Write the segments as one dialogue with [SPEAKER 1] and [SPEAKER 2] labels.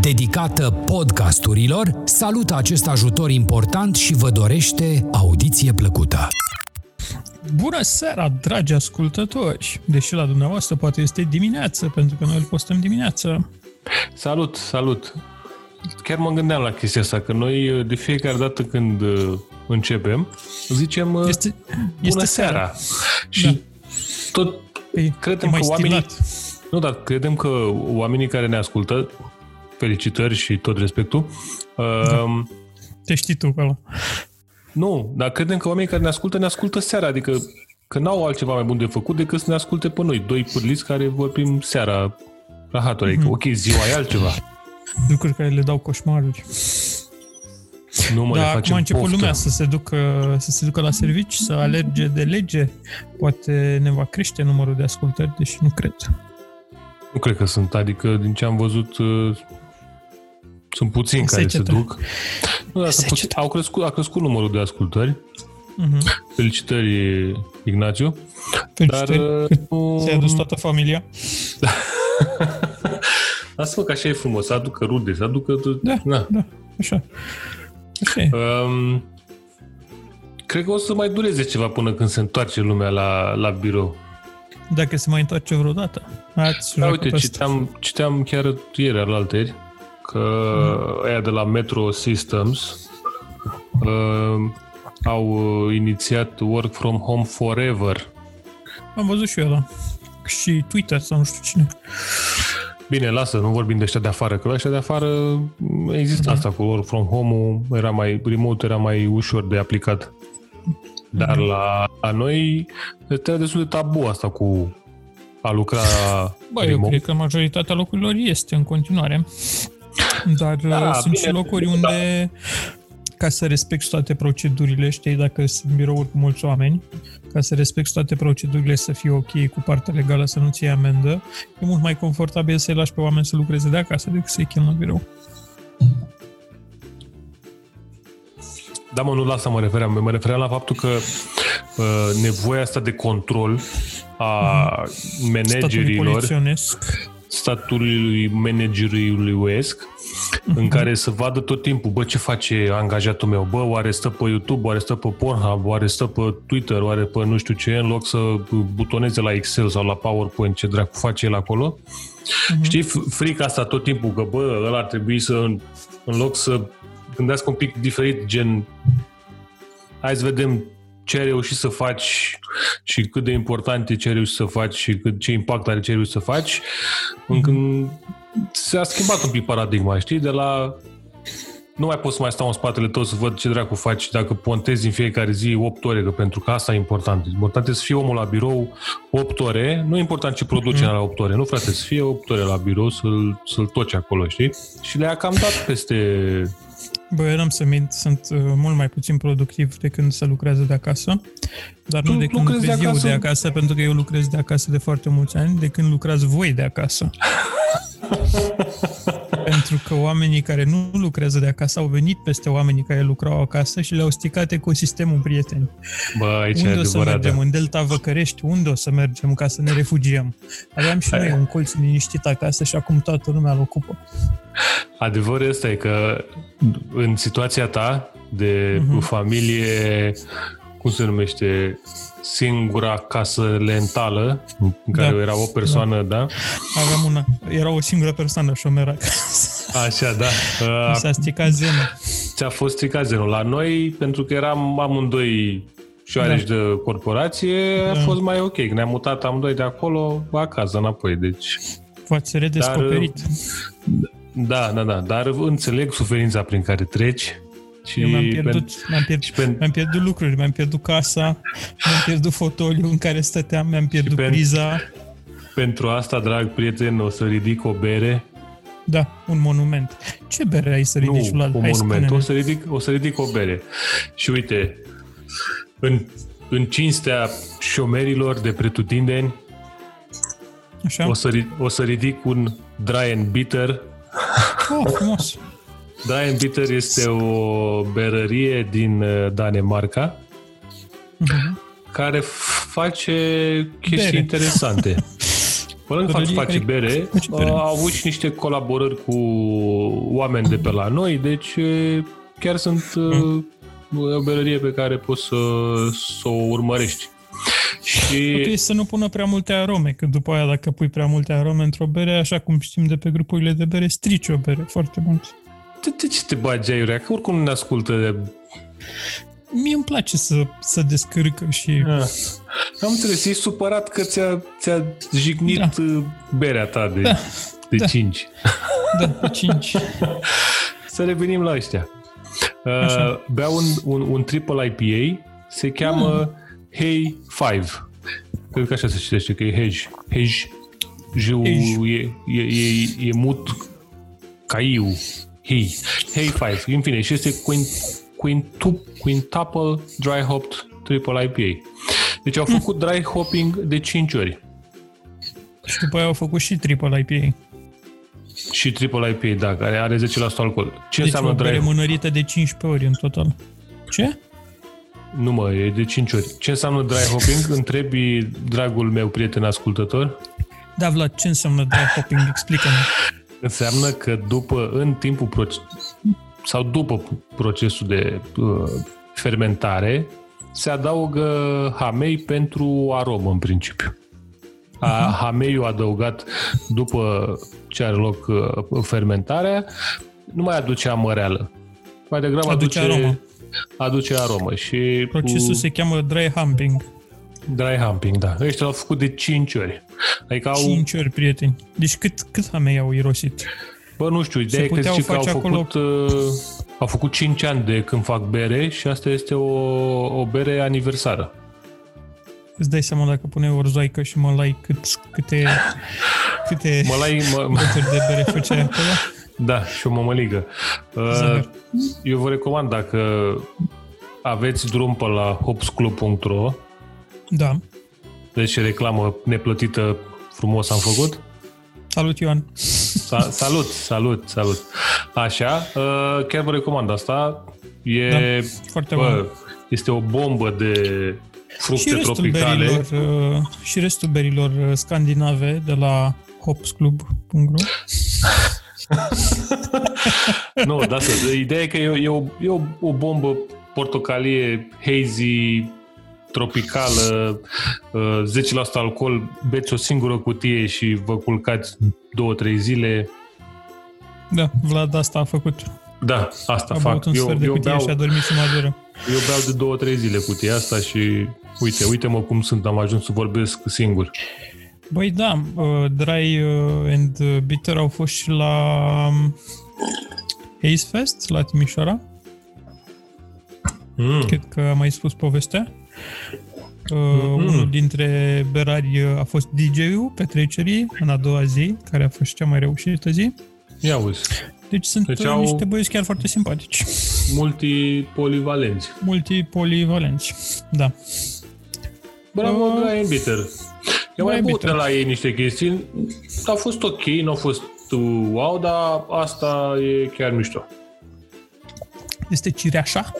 [SPEAKER 1] dedicată podcasturilor, salută acest ajutor important și vă dorește audiție plăcută.
[SPEAKER 2] Bună seara, dragi ascultători! Deși la dumneavoastră poate este dimineață, pentru că noi îl postăm dimineața.
[SPEAKER 3] Salut, salut! Chiar mă gândeam la chestia asta, că noi uh, de fiecare dată când uh, începem, zicem uh,
[SPEAKER 2] Este,
[SPEAKER 3] bună
[SPEAKER 2] este
[SPEAKER 3] seara. Și tot
[SPEAKER 2] Păi, e
[SPEAKER 3] credem
[SPEAKER 2] mai
[SPEAKER 3] că oamenii...
[SPEAKER 2] stilat.
[SPEAKER 3] Nu, dar credem că oamenii care ne ascultă, felicitări și tot respectul,
[SPEAKER 2] Da.
[SPEAKER 3] uh,
[SPEAKER 2] Te știi tu pe ăla.
[SPEAKER 3] nu, dar credem că oamenii care ne ascultă, ne ascultă seara, adică că n-au altceva mai bun de făcut decât să ne asculte pe noi, doi pârliți care vorbim seara rahatului,
[SPEAKER 2] Mhm.
[SPEAKER 3] adică ok, ziua e altceva.
[SPEAKER 2] Lucruri care le dau coșmaruri.
[SPEAKER 3] Nu mă
[SPEAKER 2] Dar Da,
[SPEAKER 3] le
[SPEAKER 2] acum
[SPEAKER 3] facem
[SPEAKER 2] a început
[SPEAKER 3] poftă.
[SPEAKER 2] lumea să se, ducă, să se ducă la servici, să alerge de lege. Poate ne va crește numărul de ascultări, deși nu cred.
[SPEAKER 3] Nu cred că sunt, adică din ce am văzut uh, sunt puțini care
[SPEAKER 2] Secetă.
[SPEAKER 3] se duc. Nu, dar sunt puțini.
[SPEAKER 2] Secetă.
[SPEAKER 3] Au crescut, a crescut numărul de ascultări.
[SPEAKER 2] Uh-huh.
[SPEAKER 3] Felicitări, Ignațiu. Dar
[SPEAKER 2] Felicitări.
[SPEAKER 3] uh, nu...
[SPEAKER 2] Ți-ai adus toată familia?
[SPEAKER 3] Lasă-mă că așa e frumos, să aducă rude, să aducă... tot-
[SPEAKER 2] Da,
[SPEAKER 3] Na.
[SPEAKER 2] da, așa. Așa e.
[SPEAKER 3] Um, cred că o să mai dureze ceva până când se întoarce lumea la, la birou.
[SPEAKER 2] Dacă se mai întoarce vreodată. Ați
[SPEAKER 3] Da,
[SPEAKER 2] jucat
[SPEAKER 3] uite,
[SPEAKER 2] asta.
[SPEAKER 3] citeam, citeam chiar ieri alaltăieri că
[SPEAKER 2] Mm.
[SPEAKER 3] aia de la Metro Systems uh, au uh, inițiat Work From Home Forever.
[SPEAKER 2] Am văzut și eu ăla. Și Twitter sau nu știu cine.
[SPEAKER 3] Bine, lasă, nu vorbim de ăștia de afară, că la ăștia de afară m,
[SPEAKER 2] Da.
[SPEAKER 3] există asta cu Work From Home, era mai remote, era mai ușor de aplicat. Dar
[SPEAKER 2] Mm-hmm.
[SPEAKER 3] la, la noi este destul de tabu asta cu a lucra
[SPEAKER 2] Bă, eu cred că majoritatea locurilor este în continuare. Dar da,
[SPEAKER 3] Da,
[SPEAKER 2] sunt
[SPEAKER 3] bine,
[SPEAKER 2] și locuri
[SPEAKER 3] da.
[SPEAKER 2] unde, ca să respecti toate procedurile, știi, dacă sunt birouri cu mulți oameni, ca să respecti toate procedurile, să fie ok cu partea legală, să nu-ți iei amendă, e mult mai confortabil să-i lași pe oameni să lucreze de acasă decât să-i chem la birou.
[SPEAKER 3] Da, mă, nu la asta mă refeream. Mă refeream la faptul că uh, nevoia asta de control a
[SPEAKER 2] Statului
[SPEAKER 3] managerilor,
[SPEAKER 2] poliționesc.
[SPEAKER 3] statului managerului UESC, în care să vadă tot timpul, bă, ce face angajatul meu, bă, oare stă pe YouTube, oare stă pe Pornhub, oare stă pe Twitter, oare pe nu știu ce, în loc să butoneze la Excel sau la PowerPoint, ce dracu face el acolo. Știi, f- frica asta tot timpul că, bă, ăla ar trebui să, în, în loc să gândească un pic diferit, gen, hai să vedem ce ai reușit să faci și cât de important e ce ai reușit să faci și cât, ce impact are ce ai reușit să faci, încât s-a schimbat un pic paradigma, știi, de la nu mai pot să mai stau în spatele tău să văd ce dracu faci dacă pontezi în fiecare zi 8 ore, că pentru că asta e important. Important e să fie omul la birou 8 ore, nu e important ce produce
[SPEAKER 2] Mhm.
[SPEAKER 3] mm. la 8 ore, nu frate, să fie 8 ore la birou, să-l, să-l toci acolo, știi? Și le-a cam dat peste...
[SPEAKER 2] Bă, n-am să mint, sunt uh, mult mai puțin productiv de când se lucrează de acasă, dar nu
[SPEAKER 3] Tu
[SPEAKER 2] de când
[SPEAKER 3] lucrezi
[SPEAKER 2] lucrez
[SPEAKER 3] de
[SPEAKER 2] eu
[SPEAKER 3] acasă?
[SPEAKER 2] de acasă, pentru că eu lucrez de acasă de foarte mulți ani, de când lucrați voi de acasă. pentru că oamenii care nu lucrează de acasă au venit peste oamenii care lucrau acasă și le-au stricat ecosistemul prieteni.
[SPEAKER 3] Bă, aici e
[SPEAKER 2] unde o să
[SPEAKER 3] adevărat.
[SPEAKER 2] mergem?
[SPEAKER 3] da.
[SPEAKER 2] În Delta Văcărești? Unde o să mergem ca să ne refugiem? Aveam și noi un colț liniștit acasă și acum toată lumea îl ocupă.
[SPEAKER 3] Adevărul ăsta e că în situația ta de
[SPEAKER 2] Mhm.
[SPEAKER 3] familie, cum se numește, singura casă lentală, în care
[SPEAKER 2] Da.
[SPEAKER 3] era o persoană, da?
[SPEAKER 2] Aveam una, era o singură persoană șomeră acasă.
[SPEAKER 3] Așa, da.
[SPEAKER 2] Mi
[SPEAKER 3] Uh,
[SPEAKER 2] S-a stricat zena.
[SPEAKER 3] ți-a fost stricat zenul. La noi, pentru că eram amândoi șoareci da. de corporație, a
[SPEAKER 2] Da.
[SPEAKER 3] fost mai ok. Când Ne-am mutat amândoi de acolo acasă, înapoi, deci...
[SPEAKER 2] V-ați redescoperit. Dar,
[SPEAKER 3] Da, da, da, dar înțeleg suferința prin care treci uh, și...
[SPEAKER 2] Eu mi-am pierdut,
[SPEAKER 3] pentru-
[SPEAKER 2] mi-am, pierd,
[SPEAKER 3] și pen-
[SPEAKER 2] mi-am pierdut lucruri, mi-am pierdut casa, mi-am pierdut fotoliul în care stăteam, mi-am pierdut
[SPEAKER 3] pen-
[SPEAKER 2] priza.
[SPEAKER 3] Pentru asta, drag prieten, o să ridic o bere
[SPEAKER 2] Da, un monument. Ce bere ai să ridici,
[SPEAKER 3] nu,
[SPEAKER 2] Deci, Vlad?
[SPEAKER 3] un
[SPEAKER 2] Hai,
[SPEAKER 3] monument.
[SPEAKER 2] spune-ne.
[SPEAKER 3] O să, ridic, o să ridic o bere. Și uite, în, în cinstea șomerilor de pretutindeni,
[SPEAKER 2] Așa?
[SPEAKER 3] o să, ri- o să ridic un dry and bitter.
[SPEAKER 2] Oh, frumos.
[SPEAKER 3] Dry and bitter Da, este o berărie din uh, Danemarca care face chestii
[SPEAKER 2] Mhm. Bere.
[SPEAKER 3] interesante. Pe lângă fapt
[SPEAKER 2] Berărie
[SPEAKER 3] face
[SPEAKER 2] care
[SPEAKER 3] bere,
[SPEAKER 2] face bere.
[SPEAKER 3] au avut și niște colaborări cu oameni de pe la noi, deci uh, chiar sunt uh,
[SPEAKER 2] Mhm.
[SPEAKER 3] o berărie pe care poți să, să o urmărești.
[SPEAKER 2] Totul
[SPEAKER 3] Și
[SPEAKER 2] este să nu pună prea multe arome, că după aia dacă pui prea multe arome într-o bere, așa cum știm de pe grupurile de bere, strici o bere foarte mult.
[SPEAKER 3] de, de ce te bagi aiurea? Că oricum nu ne ascultă de
[SPEAKER 2] Mie îmi place să, să descârcă și...
[SPEAKER 3] Ah. Am înțeles, ești supărat că ți-a, ți-a jignit
[SPEAKER 2] Da.
[SPEAKER 3] da. berea ta de, da. de da. 5.
[SPEAKER 2] Da, pe cinci.
[SPEAKER 3] Să revenim la ăștia. Uh,
[SPEAKER 2] Așa.
[SPEAKER 3] bea un, un, un triple IPA, se cheamă
[SPEAKER 2] Ah.
[SPEAKER 3] Hey 5. Cred că așa se citește, că e Hej. Hej. Jiu
[SPEAKER 2] Hej.
[SPEAKER 3] e, e, e, e mut caiu. Hey. Hey 5. În fine, și este quint, quintup, quintuple dry hopped triple IPA. Deci au făcut
[SPEAKER 2] Mm.
[SPEAKER 3] dry hopping de 5 ori.
[SPEAKER 2] și după aia au făcut și triple IPA.
[SPEAKER 3] Și triple IPA, da, care are 10% alcool. Ce
[SPEAKER 2] Deci
[SPEAKER 3] înseamnă
[SPEAKER 2] o
[SPEAKER 3] dry
[SPEAKER 2] bere mânărită de 15 ori în total. Ce?
[SPEAKER 3] Nu mă, e de 5 ori. Ce înseamnă dry hopping? Întrebi dragul meu prieten ascultător.
[SPEAKER 2] Da, Vlad, ce înseamnă dry hopping? Explică-ne.
[SPEAKER 3] Înseamnă că după, în timpul proces, sau după procesul de uh, fermentare, se adaugă hamei pentru aromă în principiu.
[SPEAKER 2] Mhm.
[SPEAKER 3] A, hameiul adăugat după ce are loc uh, fermentarea nu mai aduce amăreală. Mai degrabă
[SPEAKER 2] Aduce
[SPEAKER 3] aduce,
[SPEAKER 2] aromă.
[SPEAKER 3] Aduce aromă și
[SPEAKER 2] Procesul se cheamă dry humping.
[SPEAKER 3] Dry humping, da. Ăștia l-au făcut de 5 ori. Adică au,
[SPEAKER 2] 5 ori, prieteni. Deci cât, cât hamei au irosit?
[SPEAKER 3] bă, nu știu, ideea e că
[SPEAKER 2] puteau
[SPEAKER 3] zice că au
[SPEAKER 2] face acolo-
[SPEAKER 3] făcut, uh, au făcut 5 ani de când fac bere și asta este o, o bere aniversară.
[SPEAKER 2] Îți dai seama dacă pune orzaică și mălai cât, câte, câte
[SPEAKER 3] Mă lai, mă, mă,
[SPEAKER 2] goturi de bere făceai acolo?
[SPEAKER 3] da, și o mămăligă. Uh,
[SPEAKER 2] Zahăr.
[SPEAKER 3] eu vă recomand dacă aveți drum pe la hopsclub.ro,
[SPEAKER 2] Da.
[SPEAKER 3] deci reclamă neplătită frumos am făcut.
[SPEAKER 2] Salut, Ioan.
[SPEAKER 3] Sa- Salut, salut, salut. Așa, uh, chiar vă recomand asta. E
[SPEAKER 2] Da. Foarte bun.
[SPEAKER 3] Bă, este o bombă de
[SPEAKER 2] Și
[SPEAKER 3] fructe
[SPEAKER 2] restul,
[SPEAKER 3] tropicale.
[SPEAKER 2] berilor, uh, și restul berilor uh, scandinave de la hopsclub.ro
[SPEAKER 3] Nu, da, să, ideea e că e, o- e, o, e o, o bombă portocalie, hazy, tropicală, uh, 10% alcool, beți o singură cutie și vă culcați 2-3 zile.
[SPEAKER 2] Da, Vlad asta a făcut.
[SPEAKER 3] Da, asta
[SPEAKER 2] A
[SPEAKER 3] fac.
[SPEAKER 2] băut un
[SPEAKER 3] Eu,
[SPEAKER 2] sfert de
[SPEAKER 3] eu,
[SPEAKER 2] cutie
[SPEAKER 3] beau,
[SPEAKER 2] și a dormit și mă dură.
[SPEAKER 3] eu beau de două, trei zile cutia asta și uite, uite-mă cum sunt, am ajuns să vorbesc singur.
[SPEAKER 2] Băi, da, uh, Dry uh, and Bitter au fost și la um, Ace Fest, la Timișoara.
[SPEAKER 3] Mm. Mm-hmm.
[SPEAKER 2] Cred că am mai spus povestea. Uh, Unul dintre berari uh, a fost DJ-ul petrecerii în a doua zi, care a fost cea mai reușită zi.
[SPEAKER 3] Ia uzi,
[SPEAKER 2] Deci sunt
[SPEAKER 3] Deci
[SPEAKER 2] deci au...
[SPEAKER 3] au-
[SPEAKER 2] niște băieți chiar foarte simpatici.
[SPEAKER 3] multipolivalenți.
[SPEAKER 2] Multipolivalenți, da.
[SPEAKER 3] Bravo,
[SPEAKER 2] Uh,
[SPEAKER 3] Brian Bitter. Eu mai
[SPEAKER 2] Brian
[SPEAKER 3] băut de
[SPEAKER 2] Bitter.
[SPEAKER 3] la ei niște chestii. A fost ok, nu a fost uh, wow, dar asta e chiar mișto.
[SPEAKER 2] Este cireașa.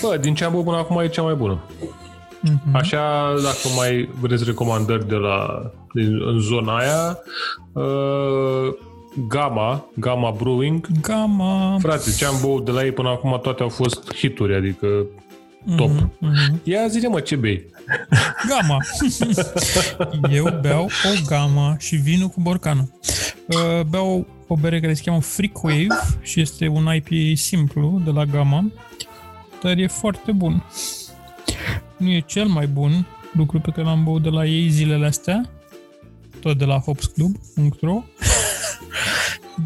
[SPEAKER 3] Bă, din ce am băut până acum e cea mai bună.
[SPEAKER 2] Mhm.
[SPEAKER 3] Așa, dacă mai vreți recomandări de la, din, în zona aia, uh, Gama, Gama Brewing,
[SPEAKER 2] Gama.
[SPEAKER 3] frate, ce am băut de la ei până acum toate au fost hituri, adică top.
[SPEAKER 2] Mhm, mhm.
[SPEAKER 3] Ia zine-mă ce bei.
[SPEAKER 2] Gama. Eu beau o gama și vinul cu borcanul. Uh, Beau o bere care se cheamă Freak Wave și este un IPA simplu de la gama, dar e foarte bun. Nu e cel mai bun lucru pe care l-am băut de la ei zilele astea, tot de la hopsclub.ro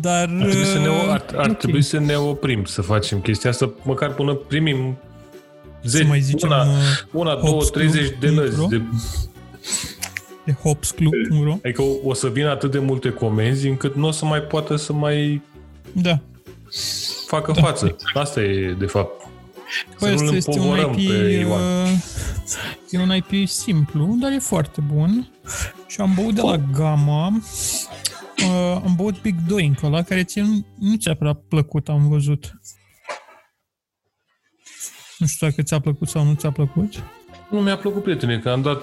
[SPEAKER 2] dar... uh,
[SPEAKER 3] Ar trebui, să ne, ar, ar
[SPEAKER 2] ok.
[SPEAKER 3] trebui să ne oprim să facem chestia asta, măcar până primim
[SPEAKER 2] Să
[SPEAKER 3] zeci,
[SPEAKER 2] mai zicem...
[SPEAKER 3] una,
[SPEAKER 2] uh,
[SPEAKER 3] Una,
[SPEAKER 2] Hops
[SPEAKER 3] două,
[SPEAKER 2] Club
[SPEAKER 3] treizeci de
[SPEAKER 2] Micro.
[SPEAKER 3] lăzi de
[SPEAKER 2] de hopsclub.ro
[SPEAKER 3] Adică o, o să vină atât de multe comenzi încât nu o să mai poată să mai
[SPEAKER 2] Da.
[SPEAKER 3] facă da. față. Asta e, de fapt.
[SPEAKER 2] Păi
[SPEAKER 3] să
[SPEAKER 2] asta
[SPEAKER 3] nu îl
[SPEAKER 2] este un
[SPEAKER 3] împovărăm
[SPEAKER 2] IP,
[SPEAKER 3] pe Ioan.
[SPEAKER 2] uh, e un IP simplu, dar e foarte bun. Și am băut de la Gama, uh, am băut Big 2 încă la care ție nu, nu ți-a prea plăcut, am văzut. Nu știu dacă ți-a plăcut sau nu ți-a plăcut.
[SPEAKER 3] Nu mi-a plăcut, prietene, că am dat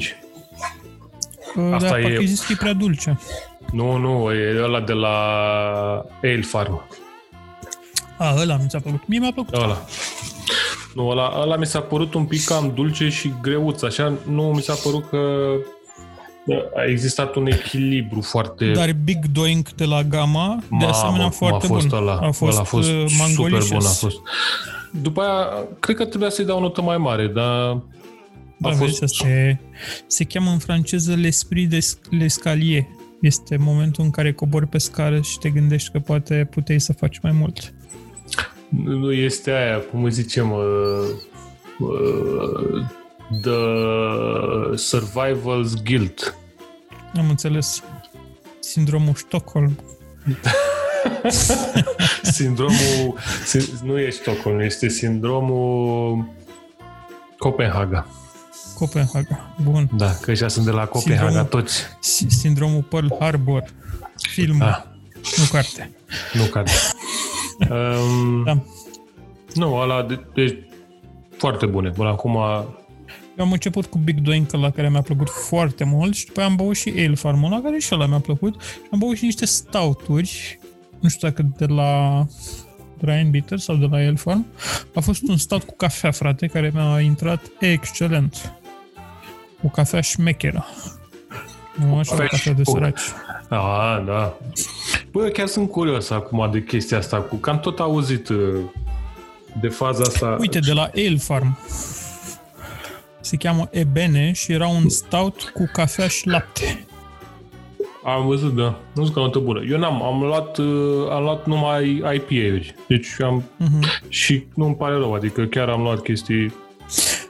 [SPEAKER 3] 4,25.
[SPEAKER 2] Uh,
[SPEAKER 3] Asta
[SPEAKER 2] dar
[SPEAKER 3] e-
[SPEAKER 2] parcă zis că e prea dulce.
[SPEAKER 3] Nu, nu, e ăla de la Ale Farm.
[SPEAKER 2] A, ăla nu ți-a plăcut. Mie mi-a plăcut.
[SPEAKER 3] Da, Ăla. Nu, ăla, ăla mi s-a părut un pic cam dulce și greuț, așa. Nu mi s-a părut că a existat un echilibru foarte...
[SPEAKER 2] Dar Big Doink de la Gama, de
[SPEAKER 3] Mamă,
[SPEAKER 2] Da, asemenea,
[SPEAKER 3] cum
[SPEAKER 2] foarte
[SPEAKER 3] a fost
[SPEAKER 2] bun.
[SPEAKER 3] Ăla.
[SPEAKER 2] A fost,
[SPEAKER 3] ăla a fost
[SPEAKER 2] uh,
[SPEAKER 3] super
[SPEAKER 2] Mangolicious.
[SPEAKER 3] bun. A fost. După aia, cred că trebuia să-i dau o notă mai mare, dar
[SPEAKER 2] Da,
[SPEAKER 3] a
[SPEAKER 2] vezi,
[SPEAKER 3] fost...
[SPEAKER 2] asta e, se cheamă în franceză l'esprit de l'escalier. Este momentul în care cobori pe scară și te gândești că poate puteai să faci mai mult.
[SPEAKER 3] Nu este aia, cum îi zicem, uh, uh, The Survival's Guilt.
[SPEAKER 2] Am înțeles. Sindromul Stockholm.
[SPEAKER 3] Sindromul... sin- nu e Stockholm, este sindromul Copenhaga.
[SPEAKER 2] Copenhaga. Bun.
[SPEAKER 3] Da, că ăștia sunt de la Copenhaga
[SPEAKER 2] Sindromul-
[SPEAKER 3] toți.
[SPEAKER 2] Si- Sindromul Pearl Harbor. Film,
[SPEAKER 3] Ah,
[SPEAKER 2] nu carte.
[SPEAKER 3] nu cade. um,
[SPEAKER 2] Da.
[SPEAKER 3] Nu, ăla de, deci foarte bune. Până acum
[SPEAKER 2] Eu am început cu Big Doink la care mi-a plăcut foarte mult și după aia am băut și Ale Farm la care și ăla mi-a plăcut și am băut și niște stouturi, nu știu dacă de la Brian Bitter sau de la Ale Farm. A fost un stout cu cafea, frate, care mi-a intrat excelent. Cu cafea șmecheră. Nu așa, cu
[SPEAKER 3] cafea
[SPEAKER 2] cafea de
[SPEAKER 3] și-
[SPEAKER 2] săraci.
[SPEAKER 3] A, da. Bă, eu chiar sunt curios acum de chestia asta, cu că am tot auzit uh, de faza asta.
[SPEAKER 2] Uite, de la Ale Farm. Se cheamă Ebene și era un stout cu cafea și lapte.
[SPEAKER 3] Am văzut, da. Nu zic că notă bună. Eu n-am, am luat, uh, am luat numai IPA-uri. Deci am... Uh-huh. Și nu-mi pare rău, adică chiar am luat chestii...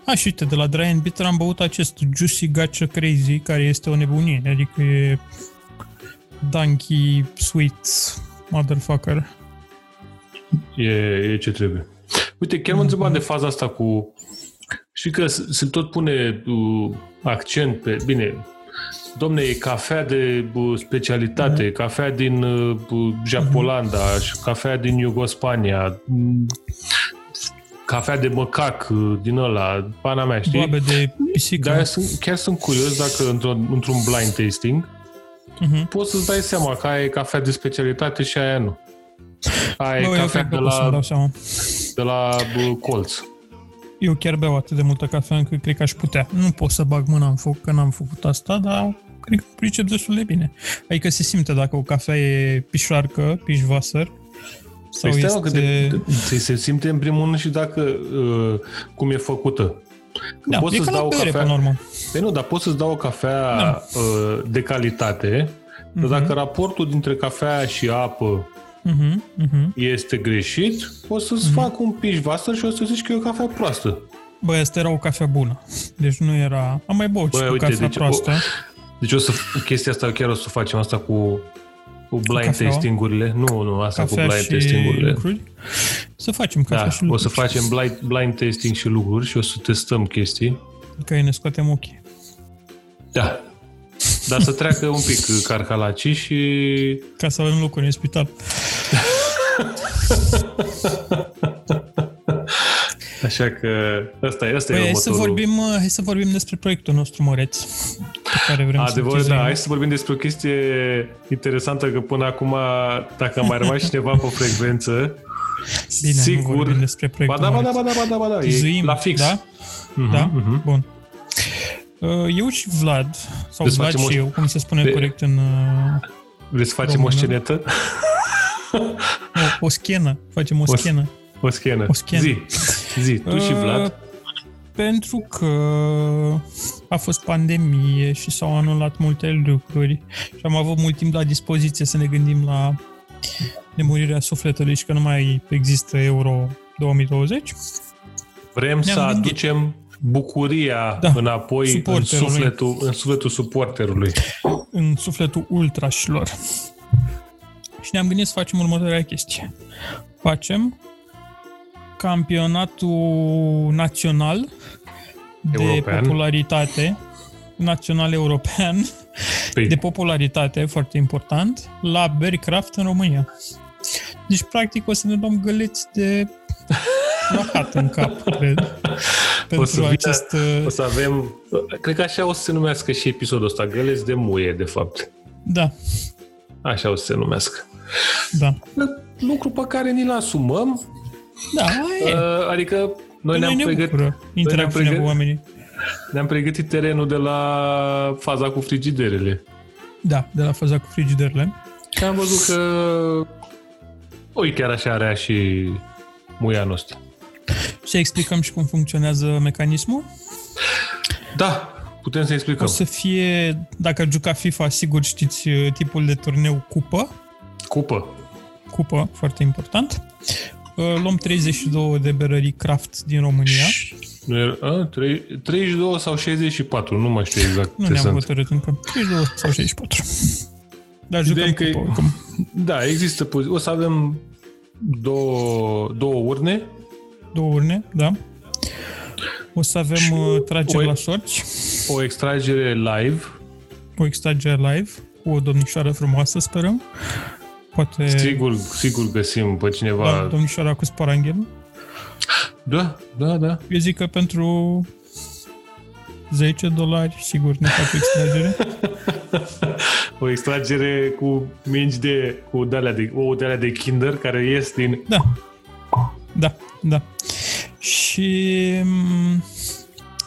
[SPEAKER 2] A, și uite, de la Dry and Bitter am băut acest Juicy Gacha Crazy, care este o nebunie, adică e Donkey Sweet Motherfucker.
[SPEAKER 3] E, e ce trebuie. Uite, chiar mă întrebam de faza asta cu... Știi că se se tot pune uh, accent pe... Bine, domne, e cafea de uh, specialitate, mm cafea din uh, uh, Japolanda, și cafea din Iugospania, mm, cafea de măcac uh, din ăla, pana mea, știi?
[SPEAKER 2] Boabe de pisică.
[SPEAKER 3] Dar eu Da, sunt, chiar sunt curios dacă într-un, într-un blind tasting
[SPEAKER 2] Mhm.
[SPEAKER 3] poți să-ți dai seama că aia e cafea de specialitate și aia nu. Aia
[SPEAKER 2] Bă,
[SPEAKER 3] e
[SPEAKER 2] eu
[SPEAKER 3] cafea
[SPEAKER 2] cred că
[SPEAKER 3] de
[SPEAKER 2] pot să-mi
[SPEAKER 3] la,
[SPEAKER 2] dau seama.
[SPEAKER 3] de la bă, colț.
[SPEAKER 2] Eu chiar beau atât de multă cafea încât cred că aș putea. Nu pot să bag mâna în foc că n-am făcut asta, dar cred că pricep destul de bine. Adică se simte dacă o cafea e pișoarcă, pișvasăr, sau
[SPEAKER 3] Păi stai, mă,
[SPEAKER 2] este...
[SPEAKER 3] că te, te, se simte în primul rând și dacă uh, cum e făcută. Că
[SPEAKER 2] da,
[SPEAKER 3] poți
[SPEAKER 2] e ca
[SPEAKER 3] să-ți
[SPEAKER 2] la
[SPEAKER 3] dau o
[SPEAKER 2] bere,
[SPEAKER 3] cafea,
[SPEAKER 2] până la urmă.
[SPEAKER 3] Păi nu, dar poți să-ți dau o cafea
[SPEAKER 2] Da.
[SPEAKER 3] uh, de calitate, dar dacă raportul dintre cafea și apă
[SPEAKER 2] Mhm, mhm.
[SPEAKER 3] este greșit, o să-ți fac un piș vasă și o să zici că e o cafea proastă.
[SPEAKER 2] Bă, asta era o cafea bună. Deci nu era... Am mai băut și
[SPEAKER 3] Bă,
[SPEAKER 2] cu
[SPEAKER 3] uite,
[SPEAKER 2] cafea
[SPEAKER 3] deci,
[SPEAKER 2] proastă.
[SPEAKER 3] Deci o să chestia asta chiar o să facem asta cu cu blind
[SPEAKER 2] cafeaua?
[SPEAKER 3] tasting-urile. Nu, nu, asta cu
[SPEAKER 2] Cafea
[SPEAKER 3] blind
[SPEAKER 2] și
[SPEAKER 3] tasting-urile.
[SPEAKER 2] lucruri. Să facem cafea
[SPEAKER 3] Da,
[SPEAKER 2] și
[SPEAKER 3] o
[SPEAKER 2] lucruri.
[SPEAKER 3] să facem blind, blind tasting și lucruri și o să testăm chestii.
[SPEAKER 2] Că ne scoatem ochii.
[SPEAKER 3] Da. Dar să treacă un pic uh, carcalacii și...
[SPEAKER 2] Ca să avem lucruri în spital.
[SPEAKER 3] Așa că ăsta e, ăsta
[SPEAKER 2] Păi,
[SPEAKER 3] e
[SPEAKER 2] hai să,
[SPEAKER 3] următorul.
[SPEAKER 2] vorbim, uh, hai să vorbim despre proiectul nostru, Măreț. Pe care vrem
[SPEAKER 3] Adevărul,
[SPEAKER 2] să
[SPEAKER 3] da, hai să vorbim despre o chestie interesantă, că până acum, dacă a mai rămas cineva pe frecvență,
[SPEAKER 2] Bine, nu
[SPEAKER 3] sigur...
[SPEAKER 2] vorbim despre
[SPEAKER 3] ba
[SPEAKER 2] proiectul
[SPEAKER 3] da, ba da,
[SPEAKER 2] Măreț.
[SPEAKER 3] ba da, ba da, ba da, e
[SPEAKER 2] Tizuim,
[SPEAKER 3] la fix. Mhm,
[SPEAKER 2] Da? Uh-huh, da? Uh-huh. Bun. Uh, Eu și Vlad, sau
[SPEAKER 3] Deci
[SPEAKER 2] Vlad
[SPEAKER 3] facem o-
[SPEAKER 2] și eu, cum se spune
[SPEAKER 3] Pe-
[SPEAKER 2] corect în uh,
[SPEAKER 3] Vreți să facem o
[SPEAKER 2] Română.
[SPEAKER 3] scenetă?
[SPEAKER 2] o, o schenă, facem o
[SPEAKER 3] O-
[SPEAKER 2] schenă.
[SPEAKER 3] O scenă.
[SPEAKER 2] O scenă.
[SPEAKER 3] Zi, zi, tu și
[SPEAKER 2] Uh,
[SPEAKER 3] Vlad.
[SPEAKER 2] Pentru că a fost pandemie și s-au anulat multe lucruri și am avut mult timp la dispoziție să ne gândim la nemurirea sufletului și că nu mai există Euro 2020.
[SPEAKER 3] Vrem să
[SPEAKER 2] ne-am gândit.
[SPEAKER 3] aducem bucuria
[SPEAKER 2] Da.
[SPEAKER 3] da. înapoi în
[SPEAKER 2] Suporterului.
[SPEAKER 3] sufletul, în sufletul suporterului.
[SPEAKER 2] în sufletul ultrașilor. Și ne-am gândit să facem următoarea chestie. Facem campionatul național de
[SPEAKER 3] European.
[SPEAKER 2] popularitate, național european,
[SPEAKER 3] Păi,
[SPEAKER 2] de popularitate, foarte important, la Berrycraft în România. Deci, practic, o să ne luăm găleți de rahat în cap, cred, pentru
[SPEAKER 3] vină-
[SPEAKER 2] acest... uh,
[SPEAKER 3] o să avem, cred că așa o să se numească și episodul ăsta, găleți de muie, de fapt.
[SPEAKER 2] Da,
[SPEAKER 3] Așa o să se numească.
[SPEAKER 2] da.
[SPEAKER 3] Lucru pe care ni-l asumăm,
[SPEAKER 2] Da, aia e.
[SPEAKER 3] uh, adică noi
[SPEAKER 2] Pe noi
[SPEAKER 3] ne-am,
[SPEAKER 2] ne
[SPEAKER 3] pregătit,
[SPEAKER 2] bucură interacțiunea
[SPEAKER 3] pregăt-
[SPEAKER 2] cu oamenii.
[SPEAKER 3] ne-am pregătit terenul de la faza cu frigiderele.
[SPEAKER 2] Da, de la faza cu frigiderele.
[SPEAKER 3] Și am văzut că, ui, chiar așa are și muia noastră.
[SPEAKER 2] Și explicăm și cum funcționează mecanismul.
[SPEAKER 3] Da, putem să
[SPEAKER 2] O
[SPEAKER 3] explicăm.
[SPEAKER 2] să fie, dacă ați jucat FIFA, sigur știți uh, tipul de turneu cupă.
[SPEAKER 3] Cupă.
[SPEAKER 2] Cupă, foarte important. Uh, Luăm 32 de berării craft din România.
[SPEAKER 3] Nu era- A, trei- 32 sau 64, nu mai știu exact
[SPEAKER 2] Nu
[SPEAKER 3] ce
[SPEAKER 2] ne-am
[SPEAKER 3] sunt.
[SPEAKER 2] hotărât încă. 32 sau 64. Dar jucăm
[SPEAKER 3] Ideea e că-
[SPEAKER 2] cupă oricum.
[SPEAKER 3] Da, există poziții. O să avem două, două urne,
[SPEAKER 2] Două urne, da. O să avem uh, trageri
[SPEAKER 3] o-
[SPEAKER 2] la sorți,
[SPEAKER 3] o extragere live,
[SPEAKER 2] o extragere live cu o domnișoară frumoasă, sperăm. Poate...
[SPEAKER 3] sigur, sigur găsim pe
[SPEAKER 2] Da,
[SPEAKER 3] cineva.
[SPEAKER 2] domnișoara cu sparanghel.
[SPEAKER 3] Da, da, da.
[SPEAKER 2] Eu zic că pentru 10 dolari, sigur, ne fac extragere.
[SPEAKER 3] O extragere cu mingi de, cu dalea de, ouă de alea de kinder care ies din...
[SPEAKER 2] Da. Da, da. Și m,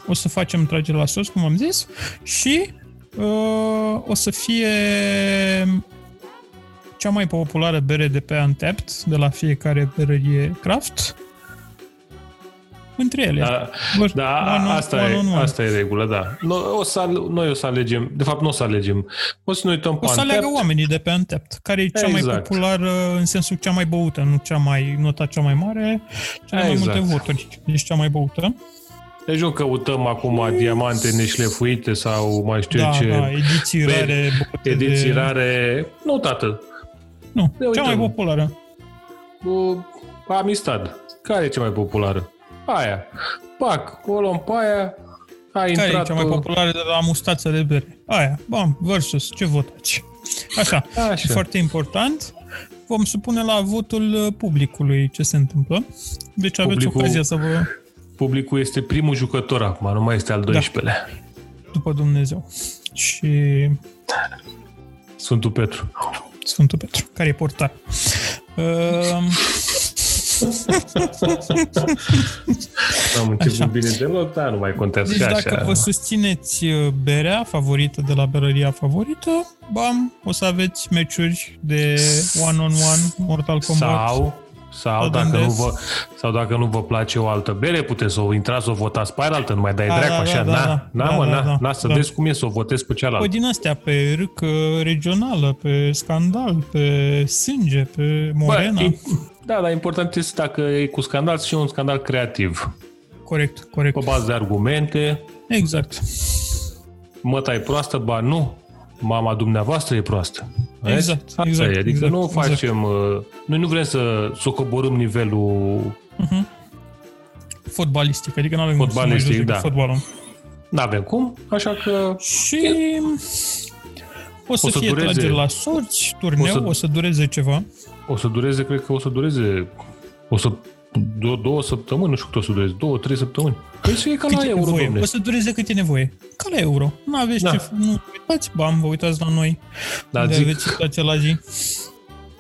[SPEAKER 2] o să facem tragere la sos, cum am zis, și uh, o să fie cea mai populară bere de pe Untapped, de la fiecare berărie craft, între ele.
[SPEAKER 3] Da,
[SPEAKER 2] Vor-
[SPEAKER 3] da
[SPEAKER 2] one on-
[SPEAKER 3] asta,
[SPEAKER 2] one on
[SPEAKER 3] e,
[SPEAKER 2] one.
[SPEAKER 3] asta e regula, da. No, o să, al- noi o să alegem, de fapt nu o să alegem, o să ne uităm pe
[SPEAKER 2] O să
[SPEAKER 3] Antep.
[SPEAKER 2] aleagă oamenii de pe Untapped, care e cea mai
[SPEAKER 3] Exact.
[SPEAKER 2] populară, în sensul cea mai băută, nu cea mai, nota cea mai mare, cea mai
[SPEAKER 3] Exact.
[SPEAKER 2] multe voturi, deci cea mai băută.
[SPEAKER 3] Deci nu căutăm acum diamante neșlefuite sau mai știu
[SPEAKER 2] da,
[SPEAKER 3] ce
[SPEAKER 2] da, ediții
[SPEAKER 3] Beri,
[SPEAKER 2] rare, băute
[SPEAKER 3] ediții
[SPEAKER 2] de...
[SPEAKER 3] rare. Nu, tată,
[SPEAKER 2] Nu,
[SPEAKER 3] Ne
[SPEAKER 2] cea mai
[SPEAKER 3] uităm.
[SPEAKER 2] populară.
[SPEAKER 3] cu Amistad. Care e cea mai populară? Aia. Pac, o luăm pe aia, a intrat... uh,
[SPEAKER 2] Care e cea mai populară de la mustață de bere? Aia, bam, versus, ce votați? Așa,
[SPEAKER 3] Așa.
[SPEAKER 2] foarte important. Vom supune la votul uh, publicului ce se întâmplă. Deci aveți
[SPEAKER 3] Publicul-
[SPEAKER 2] ocazia să vă...
[SPEAKER 3] Publicul este primul jucător acum, nu mai este
[SPEAKER 2] Da.
[SPEAKER 3] al 12-lea.
[SPEAKER 2] După Dumnezeu. Și
[SPEAKER 3] Sfântul Petru.
[SPEAKER 2] Sfântul Petru, care e portar. Ehm,
[SPEAKER 3] Am început
[SPEAKER 2] Așa.
[SPEAKER 3] așa. bine deloc, dar nu mai contează
[SPEAKER 2] Deci
[SPEAKER 3] că
[SPEAKER 2] dacă
[SPEAKER 3] așa.
[SPEAKER 2] vă susțineți uh, berea favorită de la berăria favorită, bam, o să aveți meciuri de one-on-one Mortal Kombat.
[SPEAKER 3] Sau, sau,
[SPEAKER 2] Vă
[SPEAKER 3] dacă nu
[SPEAKER 2] gândesc.
[SPEAKER 3] vă, sau dacă nu vă place o altă bere, puteți să o intrați, să o votați pe aia altă, nu mai dai
[SPEAKER 2] Da,
[SPEAKER 3] dracu
[SPEAKER 2] da, da,
[SPEAKER 3] așa,
[SPEAKER 2] da,
[SPEAKER 3] na,
[SPEAKER 2] da.
[SPEAKER 3] na,
[SPEAKER 2] Da,
[SPEAKER 3] mă,
[SPEAKER 2] da,
[SPEAKER 3] na,
[SPEAKER 2] da,
[SPEAKER 3] na, să
[SPEAKER 2] da.
[SPEAKER 3] vezi cum e să o votezi pe
[SPEAKER 2] Pă
[SPEAKER 3] cealaltă.
[SPEAKER 2] din astea, pe râcă regională, pe scandal, pe sânge, pe morena.
[SPEAKER 3] Bă, e- da, dar important este dacă e cu scandal, și un scandal creativ.
[SPEAKER 2] Corect, corect.
[SPEAKER 3] Pe bază de argumente,
[SPEAKER 2] Exact.
[SPEAKER 3] măta e proastă, ba nu, mama dumneavoastră e proastă. Vezi?
[SPEAKER 2] Exact,
[SPEAKER 3] Asta
[SPEAKER 2] exact,
[SPEAKER 3] e. Adică
[SPEAKER 2] exact,
[SPEAKER 3] nu
[SPEAKER 2] exact.
[SPEAKER 3] facem... uh, Noi nu vrem să, să coborâm nivelul...
[SPEAKER 2] Fotbalistic, adică nu avem cum să mai
[SPEAKER 3] Fotbalistic,
[SPEAKER 2] judecăm
[SPEAKER 3] da.
[SPEAKER 2] fotbalul.
[SPEAKER 3] N-avem cum, așa că...
[SPEAKER 2] Și o să,
[SPEAKER 3] O să
[SPEAKER 2] fie
[SPEAKER 3] dureze.
[SPEAKER 2] trageri la sorți, turneu, o
[SPEAKER 3] O
[SPEAKER 2] să,
[SPEAKER 3] să-
[SPEAKER 2] o să dureze ceva.
[SPEAKER 3] O să dureze, cred că o să dureze o să, două, două săptămâni, nu știu cât o să dureze, două, trei săptămâni. Păi să e ca
[SPEAKER 2] cât
[SPEAKER 3] la
[SPEAKER 2] e
[SPEAKER 3] euro,
[SPEAKER 2] nevoie.
[SPEAKER 3] domne.
[SPEAKER 2] O să dureze cât e nevoie. Ca la euro. Nu aveți da.
[SPEAKER 3] Da.
[SPEAKER 2] ce... Nu uitați, bam, vă uitați la noi.
[SPEAKER 3] Dar
[SPEAKER 2] unde
[SPEAKER 3] zic,
[SPEAKER 2] aveți situația la zi.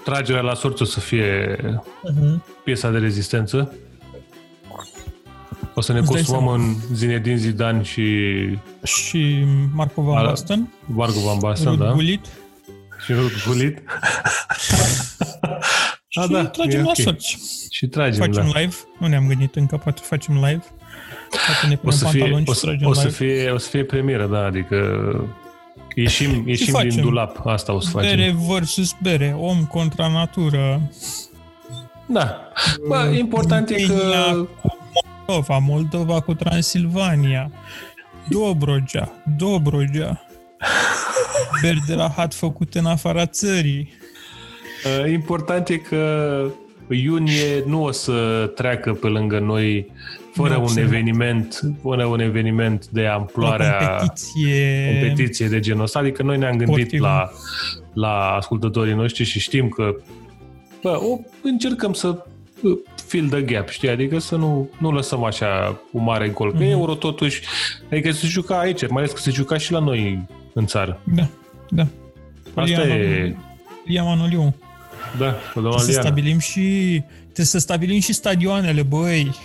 [SPEAKER 3] tragerea la sorți o să fie piesa de rezistență. O să ne
[SPEAKER 2] Îți dai
[SPEAKER 3] consumăm în Zinedine Zidane și
[SPEAKER 2] Și Marco Van
[SPEAKER 3] Ala-
[SPEAKER 2] Basten,
[SPEAKER 3] Vargo Van Basten,
[SPEAKER 2] Rud
[SPEAKER 3] da?
[SPEAKER 2] Gulit.
[SPEAKER 3] Și Rud Gulit. A,
[SPEAKER 2] și
[SPEAKER 3] da,
[SPEAKER 2] tragem
[SPEAKER 3] e
[SPEAKER 2] la
[SPEAKER 3] ok.
[SPEAKER 2] sorți.
[SPEAKER 3] Și tragem,
[SPEAKER 2] Facem
[SPEAKER 3] da.
[SPEAKER 2] live. Nu ne-am gândit încă, poate facem live. Poate ne
[SPEAKER 3] O
[SPEAKER 2] punem
[SPEAKER 3] să, fie,
[SPEAKER 2] pantaloni
[SPEAKER 3] o,
[SPEAKER 2] și
[SPEAKER 3] să,
[SPEAKER 2] tragem
[SPEAKER 3] o, să
[SPEAKER 2] live.
[SPEAKER 3] fie, o să fie premieră, da, adică ieșim, ieșim din
[SPEAKER 2] facem.
[SPEAKER 3] dulap, asta o să facem.
[SPEAKER 2] Bere versus bere, om contra natură. Mm.
[SPEAKER 3] Da. Bă, important e
[SPEAKER 2] Pâinea
[SPEAKER 3] că
[SPEAKER 2] cu Moldova, Moldova cu Transilvania, Dobrogea, Dobrogea, beri de la hat făcute în afara țării.
[SPEAKER 3] Uh, Important e că iunie nu o să treacă pe lângă noi fără
[SPEAKER 2] Nu
[SPEAKER 3] un
[SPEAKER 2] observăm.
[SPEAKER 3] eveniment, fără un eveniment de
[SPEAKER 2] La
[SPEAKER 3] amploarea
[SPEAKER 2] competiție.
[SPEAKER 3] competiție de genul ăsta. Adică noi ne-am gândit
[SPEAKER 2] Sportivă.
[SPEAKER 3] la, la ascultătorii noștri și știm că bă, o, încercăm să uh, fill the gap, știi? Adică să nu, nu lăsăm așa un mare gol. Că
[SPEAKER 2] Mhm.
[SPEAKER 3] mm-hmm. euro totuși, adică se juca aici, mai ales că se juca și la noi în țară.
[SPEAKER 2] Da, da.
[SPEAKER 3] Asta
[SPEAKER 2] Iana,
[SPEAKER 3] e,
[SPEAKER 2] Iana Noliu.
[SPEAKER 3] da, cu doamna
[SPEAKER 2] Trebuie să
[SPEAKER 3] Liana.
[SPEAKER 2] stabilim și trebuie să stabilim și stadioanele, băi.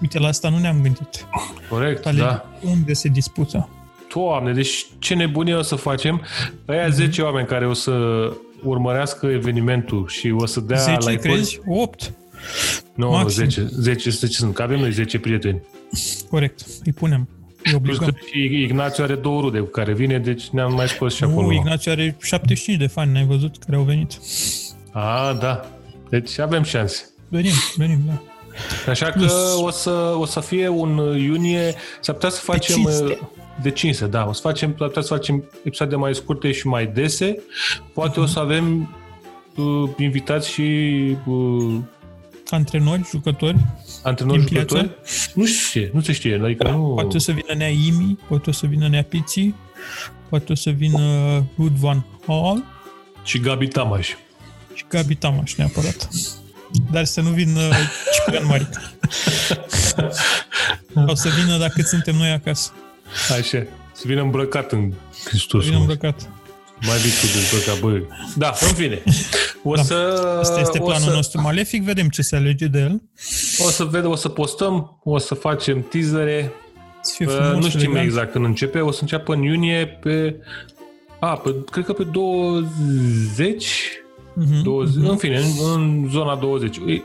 [SPEAKER 2] Uite, la asta nu ne-am gândit.
[SPEAKER 3] Corect,
[SPEAKER 2] Alegem
[SPEAKER 3] da.
[SPEAKER 2] Unde se dispută?
[SPEAKER 3] Doamne, deci ce nebunie o să facem?
[SPEAKER 2] Mhm.
[SPEAKER 3] Aia 10 oameni care o să urmărească evenimentul și o să dea
[SPEAKER 2] 10,
[SPEAKER 3] like
[SPEAKER 2] crezi? 8?
[SPEAKER 3] Nu,
[SPEAKER 2] Maxim.
[SPEAKER 3] 10, 10, 10 sunt, că avem noi 10 prieteni.
[SPEAKER 2] Corect, îi punem. Îi
[SPEAKER 3] Plus că
[SPEAKER 2] obligăm.
[SPEAKER 3] și Ignațiu are două rude cu care vine, deci ne-am mai scos și acolo.
[SPEAKER 2] Nu, Ignațiu are 75 de fani, n-ai văzut care au venit.
[SPEAKER 3] A, da. Deci avem șanse.
[SPEAKER 2] Venim, venim, da.
[SPEAKER 3] Așa că
[SPEAKER 2] Plus-
[SPEAKER 3] o să, o să fie un uh, iunie, s-ar putea să facem... uh,
[SPEAKER 2] cinste.
[SPEAKER 3] De cinste, da. O să facem, s-ar putea să facem episoade mai scurte și mai dese. Poate o să
[SPEAKER 2] Mhm.
[SPEAKER 3] avem uh, invitați și uh,
[SPEAKER 2] Antrenori, jucători,
[SPEAKER 3] antrenori
[SPEAKER 2] Din piață? Da,
[SPEAKER 3] jucători. Nu știu, nu se știe. Adică nu...
[SPEAKER 2] poate o să vină Nea Imi, poate o să vină Nea Piții, poate o să vină Rud Van Hall
[SPEAKER 3] Și Gabi Tamaș.
[SPEAKER 2] și Gabi Tamaș neapărat. Dar să nu vină Ciprian Maric. Sau să vină dacă suntem noi acasă.
[SPEAKER 3] Așa. Să vină îmbrăcat în Hristos.
[SPEAKER 2] Să vină îmbrăcat.
[SPEAKER 3] Uh, Mai visul dezbrăcat, băi. Da, în fine. O
[SPEAKER 2] Da.
[SPEAKER 3] da. să...
[SPEAKER 2] Asta este
[SPEAKER 3] o
[SPEAKER 2] planul
[SPEAKER 3] să,
[SPEAKER 2] nostru malefic, vedem ce se alege de el.
[SPEAKER 3] O să vedem, o să postăm, o să facem teasere.
[SPEAKER 2] Să fie
[SPEAKER 3] Uh,
[SPEAKER 2] frumos,
[SPEAKER 3] nu știm
[SPEAKER 2] elegant.
[SPEAKER 3] exact când începe. O să înceapă în iunie pe... A, pe, cred că pe 20...
[SPEAKER 2] Mhm.
[SPEAKER 3] 20 În fine, în, în zona 20. Ui, uh,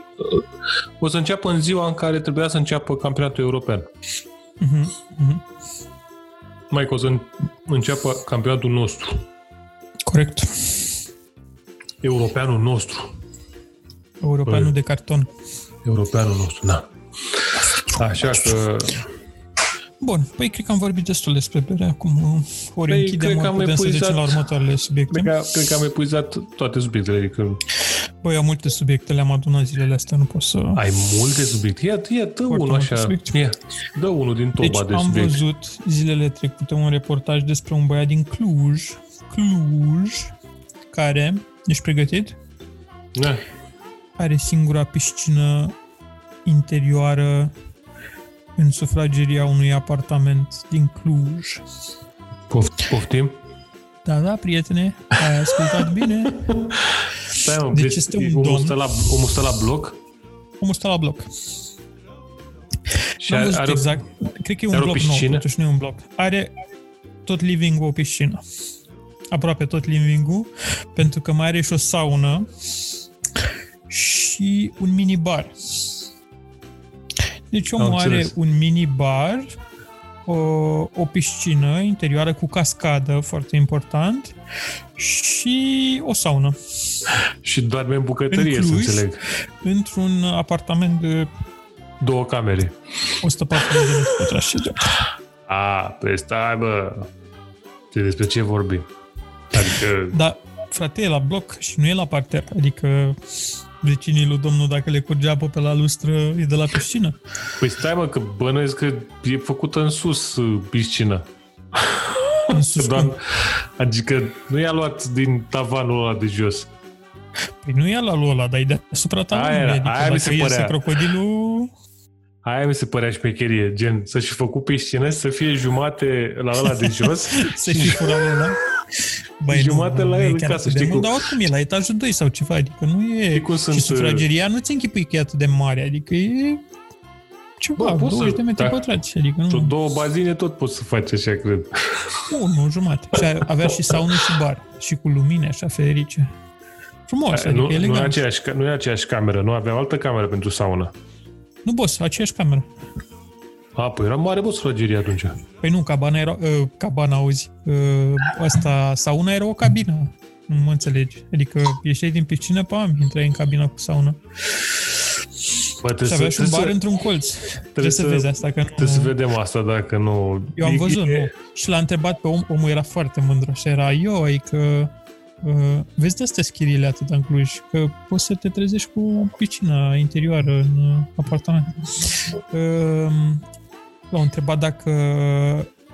[SPEAKER 3] O să înceapă în ziua în care trebuia să înceapă campionatul european.
[SPEAKER 2] Mhm.
[SPEAKER 3] Mai că o să în- înceapă campionatul nostru.
[SPEAKER 2] Corect.
[SPEAKER 3] Europeanul nostru.
[SPEAKER 2] Europeanul
[SPEAKER 3] Păi.
[SPEAKER 2] de carton.
[SPEAKER 3] Europeanul nostru, da. Așa că
[SPEAKER 2] Bun, păi cred că am vorbit destul despre bere acum. uh, Ori
[SPEAKER 3] Păi,
[SPEAKER 2] închidem,
[SPEAKER 3] cred
[SPEAKER 2] ori
[SPEAKER 3] că am
[SPEAKER 2] putem să
[SPEAKER 3] epuizat-
[SPEAKER 2] trecem la următoarele
[SPEAKER 3] Cred
[SPEAKER 2] subiecte.
[SPEAKER 3] că, cred că am epuizat toate subiectele, adică
[SPEAKER 2] Băi, am multe subiecte, le-am adunat zilele astea, nu pot să...
[SPEAKER 3] ai multe subiecte. Ia, ia dă
[SPEAKER 2] Foarte
[SPEAKER 3] unul
[SPEAKER 2] multe
[SPEAKER 3] așa,
[SPEAKER 2] subiecte.
[SPEAKER 3] ia, dă unul din toba
[SPEAKER 2] Deci
[SPEAKER 3] de
[SPEAKER 2] am
[SPEAKER 3] subiecte.
[SPEAKER 2] văzut zilele trecute un reportaj despre un băiat din Cluj, Cluj, care, ești pregătit?
[SPEAKER 3] Da.
[SPEAKER 2] Are singura piscină interioară în sufrageria unui apartament din Cluj.
[SPEAKER 3] Poft, poftim?
[SPEAKER 2] Da, da, prietene, ai ascultat bine?
[SPEAKER 3] Stai, mă,
[SPEAKER 2] Deci este un
[SPEAKER 3] omul,
[SPEAKER 2] domn-
[SPEAKER 3] stă la, omul stă la bloc
[SPEAKER 2] Omul stă la bloc.
[SPEAKER 3] și
[SPEAKER 2] Și am
[SPEAKER 3] are,
[SPEAKER 2] văzut
[SPEAKER 3] are o-
[SPEAKER 2] exact. Cred că e un
[SPEAKER 3] are o
[SPEAKER 2] bloc nou,
[SPEAKER 3] piscină?
[SPEAKER 2] totuși nu e un bloc. Are tot living o piscină. Aproape tot living pentru că mai are și o saună și un minibar. Deci omul are
[SPEAKER 3] înțeles.
[SPEAKER 2] un minibar, o, o piscină interioară cu cascadă, foarte important, și o saună.
[SPEAKER 3] și doarme în bucătărie,
[SPEAKER 2] În
[SPEAKER 3] să
[SPEAKER 2] Cluj?
[SPEAKER 3] înțeleg.
[SPEAKER 2] Într-un apartament de
[SPEAKER 3] Două camere.
[SPEAKER 2] 140 de metri pătrați. și de-
[SPEAKER 3] A, pe stai, bă. De despre ce vorbim? Adică,
[SPEAKER 2] Dar, frate, e la bloc și nu e la parter. Adică vecinii lui domnul, dacă le curge apă pe la lustră, e de la piscină.
[SPEAKER 3] păi stai, mă, că bănuiesc că e făcută în sus uh, piscina.
[SPEAKER 2] În sus,
[SPEAKER 3] Doamne, adică nu i-a luat din tavanul ăla de jos.
[SPEAKER 2] păi nu e la lui ăla, dar e deasupra ta.
[SPEAKER 3] Aia era,
[SPEAKER 2] adică
[SPEAKER 3] aia mi
[SPEAKER 2] dacă
[SPEAKER 3] se
[SPEAKER 2] iese
[SPEAKER 3] părea.
[SPEAKER 2] crocodilul...
[SPEAKER 3] Aia mi se părea șmecherie, gen să-și făcut piscină, să fie jumate la ăla de jos
[SPEAKER 2] Se și fura lui ăla. Băi,
[SPEAKER 3] Jumate la
[SPEAKER 2] e
[SPEAKER 3] el în
[SPEAKER 2] chiar
[SPEAKER 3] casă,
[SPEAKER 2] atât de
[SPEAKER 3] știi
[SPEAKER 2] mult,
[SPEAKER 3] cum-
[SPEAKER 2] Dar oricum e la etajul 2 sau ceva, adică nu e...
[SPEAKER 3] Știi cum sunt, uh,
[SPEAKER 2] și sufrageria nu ți închipui că e atât de mare, adică e ceva,
[SPEAKER 3] Bă, poți să-
[SPEAKER 2] 20 de metri
[SPEAKER 3] da.
[SPEAKER 2] pătrați, adică
[SPEAKER 3] cu
[SPEAKER 2] nu,
[SPEAKER 3] două bazine tot poți să faci așa, cred.
[SPEAKER 2] unul jumate. Și avea și saună și bar, și cu lumine, așa, ferice. Frumos, adică
[SPEAKER 3] Eh, nu,
[SPEAKER 2] e
[SPEAKER 3] nu, e
[SPEAKER 2] elegant.
[SPEAKER 3] aceeași, ca- nu e aceeași cameră, nu avea altă cameră pentru sauna.
[SPEAKER 2] Nu, boss, aceeași cameră.
[SPEAKER 3] A, păi era mare bă sufragerie atunci.
[SPEAKER 2] Păi nu, cabana era... Uh, cabana, auzi. Uh, asta, sauna era o cabină. Nu mă înțelegi. Adică ieșeai din piscină, pam, intrai în cabina cu sauna.
[SPEAKER 3] Poate
[SPEAKER 2] Și avea și un bar într-un colț. Ce să vezi asta? Că nu...
[SPEAKER 3] Trebuie să vedem asta dacă nu...
[SPEAKER 2] Eu am
[SPEAKER 3] E-
[SPEAKER 2] văzut,
[SPEAKER 3] e-
[SPEAKER 2] nu? Și l-a întrebat pe om, omul era foarte mândru, așa era, ioi, că uh, vezi de astea schirile atâta în Cluj, că poți să te trezești cu piscina interioară în uh, apartament. Uh, l-au întrebat dacă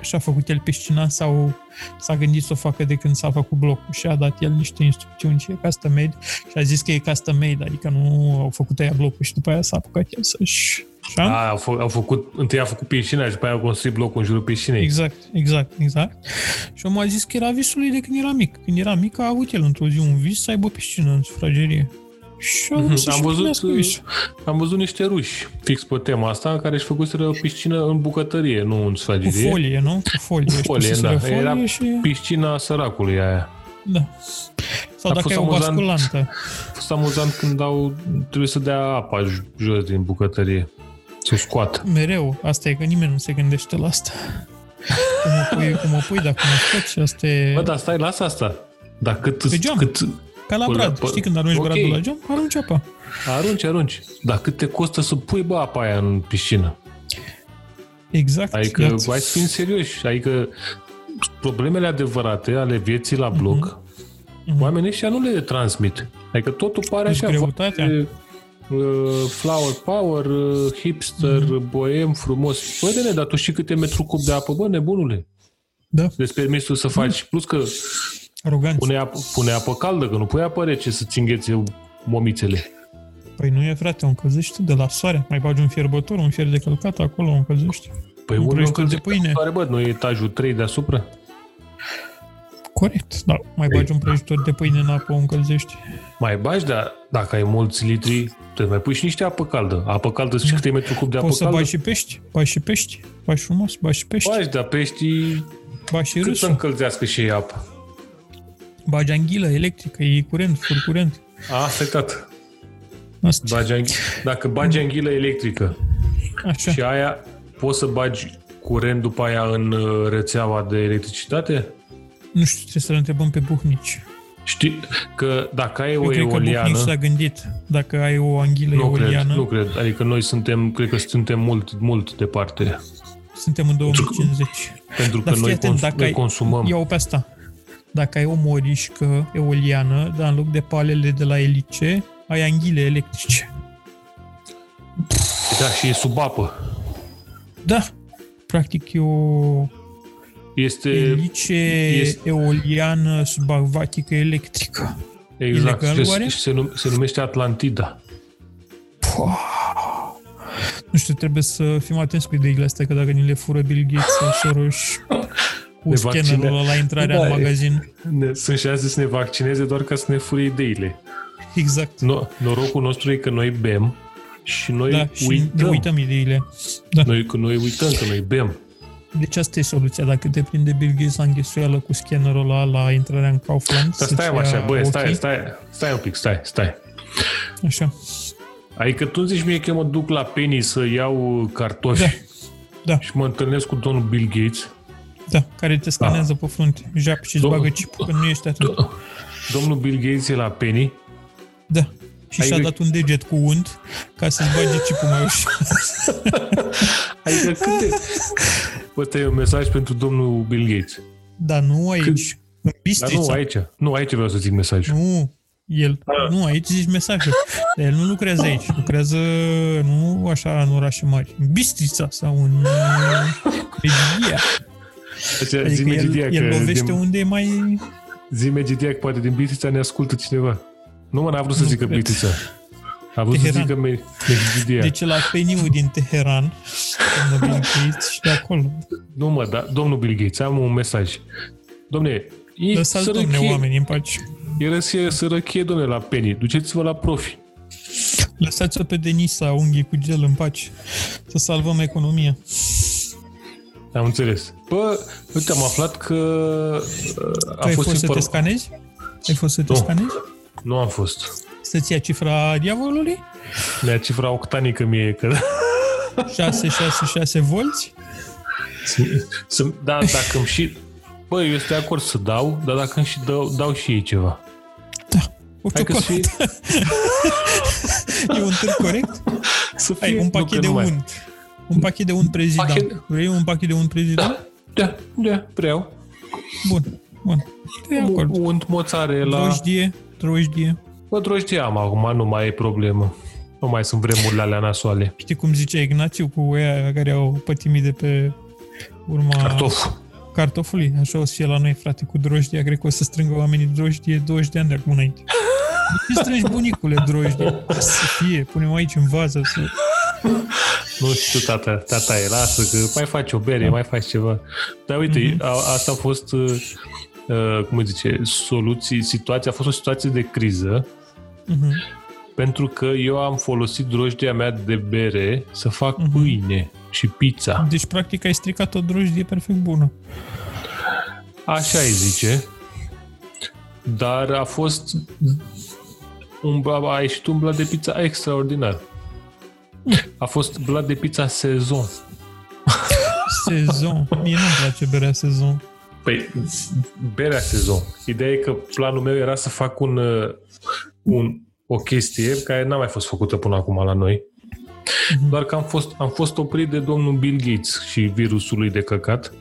[SPEAKER 2] și-a făcut el piscina sau s-a gândit să o facă de când s-a făcut blocul și a dat el niște instrucțiuni și e custom made și a zis că e custom made, adică nu au făcut aia blocul și după aia s-a apucat el să-și... Așa?
[SPEAKER 3] A, au, fă, au făcut, întâi a făcut piscina și după aia au construit blocul în jurul piscinei.
[SPEAKER 2] Exact, exact, exact. Și omul a zis că era visul lui de când era mic. Când era mic a avut el într-o zi un vis să aibă o piscină în sufragerie. Și a
[SPEAKER 3] Mhm,
[SPEAKER 2] vrut să-și
[SPEAKER 3] am văzut,
[SPEAKER 2] împlinească visul.
[SPEAKER 3] Am văzut niște ruși fix pe tema asta care își făcuseră o piscină în bucătărie, nu în
[SPEAKER 2] Cu
[SPEAKER 3] sfagirie.
[SPEAKER 2] folie, nu? Cu folie.
[SPEAKER 3] Cu
[SPEAKER 2] Și
[SPEAKER 3] folie,
[SPEAKER 2] pusese
[SPEAKER 3] da.
[SPEAKER 2] pe Folie
[SPEAKER 3] Era
[SPEAKER 2] și...
[SPEAKER 3] Piscina săracului aia.
[SPEAKER 2] Da. Sau
[SPEAKER 3] A
[SPEAKER 2] dacă
[SPEAKER 3] fost
[SPEAKER 2] e o
[SPEAKER 3] amuzant.
[SPEAKER 2] basculantă.
[SPEAKER 3] A fost amuzant când au, trebuie să dea apa j- jos din bucătărie. Să o scoată.
[SPEAKER 2] Mereu. Asta e că nimeni nu se gândește la asta. Cum o pui, cum o pui dacă nu faci, asta e...
[SPEAKER 3] Bă, da, dar stai, lasă asta. Dar cât,
[SPEAKER 2] Pe geam.
[SPEAKER 3] cât
[SPEAKER 2] Ca la
[SPEAKER 3] pula,
[SPEAKER 2] brad.
[SPEAKER 3] pă-
[SPEAKER 2] Știi când arunci
[SPEAKER 3] ok.
[SPEAKER 2] bradul la geam? Arunci apa.
[SPEAKER 3] arunci, arunci. Dar cât te costă să pui bă apa aia în piscină?
[SPEAKER 2] Exact.
[SPEAKER 3] Adică,
[SPEAKER 2] Ia-ți-
[SPEAKER 3] hai să fim serioși, adică problemele adevătate ale vieții la bloc,
[SPEAKER 2] Mhm.
[SPEAKER 3] mm-hmm. oamenii ăștia nu le transmit. Adică totul pare
[SPEAKER 2] Deci
[SPEAKER 3] așa
[SPEAKER 2] greutatea.
[SPEAKER 3] foarte, uh, flower power, uh, hipster,
[SPEAKER 2] Mhm.
[SPEAKER 3] mm-hmm. boem, frumos. Bă, de dar tu știi câte metru cub de apă, bă, nebunule.
[SPEAKER 2] Da.
[SPEAKER 3] Deci permis tu să faci, plus că
[SPEAKER 2] Aroganță.
[SPEAKER 3] pune apă, pune apă caldă, că nu pui apă rece să-ți înghețe momițele.
[SPEAKER 2] Păi nu e, frate, o încălzești tu de la soare. Mai bagi un fierbător, un fier de călcat acolo, o încălzești.
[SPEAKER 3] Păi
[SPEAKER 2] Un
[SPEAKER 3] unul
[SPEAKER 2] prăjitor de
[SPEAKER 3] încălzește
[SPEAKER 2] pâine.
[SPEAKER 3] soare, bă, nu e etajul 3 deasupra?
[SPEAKER 2] Corect, da.
[SPEAKER 3] Păi-
[SPEAKER 2] Mai bagi un prăjitor de pâine în apă, o încălzești.
[SPEAKER 3] Mai bagi, dar dacă ai mulți litri, te mai pui și niște apă caldă. Apă caldă, știi câte metru cub de apă
[SPEAKER 2] Poți Da. să
[SPEAKER 3] caldă?
[SPEAKER 2] bagi și pești, bagi și pești, bagi frumos, bagi și pești,
[SPEAKER 3] Bagi, dar peștii
[SPEAKER 2] bagi și
[SPEAKER 3] cât să
[SPEAKER 2] râsul,
[SPEAKER 3] încălzească și ei apă?
[SPEAKER 2] bagi anghilă electrică, e curent, fur curent.
[SPEAKER 3] Asta e tot.
[SPEAKER 2] Asta,
[SPEAKER 3] Bagi anghi- Dacă bagi anghilă electrică
[SPEAKER 2] așa.
[SPEAKER 3] și aia, poți să bagi curent după aia în uh, rețeaua de electricitate?
[SPEAKER 2] Nu știu, trebuie să-l întrebăm pe Buhnici.
[SPEAKER 3] Știi că dacă ai
[SPEAKER 2] Eu
[SPEAKER 3] o
[SPEAKER 2] cred că Buhnici
[SPEAKER 3] eoliană...
[SPEAKER 2] s-a gândit dacă ai o anghilă
[SPEAKER 3] Nu cred,
[SPEAKER 2] eoliană.
[SPEAKER 3] nu cred. Adică noi suntem, cred că suntem mult, mult departe.
[SPEAKER 2] Suntem în 2050.
[SPEAKER 3] Pentru că
[SPEAKER 2] Dar fii
[SPEAKER 3] noi,
[SPEAKER 2] atent,
[SPEAKER 3] cons-
[SPEAKER 2] dacă
[SPEAKER 3] noi
[SPEAKER 2] ai,
[SPEAKER 3] consumăm.
[SPEAKER 2] Iau pe asta. Dacă ai o morișcă eoliană, dar în loc de palele de la elice, ai anghile electrice.
[SPEAKER 3] Da, și e sub apă.
[SPEAKER 2] Da, practic e o
[SPEAKER 3] Este...
[SPEAKER 2] elice
[SPEAKER 3] este-
[SPEAKER 2] eoliană subacvatică electrică.
[SPEAKER 3] Exact,
[SPEAKER 2] Ilegal,
[SPEAKER 3] se,
[SPEAKER 2] oare?
[SPEAKER 3] se, num- se numește Atlantida.
[SPEAKER 2] Nu știu, trebuie să fim atenți cu ideile astea, că dacă ni le fură Bill Gates sau Soros cu
[SPEAKER 3] Ne
[SPEAKER 2] scannerul
[SPEAKER 3] vaccinează.
[SPEAKER 2] ăla la intrarea
[SPEAKER 3] Da,
[SPEAKER 2] în
[SPEAKER 3] e-
[SPEAKER 2] magazin.
[SPEAKER 3] Ne, sunt șanse să ne vaccineze doar ca să ne fure ideile.
[SPEAKER 2] Exact.
[SPEAKER 3] No, norocul nostru e că noi bem și noi
[SPEAKER 2] Da,
[SPEAKER 3] da,
[SPEAKER 2] și ne
[SPEAKER 3] uităm. uităm.
[SPEAKER 2] uităm ideile. Da.
[SPEAKER 3] Noi, că noi uităm că noi bem.
[SPEAKER 2] Deci asta e soluția. Dacă te prinde Bill Gates la înghesuială cu scannerul ăla la intrarea în Kaufland...
[SPEAKER 3] Dar
[SPEAKER 2] să-ți
[SPEAKER 3] stai mă,
[SPEAKER 2] ia
[SPEAKER 3] așa, băi, stai,
[SPEAKER 2] ochii.
[SPEAKER 3] stai, stai un pic, stai, stai.
[SPEAKER 2] Așa,
[SPEAKER 3] Adică tu îmi zici mie că eu mă duc la Penny să iau cartofi
[SPEAKER 2] Da, da.
[SPEAKER 3] și mă întâlnesc cu domnul Bill Gates.
[SPEAKER 2] da, care te scanează pe frunte, jap și îți
[SPEAKER 3] Do-
[SPEAKER 2] bagă chipul că nu ești atent.
[SPEAKER 3] Domnul Bill Gates e la Penny.
[SPEAKER 2] Da. Și
[SPEAKER 3] Ai
[SPEAKER 2] și-a
[SPEAKER 3] gre-
[SPEAKER 2] dat un deget cu unt ca să-ți bage chipul mai ușor.
[SPEAKER 3] Adică cât de... Ăsta e un mesaj pentru domnul Bill Gates.
[SPEAKER 2] Dar nu aici. În
[SPEAKER 3] Dar nu
[SPEAKER 2] Bistrița.
[SPEAKER 3] aici. Da. Nu aici vreau să zic mesajul.
[SPEAKER 2] Nu, el. Nu, aici zici mesajul. Dar El nu lucrează aici. Lucrează, nu așa, în orașe mari. În Bistrița sau în Megidia.
[SPEAKER 3] Așa,
[SPEAKER 2] Adică
[SPEAKER 3] zi
[SPEAKER 2] el,
[SPEAKER 3] Megidia că
[SPEAKER 2] el lovește
[SPEAKER 3] din,
[SPEAKER 2] unde e mai...
[SPEAKER 3] zi Megidia că poate din Bistrița ne ascultă cineva. Nu mă, n-a vrut să
[SPEAKER 2] Nu
[SPEAKER 3] zică
[SPEAKER 2] cred.
[SPEAKER 3] Bistrița. A vrut să
[SPEAKER 2] Teheran.
[SPEAKER 3] zică Me- Megidia.
[SPEAKER 2] Deci la peniu din Teheran, în Bill Gates și de acolo.
[SPEAKER 3] Nu mă, da, domnul Bill Gates, am un mesaj. Domne, e
[SPEAKER 2] Lăsați,
[SPEAKER 3] sărăchie,
[SPEAKER 2] domne, oamenii în pace.
[SPEAKER 3] e răsie- sărăchie, domne, la Penny. Duceți-vă la profi.
[SPEAKER 2] Lăsați-o pe Denisa, unghii cu gel în pace. Să salvăm economia.
[SPEAKER 3] Am înțeles. Bă, uite, am aflat că uh, a
[SPEAKER 2] Tu ai fost,
[SPEAKER 3] fost,
[SPEAKER 2] să te
[SPEAKER 3] inform-
[SPEAKER 2] scanezi? Ai fost să te
[SPEAKER 3] Nu.
[SPEAKER 2] scanezi?
[SPEAKER 3] Nu am fost.
[SPEAKER 2] Să-ți ia cifra diavolului?
[SPEAKER 3] Mi-a cifra octanică mie că... da.
[SPEAKER 2] 666 volți?
[SPEAKER 3] Să- da, dacă îmi și... Bă, eu sunt de acord să dau, dar dacă îmi și dau, dau și ei ceva.
[SPEAKER 2] Da. o
[SPEAKER 3] Hai că
[SPEAKER 2] ciocolată.
[SPEAKER 3] și
[SPEAKER 2] E un târg corect?
[SPEAKER 3] să fie...
[SPEAKER 2] Ai un
[SPEAKER 3] nu,
[SPEAKER 2] pachet
[SPEAKER 3] că
[SPEAKER 2] de
[SPEAKER 3] nu mai-
[SPEAKER 2] unt. Un pachet de unt prezident.
[SPEAKER 3] Pachet-
[SPEAKER 2] Vrei un pachet de unt prezident?
[SPEAKER 3] Da, da, da, vreau.
[SPEAKER 2] Bun, bun. De acord.
[SPEAKER 3] Unt, mozzarella.
[SPEAKER 2] Drojdie, drojdie.
[SPEAKER 3] Bă, drojdie am acum, nu mai e problemă. Nu mai sunt vremurile alea nasoale.
[SPEAKER 2] Știi cum zicea Ignațiu cu ea care au pătimit de pe urma
[SPEAKER 3] Cartof.
[SPEAKER 2] cartofului? Așa o să fie la noi, frate, cu drojdia. Cred că o să strângă oamenii drojdie 20 de ani de acum înainte. De ce strângi bunicule drojdie? Să fie, punem aici în vază. Să...
[SPEAKER 3] Nu știu, tata, tata e, lasă că mai faci o bere, mai faci ceva. Dar uite, a, asta a fost, uh, uh, cum îi zice, soluții, situația, a fost o situație de criză
[SPEAKER 2] Uh-huh.
[SPEAKER 3] pentru că eu am folosit drojdia mea de bere să fac pâine și pizza.
[SPEAKER 2] Deci, practic, ai stricat o drojdie perfect bună.
[SPEAKER 3] Așa îi zice. Dar a fost un bla, a ieșit un blat de pizza extraordinar. A fost blat de pizza sezon.
[SPEAKER 2] Sezon. Mie nu-mi place berea sezon.
[SPEAKER 3] Păi, berea sezon. Ideea e că planul meu era să fac un, uh, un o chestie care n-a mai fost făcută până acum la noi. Doar că am fost, am fost oprit de domnul Bill Gates și virusul lui de căcat.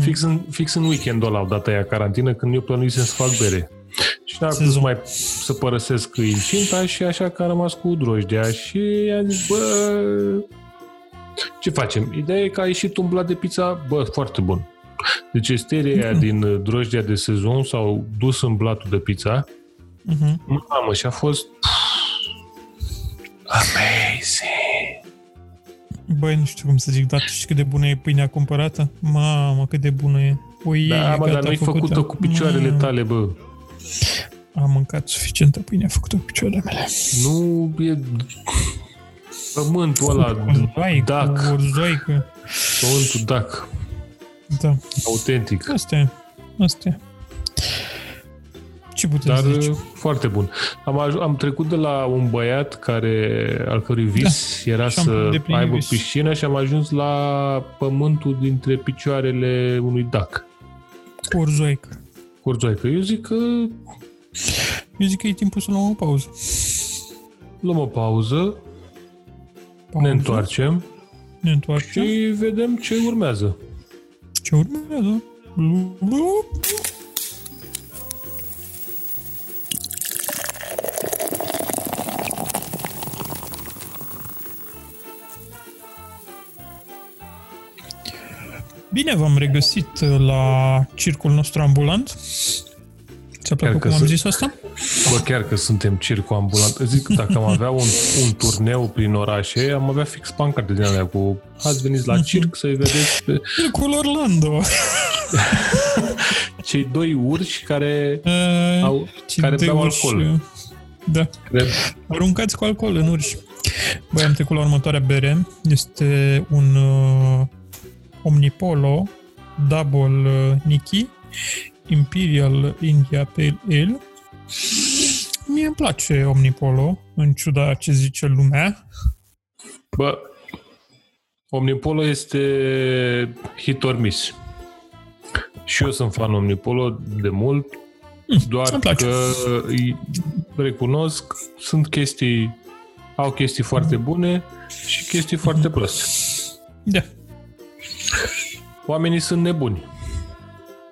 [SPEAKER 3] Fix, în, fix în weekendul ăla au dat aia carantină când eu plănuisem să fac bere. Și n-am putut
[SPEAKER 2] Sezon.
[SPEAKER 3] mai să părăsesc incinta și așa că am rămas cu drojdea și i-am zis, bă, ce facem? Ideea e că a ieșit un blat de pizza, bă, foarte bun. Deci esteria aia din uh, drojdia de sezon s-au dus în blatul de pizza.
[SPEAKER 2] Uh-huh.
[SPEAKER 3] Mamă, și a fost... Amazing!
[SPEAKER 2] Băi, nu știu cum să zic, dar tu știi cât de bună e pâinea cumpărată? Mamă, cât de bună e. O iei,
[SPEAKER 3] Da, mă,
[SPEAKER 2] gata,
[SPEAKER 3] dar nu-i făcută cu picioarele
[SPEAKER 2] Mm,
[SPEAKER 3] tale, bă.
[SPEAKER 2] Am mâncat suficientă pâine făcută cu picioarele mele.
[SPEAKER 3] Nu e... Pământul ăla,
[SPEAKER 2] Urzoi,
[SPEAKER 3] dac,
[SPEAKER 2] cu urzoică.
[SPEAKER 3] pământul dac,
[SPEAKER 2] Da,
[SPEAKER 3] autentic,
[SPEAKER 2] asta e. Asta e. Ce puteți
[SPEAKER 3] dar uh,
[SPEAKER 2] Dar, zice?
[SPEAKER 3] foarte bun. Am, aj- am trecut de la un băiat care, al cărui vis da. era
[SPEAKER 2] și-am
[SPEAKER 3] să
[SPEAKER 2] îndeplinit
[SPEAKER 3] aibă
[SPEAKER 2] visul.
[SPEAKER 3] piscină și am ajuns la pământul dintre picioarele unui dac.
[SPEAKER 2] Cu urzoică.
[SPEAKER 3] Curzoică. Eu zic că
[SPEAKER 2] Eu zic că e timpul să luăm o pauză.
[SPEAKER 3] luăm o pauză,
[SPEAKER 2] pauză
[SPEAKER 3] ne întoarcem
[SPEAKER 2] Ne întoarcem.
[SPEAKER 3] și vedem ce urmează.
[SPEAKER 2] Ce da? urmează? Bine v-am regăsit la circul nostru ambulant. Ți-a plăcut
[SPEAKER 3] că
[SPEAKER 2] cum am
[SPEAKER 3] să-
[SPEAKER 2] zis asta?
[SPEAKER 3] Bă, chiar că suntem circul ambulant. Zic, dacă am avea un, un turneu prin orașe, am avea fix pancarte din alea cu ați venit la circ să-i vedeți pe
[SPEAKER 2] Circul Orlando.
[SPEAKER 3] cei doi urși care
[SPEAKER 2] Au,
[SPEAKER 3] au, care beau alcool.
[SPEAKER 2] Da.
[SPEAKER 3] Care-
[SPEAKER 2] Aruncați cu alcool în urși. Băi, am trecut la următoarea bere. Este un uh, Omnipolo Double uh, Nikki Imperial India Pale Ale. Mie îmi place Omnipolo, în ciuda ce zice lumea.
[SPEAKER 3] Bă, Omnipolo este hit or miss. Și eu sunt fan Omnipolo de mult, doar
[SPEAKER 2] Mm, îmi place.
[SPEAKER 3] că îi recunosc, sunt chestii, au chestii foarte bune și chestii foarte proaste.
[SPEAKER 2] Da.
[SPEAKER 3] oamenii sunt nebuni.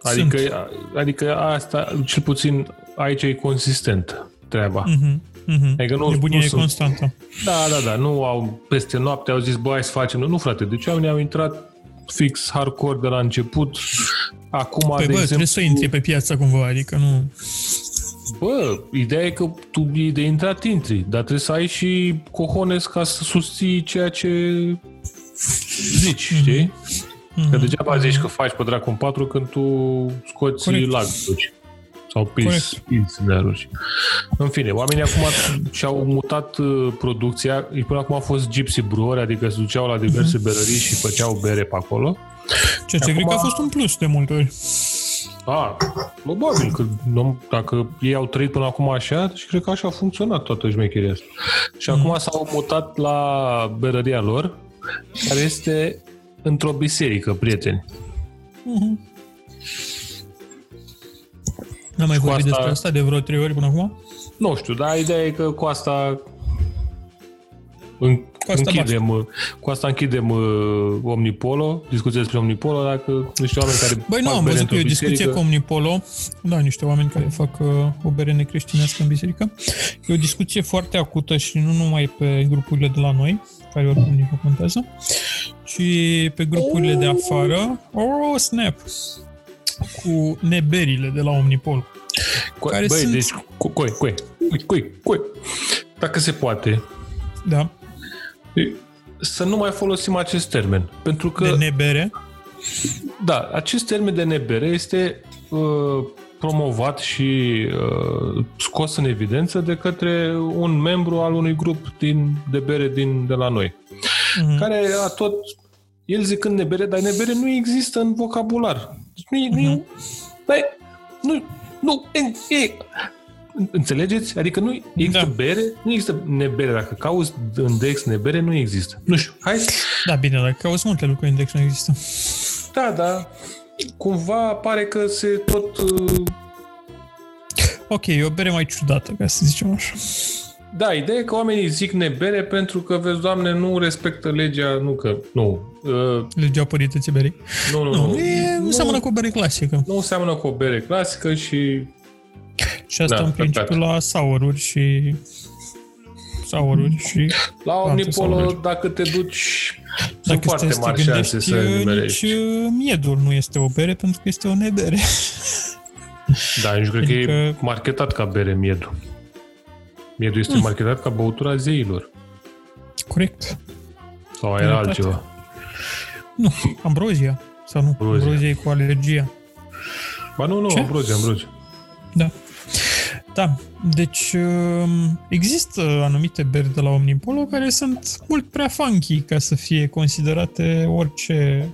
[SPEAKER 3] Adică, adică asta, cel puțin aici e consistent treaba. Mm.
[SPEAKER 2] Mhm. Mhm.
[SPEAKER 3] Adică nu,
[SPEAKER 2] Nebunia
[SPEAKER 3] nu
[SPEAKER 2] e
[SPEAKER 3] sunt-
[SPEAKER 2] constantă.
[SPEAKER 3] Da, da, da, nu au peste noapte au zis, bă, hai să facem. Nu, frate, deci oamenii au intrat fix hardcore de la început. Acum,
[SPEAKER 2] Păi
[SPEAKER 3] de
[SPEAKER 2] bă,
[SPEAKER 3] exemplu,
[SPEAKER 2] trebuie să intri pe piață cumva, adică nu...
[SPEAKER 3] bă, ideea e că tu e de intrat intri, dar trebuie să ai și cohones ca să susții ceea ce zici,
[SPEAKER 2] Mhm.
[SPEAKER 3] mm-hmm. știi? Că degeaba zici că faci pe dracu un 4 când tu scoți
[SPEAKER 2] Corect.
[SPEAKER 3] lag duci. Sau pins,
[SPEAKER 2] Corect.
[SPEAKER 3] pins de aruși. În fine, oamenii acum și-au mutat uh, producția. Până acum au fost gypsy brewer, adică se duceau la diverse
[SPEAKER 2] Mhm.
[SPEAKER 3] berării și făceau bere pe acolo.
[SPEAKER 2] Ceea ce cred că a fost un plus de multe ori.
[SPEAKER 3] A, probabil că nu, dacă ei au trăit până acum așa, și cred că așa a funcționat toată șmecheria asta. Și acum s-au mutat la berăria lor, care este într-o biserică, prieteni.
[SPEAKER 2] N-am mai vorbit
[SPEAKER 3] asta-
[SPEAKER 2] despre asta de vreo trei ori până acum?
[SPEAKER 3] Nu știu, dar ideea e că cu asta în,
[SPEAKER 2] Cu asta
[SPEAKER 3] închidem, uh, cu asta închidem uh, Omnipolo, discuția despre Omnipolo, dacă niște oameni care
[SPEAKER 2] Băi, nu
[SPEAKER 3] fac
[SPEAKER 2] am
[SPEAKER 3] bere
[SPEAKER 2] văzut
[SPEAKER 3] într-o
[SPEAKER 2] eu discuție
[SPEAKER 3] biserică-
[SPEAKER 2] cu Omnipolo. Da, niște oameni care fac uh, o bere necreștinească în biserică. E o discuție foarte acută și nu numai pe grupurile de la noi, care oricum nici nu contează, ci pe grupurile de afară. Oh, snap! Cu neberile de la Omnipolo.
[SPEAKER 3] Co-
[SPEAKER 2] care
[SPEAKER 3] Băi,
[SPEAKER 2] sunt-
[SPEAKER 3] deci, cu- coi, coi, coi, coi, coi. Dacă se poate,
[SPEAKER 2] Da,
[SPEAKER 3] e- să nu mai folosim acest termen. Pentru că,
[SPEAKER 2] de nebere.
[SPEAKER 3] da, acest termen de nebere este uh, promovat și uh, scos în evidență de către un membru al unui grup din, de bere din, de la noi.
[SPEAKER 2] Mhm.
[SPEAKER 3] care a tot... El zicând nebere, dar nebere nu există în vocabular. Nu, e- nu, e- băi, nu, nu, e, e, înțelegeți? Adică nu există
[SPEAKER 2] Da.
[SPEAKER 3] bere, nu există nebere. Dacă cauți în Dex nebere, nu există. Nu știu, hai,
[SPEAKER 2] Da, bine, dacă cauți multe lucruri în index nu există.
[SPEAKER 3] da, da, cumva pare că se tot... uh,
[SPEAKER 2] Ok, e o bere mai ciudată, ca să zicem așa.
[SPEAKER 3] Da, ideea e că oamenii zic nebere pentru că, vezi, doamne, nu respectă legea, nu că, nu, uh,
[SPEAKER 2] Legea părității berii.
[SPEAKER 3] nu, nu,
[SPEAKER 2] Nu,
[SPEAKER 3] nu,
[SPEAKER 2] e, nu seamănă cu o bere clasică.
[SPEAKER 3] nu seamănă cu o bere clasică și
[SPEAKER 2] Și asta
[SPEAKER 3] Da,
[SPEAKER 2] da, în principiu
[SPEAKER 3] păcat.
[SPEAKER 2] la sour și sour și
[SPEAKER 3] La
[SPEAKER 2] să
[SPEAKER 3] Omnipolo,
[SPEAKER 2] mergi.
[SPEAKER 3] dacă te duci, sunt
[SPEAKER 2] dacă
[SPEAKER 3] foarte
[SPEAKER 2] stai să
[SPEAKER 3] mari
[SPEAKER 2] te
[SPEAKER 3] șanse
[SPEAKER 2] gândești,
[SPEAKER 3] să
[SPEAKER 2] nici
[SPEAKER 3] nimerești.
[SPEAKER 2] uh, miedul nu este o bere pentru că este o nebere.
[SPEAKER 3] Da, nici cred că e
[SPEAKER 2] adică-
[SPEAKER 3] marketat ca bere miedul. Miedul
[SPEAKER 2] Mm.
[SPEAKER 3] este marketat ca băutura zeilor.
[SPEAKER 2] Corect.
[SPEAKER 3] Sau
[SPEAKER 2] Ai
[SPEAKER 3] era
[SPEAKER 2] dreptate.
[SPEAKER 3] altceva.
[SPEAKER 2] Nu, ambrozia. Sau nu,
[SPEAKER 3] Ambrozia.
[SPEAKER 2] ambrozia, ambrozia e cu alergia.
[SPEAKER 3] Ba nu, nu,
[SPEAKER 2] Ce?
[SPEAKER 3] ambrozie, ambrozie.
[SPEAKER 2] Da. Da, deci um, există anumite beri de la Omnipolo care sunt mult prea funky ca să fie considerate orice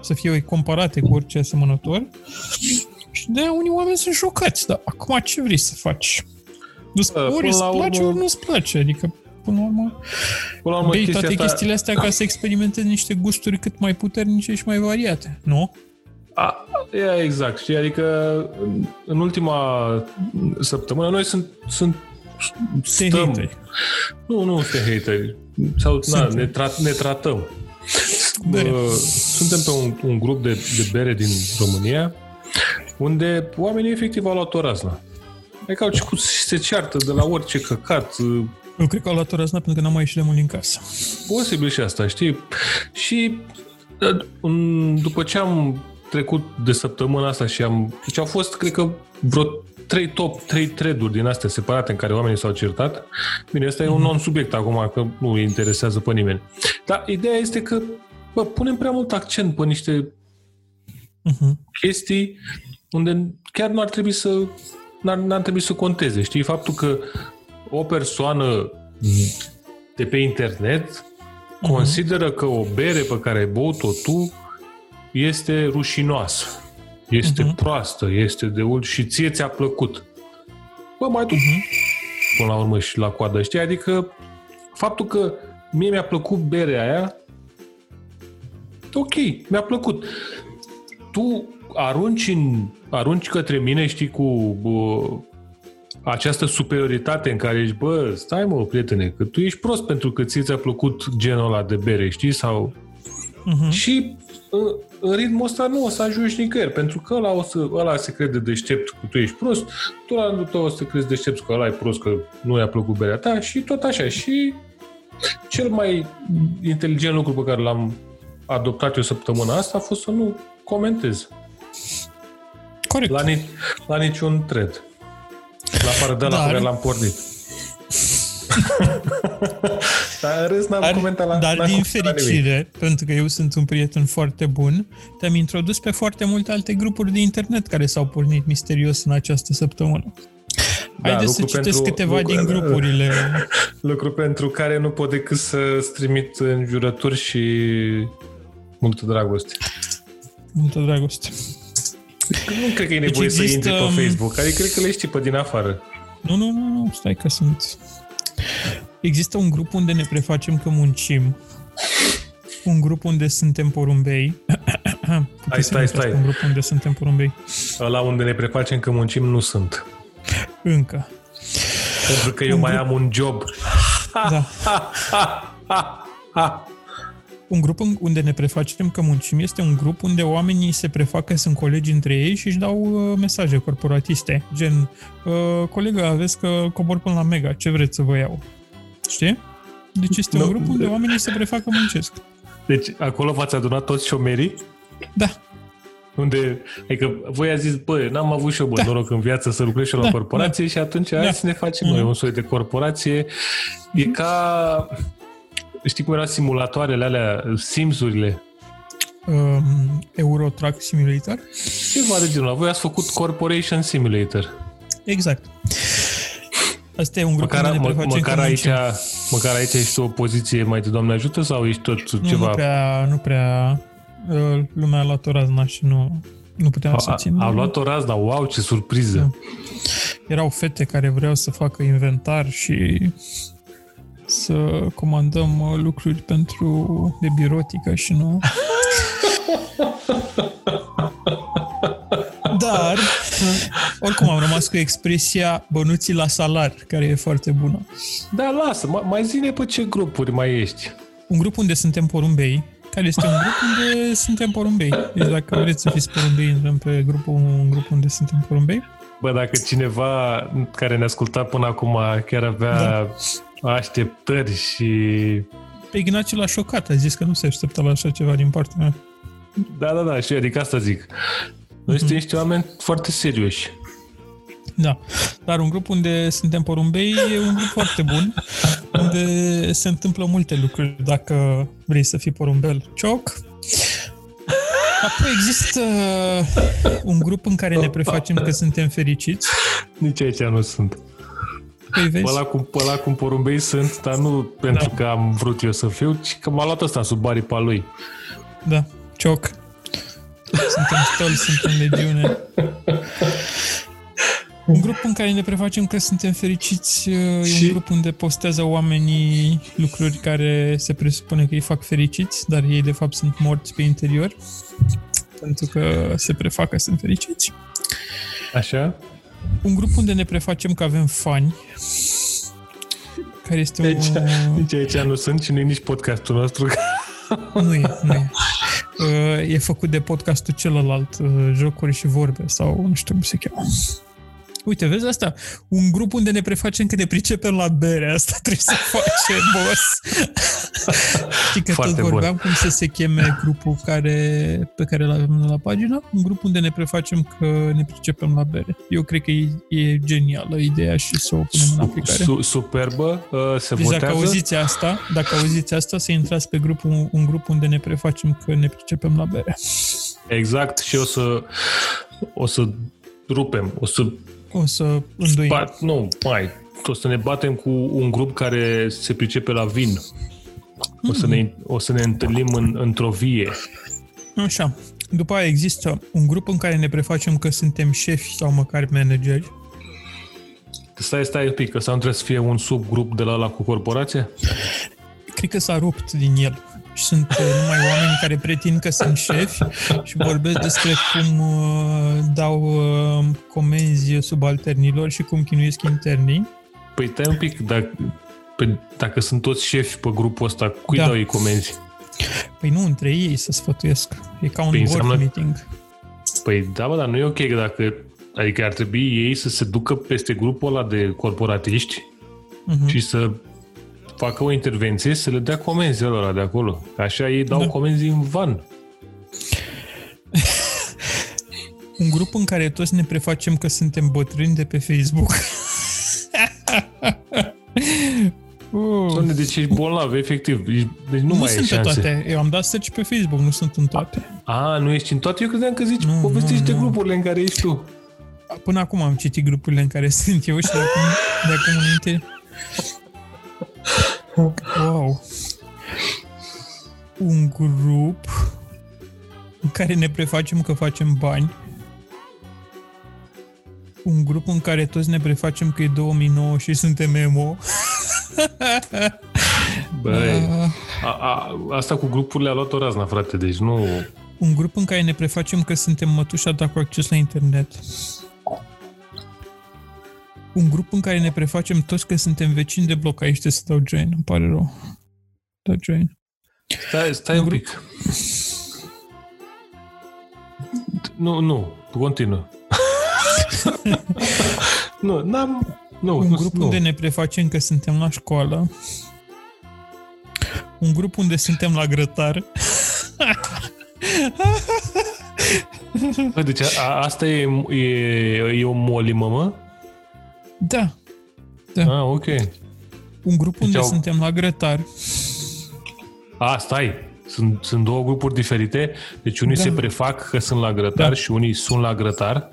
[SPEAKER 2] să fie comparate cu orice asemănător și de unii oameni sunt șocați, dar acum ce vrei să faci? Nu-ți,
[SPEAKER 3] Da, până
[SPEAKER 2] ori îți
[SPEAKER 3] la
[SPEAKER 2] place,
[SPEAKER 3] urmă-
[SPEAKER 2] ori nu-ți place, adică până la urmă,
[SPEAKER 3] Până la urmă,
[SPEAKER 2] bei
[SPEAKER 3] chestia
[SPEAKER 2] toate
[SPEAKER 3] asta,
[SPEAKER 2] chestiile astea ca să experimentezi niște gusturi cât mai puternice și mai variate, nu?
[SPEAKER 3] A, e exact, știi, adică în- în ultima săptămână noi sunt, sunt
[SPEAKER 2] Te
[SPEAKER 3] stăm,
[SPEAKER 2] hateri.
[SPEAKER 3] Nu, nu suntem hateri. Sau, na,
[SPEAKER 2] Suntem.
[SPEAKER 3] ne, tra- ne tratăm.
[SPEAKER 2] Bere.
[SPEAKER 3] Uh, Suntem pe un, un grup de, de bere din România unde oamenii efectiv au luat o razna. Adică au început să se ceartă de la orice căcat, uh,
[SPEAKER 2] Eu cred că au luat o răzna pentru că n-am mai ieșit de mult din casă.
[SPEAKER 3] posibil și asta, știi? Și uh, în- după ce am trecut de săptămâna asta și am... Deci au fost, cred că, vreo trei top, trei thread-uri din astea separate în care oamenii s-au certat. Bine, asta e un non-subiect acum, că nu îi interesează pe nimeni. Dar ideea este că, bă, punem prea mult accent pe niște
[SPEAKER 2] Uh-huh.
[SPEAKER 3] chestii unde chiar nu ar trebui să n-ar, n-ar trebui să conteze. Știi, faptul că o persoană de pe internet Mhm. consideră că o bere pe care ai băut-o tu este rușinoasă, este
[SPEAKER 2] Mhm.
[SPEAKER 3] proastă, este de ul și ție ți-a plăcut. Bă, mai tu până la urmă și la coadă, știi? Adică faptul că mie mi-a plăcut berea aia, ok, mi-a plăcut. Tu arunci, în, arunci către mine, știi, cu bă, această superioritate în care ești, bă, stai mă, prietene, că tu ești prost pentru că ție ți-a plăcut genul ăla de bere, știi? Sau...
[SPEAKER 2] Uh-huh.
[SPEAKER 3] Și în, în ritmul ăsta nu o să ajungi nicăieri, pentru că ăla, o să, ăla se crede deștept că tu ești prost, tu la rândul tău o să te crezi deștept că ăla e prost, că nu i-a plăcut berea ta și tot așa. Și cel mai inteligent lucru pe care l-am adoptat eu săptămâna asta a fost să nu comentez
[SPEAKER 2] Corect.
[SPEAKER 3] la, ni- la niciun thread. La pardela
[SPEAKER 2] Dar-
[SPEAKER 3] pe care l-am pornit. dar în rest n-am
[SPEAKER 2] Dar,
[SPEAKER 3] comentat la
[SPEAKER 2] dar
[SPEAKER 3] n-am
[SPEAKER 2] din
[SPEAKER 3] comentat la nimic.
[SPEAKER 2] fericire, pentru că eu sunt un prieten foarte bun, te-am introdus pe foarte multe alte grupuri de internet care s-au pornit misterios în această săptămână.
[SPEAKER 3] Da,
[SPEAKER 2] Haideți să
[SPEAKER 3] lucru
[SPEAKER 2] citesc
[SPEAKER 3] pentru-
[SPEAKER 2] câteva
[SPEAKER 3] lucru-
[SPEAKER 2] din grupurile.
[SPEAKER 3] Lucru pentru care nu pot decât să trimit în jurături și multă dragoste.
[SPEAKER 2] Multă dragoste.
[SPEAKER 3] Nu cred că e nevoie deci
[SPEAKER 2] există,
[SPEAKER 3] există... să intri
[SPEAKER 2] um,
[SPEAKER 3] pe Facebook, adică cred că le știi pe din afară.
[SPEAKER 2] Nu, nu, nu, nu, stai că sunt... Există un grup unde ne prefacem că muncim, un grup unde suntem porumbei. Puteți
[SPEAKER 3] Hai,
[SPEAKER 2] să
[SPEAKER 3] stai,
[SPEAKER 2] intrați
[SPEAKER 3] stai.
[SPEAKER 2] pe Un grup unde suntem porumbei.
[SPEAKER 3] La unde ne prefacem că muncim nu sunt.
[SPEAKER 2] Încă.
[SPEAKER 3] Pentru că eu mai am un job.
[SPEAKER 2] Da. un grup în- unde ne prefacem că muncim este un grup unde oamenii se prefac că sunt colegi între ei și își dau uh, mesaje corporatiste. Gen, "Uh, colegă, vezi că cobor până la mega, ce vreți să vă iau? Știi? Deci este un
[SPEAKER 3] Nu.
[SPEAKER 2] grup unde oamenii se prefac că muncesc.
[SPEAKER 3] Deci acolo v-ați adunat toți șomerii?
[SPEAKER 2] Da.
[SPEAKER 3] Unde, adică voi a zis, bă, n-am avut și eu bă, da. noroc în viață să lucrez și eu la
[SPEAKER 2] Da,
[SPEAKER 3] da, corporație da. și atunci da. hai să ne facem
[SPEAKER 2] Mhm.
[SPEAKER 3] noi un soi de corporație. E ca, știi cum erau simulatoarele alea, Sims-urile?
[SPEAKER 2] Um, Eurotrack Simulator.
[SPEAKER 3] Ceva de genul ăla. Voi ați făcut Corporation Simulator.
[SPEAKER 2] Exact. Asta e un grup
[SPEAKER 3] Măcar,
[SPEAKER 2] unde ne
[SPEAKER 3] mă,
[SPEAKER 2] prefacem
[SPEAKER 3] măcar,
[SPEAKER 2] că
[SPEAKER 3] aici,
[SPEAKER 2] muncim.
[SPEAKER 3] măcar aici ești tu o poziție mai de Doamne ajută sau ești tot
[SPEAKER 2] Nu,
[SPEAKER 3] ceva...
[SPEAKER 2] Nu prea, nu prea uh, lumea a luat o razna și nu, nu puteam să
[SPEAKER 3] A,
[SPEAKER 2] țin.
[SPEAKER 3] a luat o razna, wow, ce surpriză!
[SPEAKER 2] Da. Erau fete care vreau să facă inventar și să comandăm uh, lucruri pentru de birotică și nu... Dar, oricum am rămas cu expresia bănuții la salar, care e foarte bună.
[SPEAKER 3] Da, lasă, mai, mai zine pe ce grupuri mai ești.
[SPEAKER 2] un grup unde suntem porumbei, care este un grup unde suntem porumbei. Deci dacă vreți să fiți porumbei, intrăm pe grupul, un grup unde suntem porumbei.
[SPEAKER 3] Bă, dacă cineva care ne asculta până acum chiar avea da. așteptări și...
[SPEAKER 2] Pe Ignațiu l-a șocat, a zis că nu se aștepta la așa ceva din partea mea.
[SPEAKER 3] Da, da, da, și adică asta zic. Noi suntem niște oameni foarte serioși.
[SPEAKER 2] Da, dar un grup unde suntem porumbei e un grup foarte bun, unde se întâmplă multe lucruri dacă vrei să fii porumbel cioc. Apoi există un grup în care ne prefacem că suntem fericiți.
[SPEAKER 3] Nici aici nu sunt.
[SPEAKER 2] Păi
[SPEAKER 3] Pe
[SPEAKER 2] vezi?
[SPEAKER 3] ăla cu, pe ăla cu porumbei sunt, dar nu pentru da. că am vrut eu să fiu, ci că m-a luat ăsta sub aripa lui.
[SPEAKER 2] Da, cioc. Suntem stoli, suntem legiune. Un grup în care ne prefacem că suntem fericiți e
[SPEAKER 3] Și-
[SPEAKER 2] un grup unde postează oamenii lucruri care se presupune că îi fac fericiți, dar ei de fapt sunt morți pe interior pentru că se prefac că sunt fericiți.
[SPEAKER 3] Așa?
[SPEAKER 2] Un grup unde ne prefacem că avem fani, care este
[SPEAKER 3] Deci,
[SPEAKER 2] un...
[SPEAKER 3] Nici aici nu sunt și nu nici podcastul nostru.
[SPEAKER 2] Nu e, nu e. Uh, E făcut de podcastul celălalt, uh, jocuri și vorbe sau nu știu cum se cheamă. Uite, vezi asta? Un grup unde ne prefacem că ne pricepem la bere. Asta trebuie să facem, boss. Știi că
[SPEAKER 3] Foarte
[SPEAKER 2] tot
[SPEAKER 3] bun.
[SPEAKER 2] vorbeam cum să se cheme grupul care, pe care îl avem la pagină. Un grup unde ne prefacem că ne pricepem la bere. Eu cred că e, e genială ideea și să o punem în aplicare.
[SPEAKER 3] Su- superbă, uh, se
[SPEAKER 2] Deci dacă
[SPEAKER 3] votează.
[SPEAKER 2] auziți asta, dacă auziți asta, să intrați pe grupul, un grup unde ne prefacem că ne pricepem la bere.
[SPEAKER 3] Exact, și o să, o să rupem, o să
[SPEAKER 2] O să îndoim.
[SPEAKER 3] bat, nu, mai, o să ne batem cu un grup care se pricepe la vin. O să ne, o să ne întâlnim în, într-o vie.
[SPEAKER 2] Așa. După aia există un grup în care ne prefacem că suntem șefi sau măcar manageri.
[SPEAKER 3] Stai, stai un pic, că sau nu trebuie să fie un subgrup de la la cu corporație?
[SPEAKER 2] Cred că s-a rupt din el. Și sunt uh, numai oameni care pretind că sunt șefi și vorbesc despre cum uh, dau uh, comenzi subalternilor și cum chinuiesc internii.
[SPEAKER 3] Păi stai un pic, dacă, pe, dacă sunt toți șefi pe grupul ăsta, cui
[SPEAKER 2] Da.
[SPEAKER 3] da. dau ei comenzi?
[SPEAKER 2] Păi nu între ei să sfătuiesc. E ca un
[SPEAKER 3] Păi
[SPEAKER 2] board
[SPEAKER 3] înseamnă-
[SPEAKER 2] meeting.
[SPEAKER 3] Păi da, bă, dar nu e ok că dacă... Adică ar trebui ei să se ducă peste grupul ăla de corporatiști
[SPEAKER 2] Mhm.
[SPEAKER 3] și să facă o intervenție să le dea comenzi lor de acolo. Așa ei dau
[SPEAKER 2] Da.
[SPEAKER 3] da. comenzi în van.
[SPEAKER 2] Un grup în care toți ne prefacem că suntem bătrâni de pe Facebook. Uh,
[SPEAKER 3] Doamne, deci ești bolnav, efectiv. Ești- Deci nu,
[SPEAKER 2] nu
[SPEAKER 3] mai
[SPEAKER 2] sunt
[SPEAKER 3] ai
[SPEAKER 2] pe
[SPEAKER 3] șanse.
[SPEAKER 2] toate. Eu am dat search pe Facebook, nu sunt în toate.
[SPEAKER 3] A, nu ești în toate? Eu credeam că zici,
[SPEAKER 2] Nu,
[SPEAKER 3] nu, povestești
[SPEAKER 2] nu,
[SPEAKER 3] de
[SPEAKER 2] nu.
[SPEAKER 3] grupurile în care ești tu.
[SPEAKER 2] Până acum am citit grupurile în care sunt eu și de acum, de acum înainte... Wow. Un grup în care ne prefacem că facem bani. Un grup în care toți ne prefacem că e 2009 și suntem emo.
[SPEAKER 3] Băi,
[SPEAKER 2] Ah.
[SPEAKER 3] a, a, asta cu grupurile a luat o razna, frate, deci nu...
[SPEAKER 2] Un grup în care ne prefacem că suntem mătușa, dar cu acces la internet. un grup în care ne prefacem toți că suntem vecini de bloc. Aici trebuie să dau join, îmi pare rău. Da, join.
[SPEAKER 3] Stai, stai un
[SPEAKER 2] Un
[SPEAKER 3] pic. Nu, nu, continuă. nu, n-am... Nu,
[SPEAKER 2] Un
[SPEAKER 3] nu,
[SPEAKER 2] grup
[SPEAKER 3] nu.
[SPEAKER 2] unde ne prefacem că suntem la școală. Un grup unde suntem la grătar.
[SPEAKER 3] Bă, Deci a, asta e, e, e o molimă, mă?
[SPEAKER 2] Da,
[SPEAKER 3] Ah, ok.
[SPEAKER 2] un grup unde
[SPEAKER 3] Deci au-
[SPEAKER 2] suntem la grătar.
[SPEAKER 3] A, stai. Sunt, sunt două grupuri diferite. Deci unii
[SPEAKER 2] Da.
[SPEAKER 3] se prefac că sunt la grătar
[SPEAKER 2] Da.
[SPEAKER 3] și unii sunt la grătar.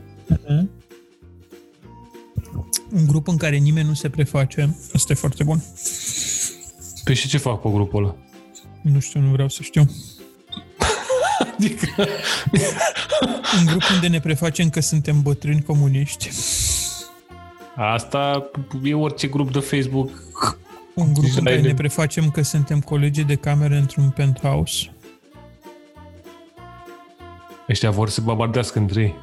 [SPEAKER 2] Un grup în care nimeni nu se preface. Asta e foarte bun.
[SPEAKER 3] Păi și ce fac pe grupul ăla?
[SPEAKER 2] Nu știu, nu vreau să știu.
[SPEAKER 3] Adică...
[SPEAKER 2] Un grup unde ne prefacem că suntem bătrâni comuniști.
[SPEAKER 3] Asta e orice grup de Facebook.
[SPEAKER 2] Un grup în
[SPEAKER 3] Israel.
[SPEAKER 2] care ne prefacem că suntem colegi de cameră într-un penthouse.
[SPEAKER 3] Ăștia vor să babardească între ei.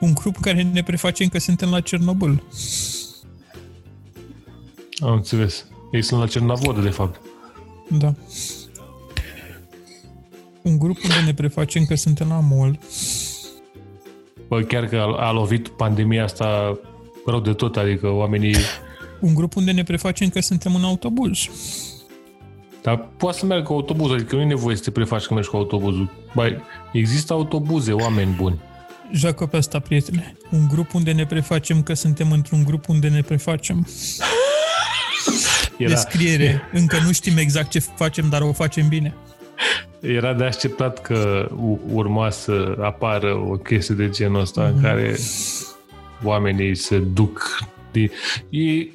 [SPEAKER 2] Un grup în care ne prefacem că suntem la Cernobâl.
[SPEAKER 3] Am înțeles. Ei sunt la Cernavodă, de fapt.
[SPEAKER 2] Da. Un grup unde ne prefacem că suntem la mall.
[SPEAKER 3] Bă, chiar că a, a lovit pandemia asta rău de tot, adică oamenii...
[SPEAKER 2] Un grup unde ne prefacem că suntem în autobuz.
[SPEAKER 3] Dar poate să meargă cu autobuzul, adică nu e nevoie să te prefaci când mergi cu autobuzul. Bai, există autobuze, oameni buni.
[SPEAKER 2] Joacă pe asta, prietene. Un grup unde ne prefacem că suntem într-un grup unde ne prefacem.
[SPEAKER 3] Era,
[SPEAKER 2] Descriere. Încă nu știm exact ce facem, dar o facem bine.
[SPEAKER 3] era de așteptat că u- urma să apară o chestie de genul ăsta
[SPEAKER 2] Mhm.
[SPEAKER 3] în care oamenii se duc de... E...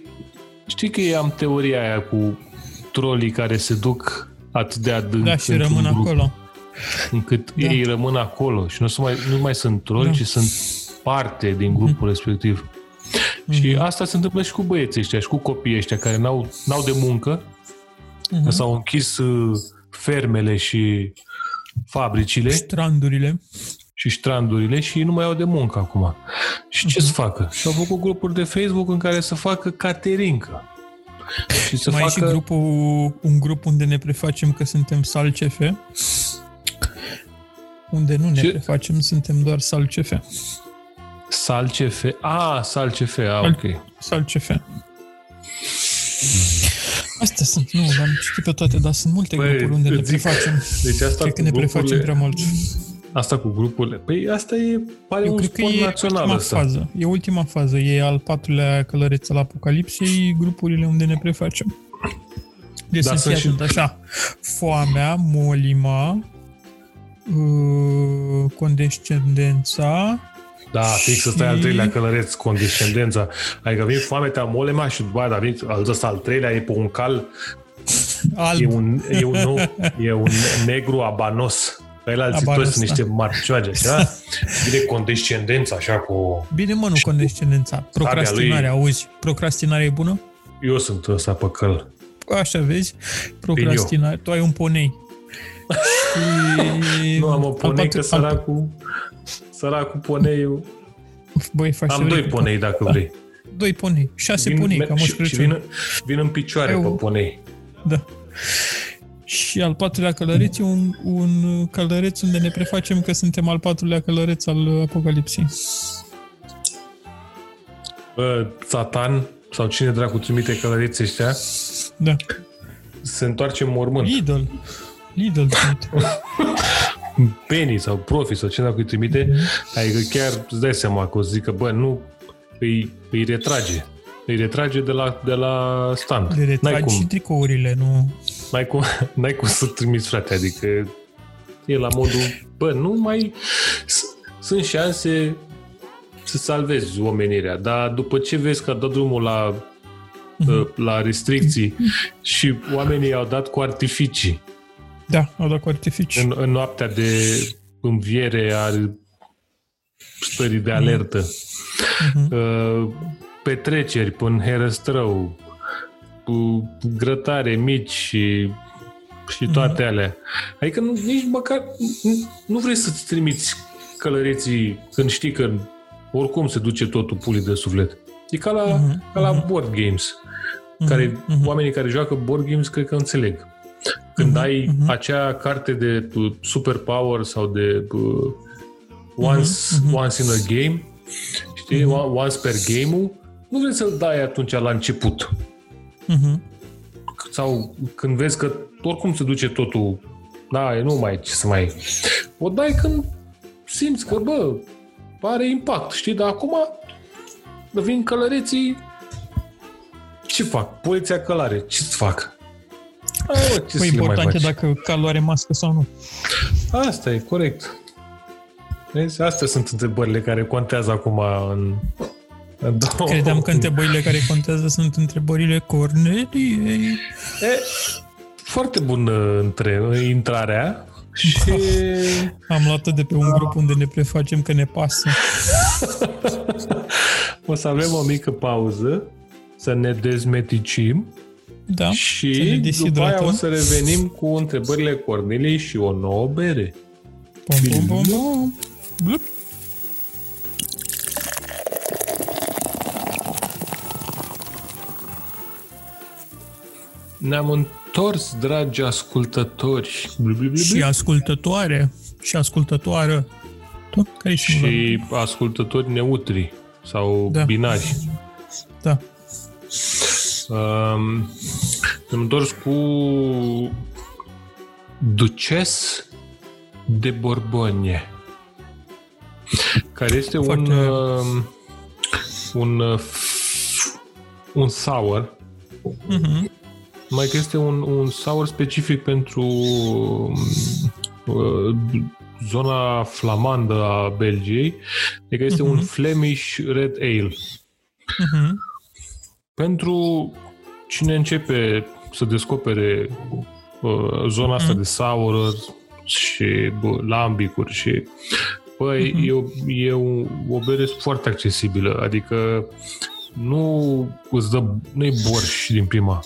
[SPEAKER 3] Știi că eu am teoria aia cu trolii care se duc atât de adânc
[SPEAKER 2] Da, și
[SPEAKER 3] într-un
[SPEAKER 2] rămân
[SPEAKER 3] grup.
[SPEAKER 2] acolo.
[SPEAKER 3] încât da.
[SPEAKER 2] Da.
[SPEAKER 3] ei rămân acolo și nu, sunt mai, nu mai sunt troli, da.
[SPEAKER 2] Da. Mhm.
[SPEAKER 3] ci sunt parte din grupul mm. respectiv. Mm. Și asta se întâmplă și cu băieții ăștia și cu copiii ăștia care n-au, n-au de muncă,
[SPEAKER 2] Mhm.
[SPEAKER 3] mm-hmm. s-au închis uh, fermele și fabricile
[SPEAKER 2] Strandurile.
[SPEAKER 3] și ștrandurile și ei nu mai au de muncă acum. Și
[SPEAKER 2] Mhm.
[SPEAKER 3] ce să facă? Și au făcut grupuri de Facebook în care să facă caterincă. Și să
[SPEAKER 2] Mai e
[SPEAKER 3] facă...
[SPEAKER 2] și grupul, un grup unde ne prefacem că suntem sal CF. Unde nu ne
[SPEAKER 3] Ce?
[SPEAKER 2] prefacem, suntem doar sal CF.
[SPEAKER 3] Sal CF. A, Sal CF, a, ok.
[SPEAKER 2] Sal CF. Astea sunt, nu, le-am citit pe toate, dar sunt multe
[SPEAKER 3] Băi,
[SPEAKER 2] grupuri unde ne
[SPEAKER 3] Păi, îți zic,
[SPEAKER 2] prefacem.
[SPEAKER 3] Deci asta
[SPEAKER 2] Cred
[SPEAKER 3] cu
[SPEAKER 2] că ne prefacem
[SPEAKER 3] grupurile-
[SPEAKER 2] prea mult.
[SPEAKER 3] Asta cu grupurile. Păi asta e, pare
[SPEAKER 2] Eu
[SPEAKER 3] un
[SPEAKER 2] cred că
[SPEAKER 3] sport
[SPEAKER 2] e
[SPEAKER 3] național
[SPEAKER 2] ultima
[SPEAKER 3] ăsta.
[SPEAKER 2] fază. E ultima fază. E al patrulea călăreț al apocalipsei, grupurile unde ne prefacem. Deci
[SPEAKER 3] Da,
[SPEAKER 2] da,
[SPEAKER 3] sunt
[SPEAKER 2] sunt și...
[SPEAKER 3] și-
[SPEAKER 2] așa. Foamea, molima, ă, condescendența,
[SPEAKER 3] Da, fix ăsta e al
[SPEAKER 2] Și-
[SPEAKER 3] treilea călăreț, condescendența. Adică vin foamea, molema și după aia, dar vin al ăsta al treilea, e pe un cal,
[SPEAKER 2] alb,
[SPEAKER 3] e un, e un, nou, e un negru abanos. Pe el alții
[SPEAKER 2] Abanos,
[SPEAKER 3] toți sunt
[SPEAKER 2] da.
[SPEAKER 3] niște marcioage, așa. Vine condescendența, așa, cu...
[SPEAKER 2] Bine mă, nu condescendența. Procrastinarea, auzi? Procrastinarea e bună?
[SPEAKER 3] Eu sunt ăsta pe căl.
[SPEAKER 2] Așa vezi, procrastinare. Tu ai un ponei. Și...
[SPEAKER 3] Nu am o
[SPEAKER 2] al
[SPEAKER 3] ponei, că
[SPEAKER 2] patru- al-
[SPEAKER 3] săracul... Săracul poneiul...
[SPEAKER 2] Băi, faci
[SPEAKER 3] Am doi
[SPEAKER 2] oribil.
[SPEAKER 3] ponei, dacă vrei.
[SPEAKER 2] Doi ponei. Șase ponei, ca moș
[SPEAKER 3] și, și
[SPEAKER 2] Crăciun.
[SPEAKER 3] vin, vin în picioare
[SPEAKER 2] Eu-
[SPEAKER 3] pe ponei.
[SPEAKER 2] Da. Și al patrulea călăreț e un, un călăreț unde ne prefacem că suntem al patrulea călăreț al apocalipsii.
[SPEAKER 3] Bă, Satan sau cine dracu trimite călăreții ăștia,
[SPEAKER 2] Da.
[SPEAKER 3] se întoarce în mormânt.
[SPEAKER 2] Lidl. Lidl. uite.
[SPEAKER 3] Penny sau profi sau cine dracu îi trimite,
[SPEAKER 2] Mhm.
[SPEAKER 3] adică chiar îți dai seama că o să zică, bă, nu, îi, îi retrage. Îi retrage de la, de la stand.
[SPEAKER 2] Le
[SPEAKER 3] N-ai
[SPEAKER 2] retragi și
[SPEAKER 3] cum,
[SPEAKER 2] tricourile, nu...
[SPEAKER 3] n-ai, cum, n-ai cum să trimiți, frate, adică e la modul, bă, nu mai... s- Sunt șanse să salvezi omenirea, dar după ce vezi că a dat drumul la uh, la restricții și oamenii au dat cu artificii
[SPEAKER 2] Da, au dat cu artificii.
[SPEAKER 3] în, în noaptea de înviere a stării de alertă. Uh, Petreceri până herăstrău, cu grătare mici și, și toate alea. Adică nu, nici măcar nu, nu vrei să-ți trimiți călăreții când știi că oricum se duce totul pulii de suflet. E ca la, uh-huh. ca la board games. Care, uh-huh. Oamenii care joacă board games cred că înțeleg.
[SPEAKER 2] Mhm,
[SPEAKER 3] Când uh-huh. ai uh-huh. acea carte de uh, superpower sau de uh, once,
[SPEAKER 2] Mhm,
[SPEAKER 3] uh-huh. once in a game, știi, uh-huh. once per game-ul, nu vrei să-l dai atunci la început.
[SPEAKER 2] Mhm.
[SPEAKER 3] Uh-huh. Sau când vezi că oricum se duce totul, da, nu mai ce să mai... O dai când simți că, bă, are impact, știi? Dar acum vin călăreții, ce fac? Poliția călare, ce-ți fac?
[SPEAKER 2] A, bă, ce păi important e dacă calul are mască sau nu.
[SPEAKER 3] Asta e, corect. Vezi? Astea sunt întrebările care contează acum în...
[SPEAKER 2] în
[SPEAKER 3] Oh,
[SPEAKER 2] două. Credeam că întrebările care contează sunt întrebările Corneliei.
[SPEAKER 3] E, foarte bună între, intrarea. Și...
[SPEAKER 2] Am luat de pe un grup unde ne prefacem că ne pasă.
[SPEAKER 3] o să avem o mică pauză, să ne dezmeticim
[SPEAKER 2] da,
[SPEAKER 3] și după aia o să revenim cu întrebările Corneliei și o nouă bere.
[SPEAKER 2] Pom, pom, pom, pom. Blup.
[SPEAKER 3] Ne-am întors, dragi ascultători.
[SPEAKER 2] Blub, blub, blub. Și ascultătoare. Și ascultătoară.
[SPEAKER 3] Tot care și ascultători neutri sau da. binari.
[SPEAKER 2] Da.
[SPEAKER 3] Um, ne-am întors cu Duces de Borbogne, care este Foarte... un, un uh, un sour. Mm-hmm. Mai că este un, un sour specific pentru uh, zona flamandă a Belgiei, adică este mm-hmm. un Flemish Red Ale. Mm-hmm. Pentru cine începe să descopere uh, zona asta mm-hmm. de sour și bă, lambicuri și păi mm-hmm. e, o, e o, o bere foarte accesibilă, adică nu îți dă, nu-i borș din prima.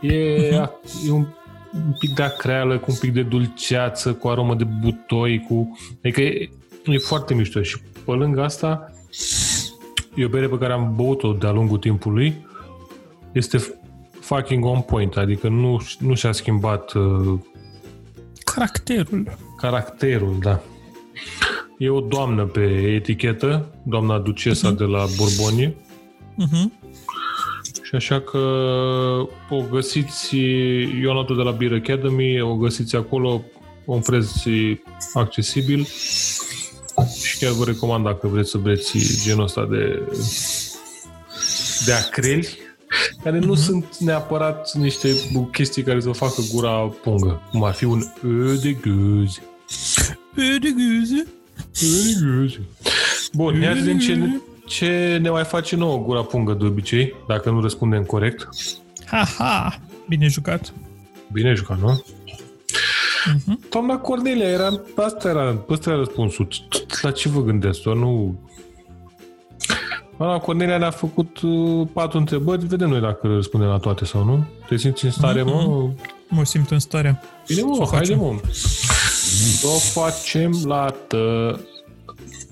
[SPEAKER 3] E, mm-hmm. e un, un pic de acreală, cu un pic de dulceață, cu aromă de butoi, cu... Adică e, e foarte mișto și pe lângă asta e o bere pe care am băut-o de-a lungul timpului. Este fucking on point, adică nu, nu și-a schimbat uh,
[SPEAKER 2] Caracterul.
[SPEAKER 3] Caracterul, da. E o doamnă pe etichetă, doamna Ducesa uh-huh. de la Borbonie. Uh-huh. Și așa că o găsiți, eu am luat de la Beer Academy, o găsiți acolo, un preț accesibil și chiar vă recomand dacă vreți să vreți genul ăsta de de acreli care nu mm-hmm. sunt neapărat niște chestii care să facă gura pungă, cum ar fi un e de gâzi.
[SPEAKER 2] E de gâzi.
[SPEAKER 3] E de gâzi. Bun, ia din ce, ce ne mai face nouă gura pungă de obicei, dacă nu răspundem corect.
[SPEAKER 2] Ha-ha! Bine jucat!
[SPEAKER 3] Bine jucat, nu? Uh-huh. Doamna Cornelia, era, asta era, asta era răspunsul. La ce vă gândeați? Doar nu... Doamna Cornelia ne-a făcut uh, patru întrebări, vedem noi dacă răspundem la toate sau nu. Te simți în stare, uh-huh. mă?
[SPEAKER 2] Mă simt în stare.
[SPEAKER 3] Bine, mă, s-o haide, mă. Să o facem la tă...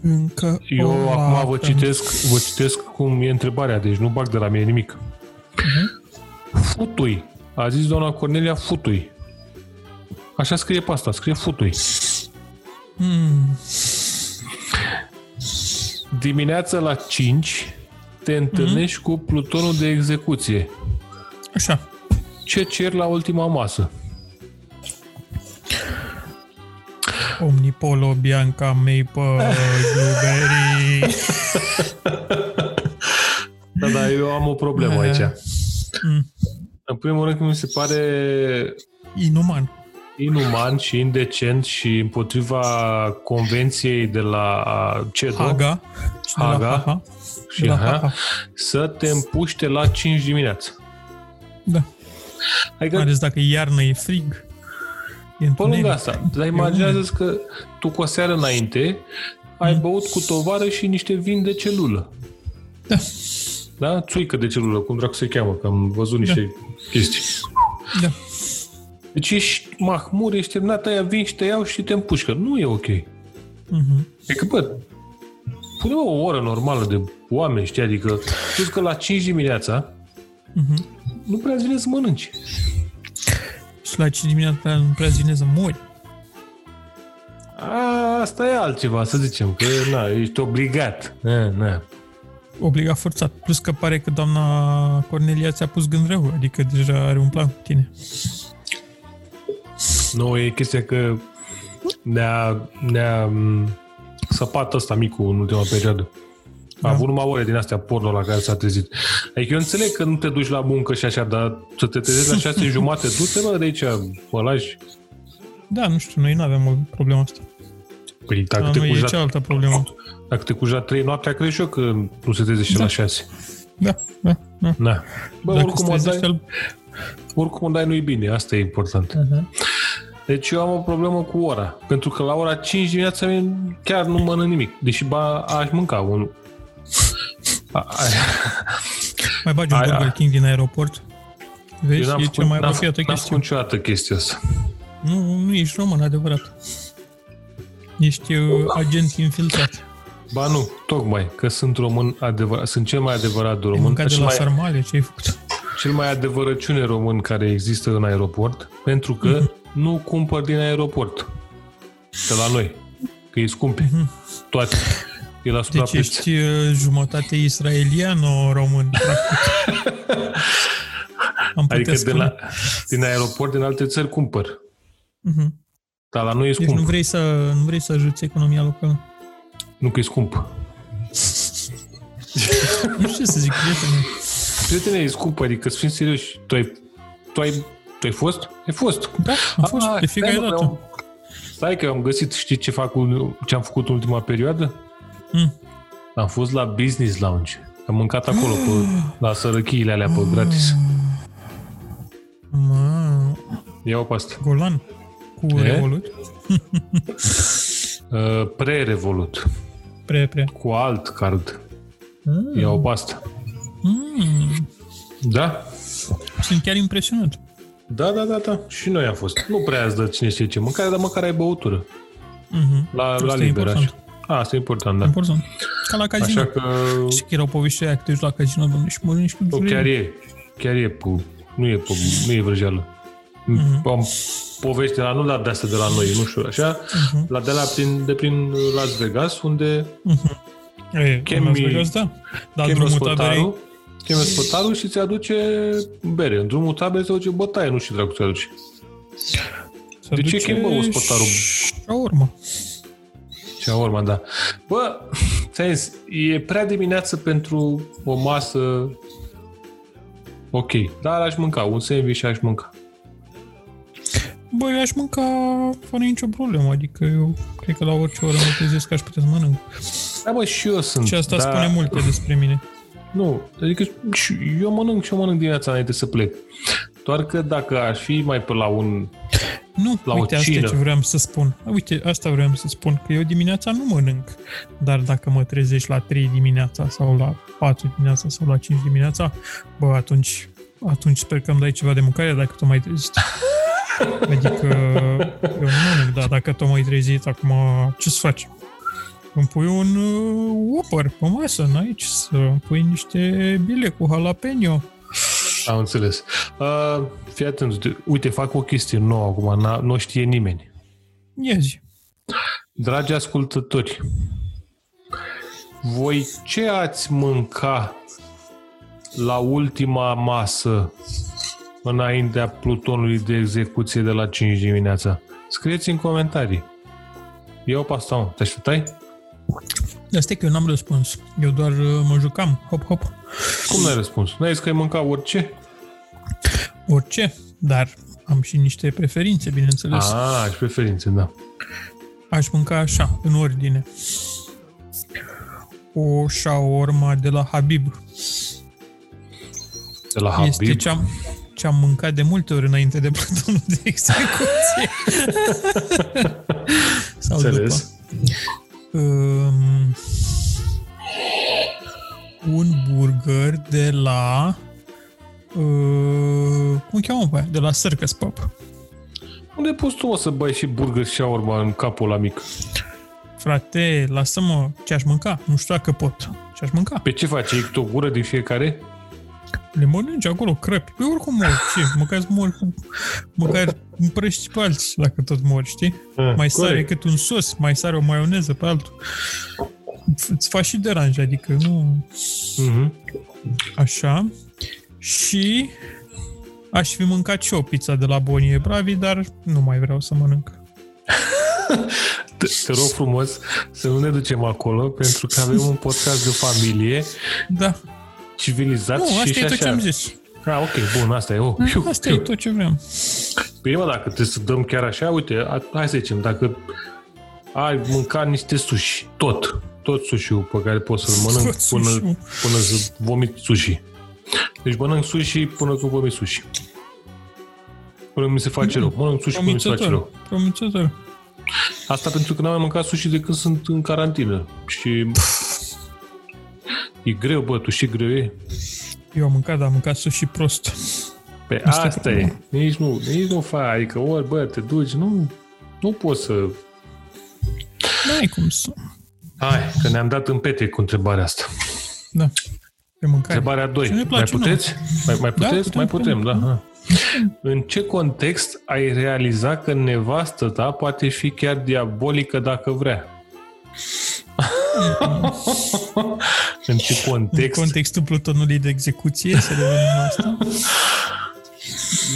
[SPEAKER 2] Încă
[SPEAKER 3] Eu acum vă citesc, vă citesc cum e întrebarea, deci nu bag de la mine nimic. Uh-huh. Futui. A zis doamna Cornelia Futui. Așa scrie pe asta, scrie futui.
[SPEAKER 2] Hmm.
[SPEAKER 3] Dimineața la 5 te întâlnești mm-hmm. cu plutonul de execuție.
[SPEAKER 2] Așa.
[SPEAKER 3] Ce cer la ultima masă?
[SPEAKER 2] Omnipolo, Bianca, Maple, Blueberry.
[SPEAKER 3] da, da, eu am o problemă aici. Mm. În primul rând, mi se pare...
[SPEAKER 2] Inuman
[SPEAKER 3] inuman și indecent și împotriva convenției de la CEDO,
[SPEAKER 2] Haga,
[SPEAKER 3] Haga și la Haga, să te împuște la 5 dimineața.
[SPEAKER 2] Da. Adică, Mai ales dacă iarnă e frig.
[SPEAKER 3] E pe lângă asta, dar imaginează că tu cu o seară înainte ai băut cu tovară și niște vin de celulă.
[SPEAKER 2] Da.
[SPEAKER 3] Da? Țuică de celulă, cum dracu se cheamă, că am văzut niște da. chestii.
[SPEAKER 2] Da.
[SPEAKER 3] Deci ești mahmur, ești terminat, aia vin și te iau și te împușcă. Nu e ok. Uh-huh. E că, bă, pune o oră normală de oameni, știi? Adică, plus că la 5 dimineața uh-huh. nu prea îți vine să mănânci.
[SPEAKER 2] Și la 5 dimineața nu prea îți vine să mori.
[SPEAKER 3] A, asta e altceva, să zicem, că na, ești obligat. Na, na.
[SPEAKER 2] Obligat forțat. Plus că pare că doamna Cornelia ți-a pus gând rău, adică deja are un plan cu tine.
[SPEAKER 3] Nu, e chestia că ne-a, ne-a m, săpat ăsta micul în ultima perioadă.
[SPEAKER 2] Da.
[SPEAKER 3] A avut numai ore din astea porno la care s-a trezit. Adică eu înțeleg că nu te duci la muncă și așa, dar să te trezești la șase jumate, du-te mă de aici, mă lași.
[SPEAKER 2] Da, nu știu, noi nu avem o problemă asta.
[SPEAKER 3] Păi dacă
[SPEAKER 2] La
[SPEAKER 3] te
[SPEAKER 2] noi e
[SPEAKER 3] cuja,
[SPEAKER 2] cealaltă problemă.
[SPEAKER 3] dacă te cuja trei noaptea, cred și eu că nu se trezește da. la șase.
[SPEAKER 2] Da, da, da.
[SPEAKER 3] Na. Bă,
[SPEAKER 2] Dacă
[SPEAKER 3] oricum, o
[SPEAKER 2] îți
[SPEAKER 3] dai,
[SPEAKER 2] trezești al-
[SPEAKER 3] oricum o dai nu-i bine, asta e important. Deci eu am o problemă cu ora, pentru că la ora 5 dimineața mie chiar nu mănânc nimic, deși ba, aș mânca unul. A- a-
[SPEAKER 2] Mai bagi un
[SPEAKER 3] Ai,
[SPEAKER 2] Burger
[SPEAKER 3] ai.
[SPEAKER 2] King din aeroport.
[SPEAKER 3] Eu
[SPEAKER 2] Vezi,
[SPEAKER 3] n-am
[SPEAKER 2] Deci e cea
[SPEAKER 3] făcut,
[SPEAKER 2] mai
[SPEAKER 3] n-am, n-am
[SPEAKER 2] apropiată
[SPEAKER 3] făcut
[SPEAKER 2] chestie.
[SPEAKER 3] niciodată chestia asta.
[SPEAKER 2] Nu, nu ești român, adevărat. Ești uh,
[SPEAKER 3] da.
[SPEAKER 2] agent infiltrat.
[SPEAKER 3] Ba nu, tocmai, că sunt român adevărat, sunt cel mai adevărat
[SPEAKER 2] Ai
[SPEAKER 3] român,
[SPEAKER 2] mâncat de
[SPEAKER 3] cel
[SPEAKER 2] la
[SPEAKER 3] mai,
[SPEAKER 2] sarmale, ce ai făcut? Deci
[SPEAKER 3] cel mai adevărăciune român care există în aeroport, pentru că
[SPEAKER 2] Mhm.
[SPEAKER 3] nu cumpăr din aeroport, de la noi, că e scumpe, toate. E la
[SPEAKER 2] Mhm. Deci
[SPEAKER 3] suprapreț.
[SPEAKER 2] ești uh, jumătate israeliano-român, practic. Am putea
[SPEAKER 3] Adică de
[SPEAKER 2] spune.
[SPEAKER 3] la, din aeroport, din alte țări cumpăr.
[SPEAKER 2] Mhm.
[SPEAKER 3] Dar la noi e
[SPEAKER 2] Deci
[SPEAKER 3] scump.
[SPEAKER 2] nu vrei, să, nu vrei să ajuți economia locală.
[SPEAKER 3] Nu că e scump.
[SPEAKER 2] Nu știu ce să zic, prietene.
[SPEAKER 3] Prietene, e scump, adică să fim serioși. Tu ai, tu ai, tu ai fost? Ai fost.
[SPEAKER 2] Da, am fost
[SPEAKER 3] Ah,
[SPEAKER 2] de fiecare
[SPEAKER 3] stai, mă,
[SPEAKER 2] dată.
[SPEAKER 3] am- Stai că am găsit, știi ce, fac, un- ce am făcut în ultima perioadă?
[SPEAKER 2] Mm.
[SPEAKER 3] Am fost la Business Lounge. Am mâncat acolo, pe, la sărăchiile alea, pe gratis.
[SPEAKER 2] Ah. Mă,
[SPEAKER 3] Ia o pastă.
[SPEAKER 2] Golan cu
[SPEAKER 3] E?
[SPEAKER 2] Revolut.
[SPEAKER 3] Uh, Pre-Revolut,
[SPEAKER 2] Prea, prea.
[SPEAKER 3] cu alt card. Ia o pastă.
[SPEAKER 2] Mm,
[SPEAKER 3] Da?
[SPEAKER 2] sunt chiar impresionat.
[SPEAKER 3] Da, da, da, da. Și noi am fost. Nu prea îți dă cine știe ce mâncare, dar măcar ai băutură.
[SPEAKER 2] Mhm.
[SPEAKER 3] La,
[SPEAKER 2] Asta
[SPEAKER 3] la
[SPEAKER 2] e
[SPEAKER 3] liber,
[SPEAKER 2] important.
[SPEAKER 3] așa. A, asta e important, da.
[SPEAKER 2] Important. Ca la casino.
[SPEAKER 3] Așa că
[SPEAKER 2] Și că erau povești aia că te duci la casino, domnule, și mănânci cu
[SPEAKER 3] bă,
[SPEAKER 2] zurei.
[SPEAKER 3] chiar e, chiar e, pu, nu e, pu, nu e vrăjeală.
[SPEAKER 2] Mm-hmm.
[SPEAKER 3] Am povești de la, nu la de asta de la noi, nu știu, așa,
[SPEAKER 2] Mm-hmm.
[SPEAKER 3] la de la prin, de prin Las Vegas, unde
[SPEAKER 2] E,
[SPEAKER 3] chemi-
[SPEAKER 2] în Las Vegas, da. Dar
[SPEAKER 3] chemi
[SPEAKER 2] drumul taberei,
[SPEAKER 3] spătarul, chemi spătarul și ți aduce bere. În drumul taberei se aduce bătaie, nu știu dracu ți aduce.
[SPEAKER 2] se
[SPEAKER 3] de ce
[SPEAKER 2] duce
[SPEAKER 3] chemă ospătarul?
[SPEAKER 2] Shawarma.
[SPEAKER 3] Și a urma, da. Bă, ți-am zis, e prea dimineață pentru o masă ok, dar aș mânca, un sandwich aș mânca.
[SPEAKER 2] Bă, eu aș mânca fără nicio problemă, adică eu cred că la orice oră mă trezesc că aș putea să mănânc.
[SPEAKER 3] Da, bă, și eu sunt.
[SPEAKER 2] Și asta
[SPEAKER 3] da,
[SPEAKER 2] spune multe despre mine.
[SPEAKER 3] Nu, adică și eu mănânc și eu mănânc dimineața înainte să plec. Doar că dacă aș fi mai pe la un...
[SPEAKER 2] Nu,
[SPEAKER 3] La o
[SPEAKER 2] uite, asta e
[SPEAKER 3] cină.
[SPEAKER 2] ce vreau să spun. Uite, asta vreau să spun, că eu dimineața nu mănânc, dar dacă mă trezești la 3 dimineața sau la 4 dimineața sau la 5 dimineața, bă, atunci, atunci sper că îmi dai ceva de mâncare dacă tu mai trezești. Adică eu nu mănânc, dar dacă tu mai trezit acum, ce să faci? Îmi pui un uh, Whopper pe masă, n-ai ce să îmi pui niște bile cu jalapeno.
[SPEAKER 3] Am înțeles. Uh, fii atent, uite, fac o chestie nouă acum, n-a- nu o știe nimeni.
[SPEAKER 2] Ia zi.
[SPEAKER 3] Dragi ascultători, voi ce ați mânca la ultima masă înaintea plutonului de execuție de la 5 dimineața? Scrieți în comentarii. Eu pasta, mă. Te așteptai?
[SPEAKER 2] Dar stai că eu n-am răspuns. Eu doar uh, mă jucam. Hop, hop.
[SPEAKER 3] Cum n-ai răspuns? N-ai zis că ai mânca orice?
[SPEAKER 2] orice, dar am și niște preferințe, bineînțeles. A.
[SPEAKER 3] Ah, și preferințe, da.
[SPEAKER 2] Aș mânca așa, în ordine. O shawarma de la Habib.
[SPEAKER 3] De la
[SPEAKER 2] Habib. Este
[SPEAKER 3] Habib.
[SPEAKER 2] ce am, ce am mâncat de multe ori înainte de plutonul de execuție. Sau după.
[SPEAKER 3] Înțeles.
[SPEAKER 2] Um, un burger de la... Uh, cum cheamă pe aia? De la Circus Pop.
[SPEAKER 3] Unde poți tu, mă, să bai și burger și urma în capul la mic?
[SPEAKER 2] Frate, lasă-mă ce aș mânca. Nu știu dacă pot. Și aș mânca.
[SPEAKER 3] Pe ce faci? Ești o gură din fiecare?
[SPEAKER 2] Le mănânci acolo, crăpi. Păi oricum mor, ce? Măcar mor, măcar împrăști pe alții dacă tot mor, știi?
[SPEAKER 3] Ah,
[SPEAKER 2] Mai sare
[SPEAKER 3] corect.
[SPEAKER 2] cât un sos, mai sare o maioneză pe altul. Îți faci și deranj, adică nu...
[SPEAKER 3] Mhm.
[SPEAKER 2] Așa. Și aș fi mâncat și o pizza de la Bonie Bravi, dar nu mai vreau să mănânc.
[SPEAKER 3] Te, te rog frumos să nu ne ducem acolo, pentru că avem un podcast de familie
[SPEAKER 2] Da.
[SPEAKER 3] civilizat
[SPEAKER 2] Nu,
[SPEAKER 3] și
[SPEAKER 2] asta
[SPEAKER 3] și
[SPEAKER 2] e tot ce
[SPEAKER 3] așa.
[SPEAKER 2] am zis.
[SPEAKER 3] Ah, ok, bun, asta e. Oh, piu,
[SPEAKER 2] Asta
[SPEAKER 3] piu.
[SPEAKER 2] e tot ce vreau.
[SPEAKER 3] Bine, mă, dacă trebuie să dăm chiar așa, uite, a, hai să zicem, dacă ai mâncat niște sushi, tot, tot sushi pe care poți să-l mănânc
[SPEAKER 2] Tot
[SPEAKER 3] până,
[SPEAKER 2] sushi-ul.
[SPEAKER 3] până să vomit sushi. Deci mănânc sushi până când vomit sushi. Până mi se face rău. Mănânc sushi până mi se face rău.
[SPEAKER 2] Promițător. Promițător.
[SPEAKER 3] Asta pentru că n-am mai mâncat sushi de când sunt în carantină. Și... E greu, bă, tu și greu e.
[SPEAKER 2] Eu am mâncat, dar am mâncat sushi prost.
[SPEAKER 3] Pe
[SPEAKER 2] Asta
[SPEAKER 3] Păi asta,
[SPEAKER 2] e
[SPEAKER 3] asta e. Nici nu, nici nu faci. Adică ori, bă, te duci, nu, nu poți să
[SPEAKER 2] N-ai cum să...
[SPEAKER 3] Hai, că ne-am dat în pete cu întrebarea asta.
[SPEAKER 2] Da. Pe mâncare.
[SPEAKER 3] Întrebarea 2.
[SPEAKER 2] Ce ne
[SPEAKER 3] Mai
[SPEAKER 2] place nouă.
[SPEAKER 3] puteți? Mai, mai
[SPEAKER 2] Da,
[SPEAKER 3] puteți?
[SPEAKER 2] putem,
[SPEAKER 3] mai putem,
[SPEAKER 2] putem.
[SPEAKER 3] da. ha. În ce context ai realiza că nevastă ta poate fi chiar diabolică dacă vrea? în ce
[SPEAKER 2] În
[SPEAKER 3] context?
[SPEAKER 2] contextul plutonului de execuție, să revenim la asta.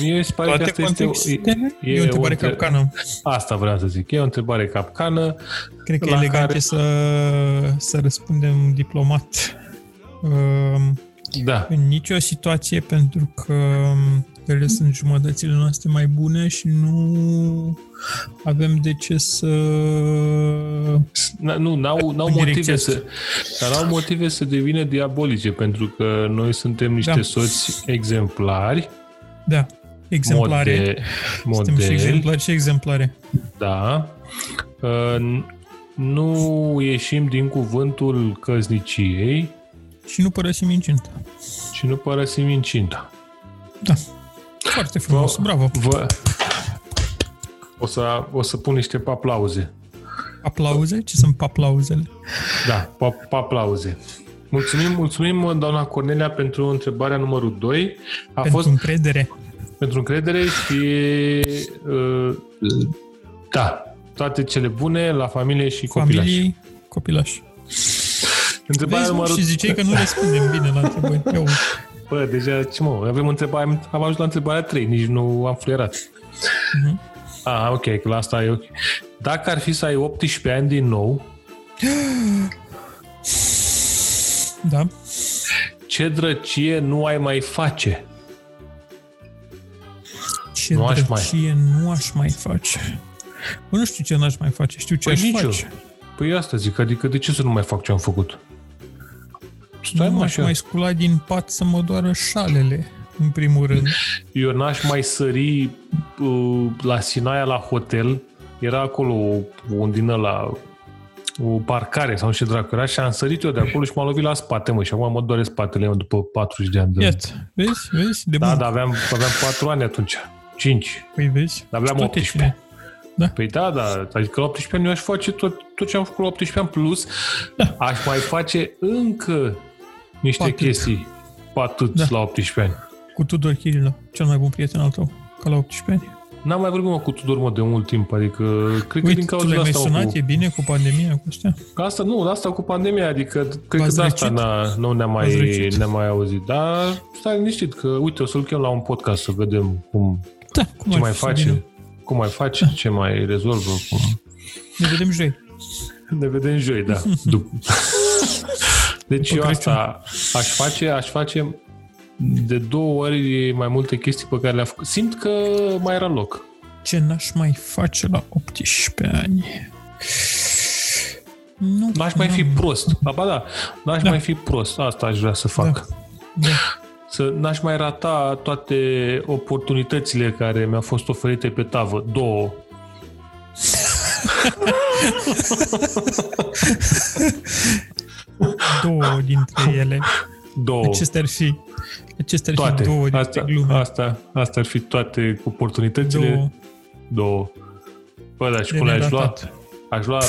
[SPEAKER 3] Mie mi se pare că
[SPEAKER 2] Toate
[SPEAKER 3] asta este... o-
[SPEAKER 2] contextele. E,
[SPEAKER 3] e
[SPEAKER 2] o întrebare
[SPEAKER 3] o între-
[SPEAKER 2] capcană.
[SPEAKER 3] Asta vreau să zic. E o întrebare capcană.
[SPEAKER 2] Cred că e
[SPEAKER 3] la
[SPEAKER 2] elegant
[SPEAKER 3] care-
[SPEAKER 2] care... să, să răspundem diplomat. Um,
[SPEAKER 3] Da.
[SPEAKER 2] În nicio situație, pentru că mm, ele sunt jumătățile noastre mai bune și nu avem de ce să...
[SPEAKER 3] N- nu, n-au, n-au
[SPEAKER 2] În
[SPEAKER 3] motive
[SPEAKER 2] direcția
[SPEAKER 3] să, dar n-au motive să devină diabolice, pentru că noi suntem niște
[SPEAKER 2] Da.
[SPEAKER 3] soți exemplari,
[SPEAKER 2] Da, exemplare. Model,
[SPEAKER 3] mode,
[SPEAKER 2] Suntem și
[SPEAKER 3] modeli,
[SPEAKER 2] exemplari și exemplare.
[SPEAKER 3] da. Uh, Nu ieșim din cuvântul căsniciei
[SPEAKER 2] Și nu părăsim incinta.
[SPEAKER 3] și nu părăsim incinta.
[SPEAKER 2] Da. Foarte frumos,
[SPEAKER 3] Vă-
[SPEAKER 2] bravo.
[SPEAKER 3] Vă... O să, o să pun niște paplauze.
[SPEAKER 2] Aplauze? Ce sunt aplauzele?
[SPEAKER 3] Da, pa- paplauze. Mulțumim, mulțumim, doamna Cornelia, pentru întrebarea numărul 2. A
[SPEAKER 2] Pentru
[SPEAKER 3] fost
[SPEAKER 2] încredere.
[SPEAKER 3] pentru încredere și uh, da, toate cele bune la familie și copilași.
[SPEAKER 2] Familii, copilași.
[SPEAKER 3] Întrebarea
[SPEAKER 2] Vezi, mă,
[SPEAKER 3] numărul...
[SPEAKER 2] și ziceai că nu răspundem bine la întrebări. Eu,
[SPEAKER 3] Bă, deja, ce mă, avem întrebare, am ajuns la întrebarea 3, nici nu am fluierat.
[SPEAKER 2] Mhm.
[SPEAKER 3] Ah, ok, că la asta e ok. Dacă ar fi să ai 18 ani din nou,
[SPEAKER 2] da.
[SPEAKER 3] ce drăcie nu ai mai face?
[SPEAKER 2] Ce
[SPEAKER 3] Nu
[SPEAKER 2] nu
[SPEAKER 3] aș
[SPEAKER 2] aș
[SPEAKER 3] mai.
[SPEAKER 2] nu aș mai face. Bă, nu știu ce n-aș mai face, știu ce
[SPEAKER 3] Păi
[SPEAKER 2] aș
[SPEAKER 3] nici eu.
[SPEAKER 2] face.
[SPEAKER 3] Păi asta zic, adică de ce să nu mai fac ce am făcut? Stai
[SPEAKER 2] nu
[SPEAKER 3] mă
[SPEAKER 2] aș
[SPEAKER 3] așa.
[SPEAKER 2] mai scula din pat să mă doară șalele, în primul rând.
[SPEAKER 3] Eu n-aș mai sări uh, la Sinaia la hotel. Era acolo o- un din la o parcare sau ce dracu era și am sărit eu de acolo și m-am lovit la spate, mă, și acum mă doare spatele mă, după 40 de ani. De...
[SPEAKER 2] Iată, vezi, vezi, de
[SPEAKER 3] Da,
[SPEAKER 2] bun.
[SPEAKER 3] da, aveam, aveam 4 ani atunci. 5.
[SPEAKER 2] Păi vezi,
[SPEAKER 3] Dar aveam
[SPEAKER 2] tot e
[SPEAKER 3] 18.
[SPEAKER 2] bine.
[SPEAKER 3] Păi da, da, adică la 18 ani eu aș face tot, tot ce am făcut la 18 ani plus, aș mai face încă niște
[SPEAKER 2] Da. Patât.
[SPEAKER 3] chestii patât
[SPEAKER 2] Da.
[SPEAKER 3] la 18 ani.
[SPEAKER 2] Cu Tudor Chirilă, cel mai bun prieten al tău, ca la 18 ani.
[SPEAKER 3] N-am mai vorbit mă, cu Tudor mă de mult timp, adică cred că
[SPEAKER 2] Uite,
[SPEAKER 3] din
[SPEAKER 2] tu
[SPEAKER 3] cauza
[SPEAKER 2] l-ai mai
[SPEAKER 3] asta mă,
[SPEAKER 2] sunat,
[SPEAKER 3] cu...
[SPEAKER 2] e bine cu pandemia, cu astea?
[SPEAKER 3] Că Asta nu, de asta cu pandemia, adică cred că
[SPEAKER 2] V-ați
[SPEAKER 3] de asta
[SPEAKER 2] răcit?
[SPEAKER 3] n-a, nu ne-am mai,
[SPEAKER 2] V-ați răcit?
[SPEAKER 3] ne-am mai auzit. Dar stai liniștit că, uite, o să-l chem la un podcast să vedem cum,
[SPEAKER 2] Da, cum
[SPEAKER 3] ce
[SPEAKER 2] ar
[SPEAKER 3] mai
[SPEAKER 2] fi să vină? Da.
[SPEAKER 3] face, cum mai face, ce mai rezolvă. Cum...
[SPEAKER 2] Ne vedem joi.
[SPEAKER 3] Ne vedem joi, da. După. Deci
[SPEAKER 2] După
[SPEAKER 3] eu
[SPEAKER 2] Crăciun.
[SPEAKER 3] asta aș face, aș face de două ori mai multe chestii pe care le-am făcut. Simt că mai era loc.
[SPEAKER 2] Ce n-aș mai face la 18 ani? Nu,
[SPEAKER 3] N-aș mai fi
[SPEAKER 2] n-am-
[SPEAKER 3] prost. Ba, ba da, n-aș
[SPEAKER 2] Da.
[SPEAKER 3] mai fi prost. Asta aș vrea să fac.
[SPEAKER 2] Da. Da.
[SPEAKER 3] Să n-aș mai rata toate oportunitățile care mi-au fost oferite pe tavă. Două.
[SPEAKER 2] două dintre ele.
[SPEAKER 3] Două.
[SPEAKER 2] Acestea ar fi, acestea ar
[SPEAKER 3] toate.
[SPEAKER 2] fi Deci două dintre
[SPEAKER 3] asta,
[SPEAKER 2] glume.
[SPEAKER 3] asta, asta ar fi toate oportunitățile.
[SPEAKER 2] două
[SPEAKER 3] Două. Bă, dar și
[SPEAKER 2] de
[SPEAKER 3] cum le-aș lua?
[SPEAKER 2] neratat.
[SPEAKER 3] Aș lua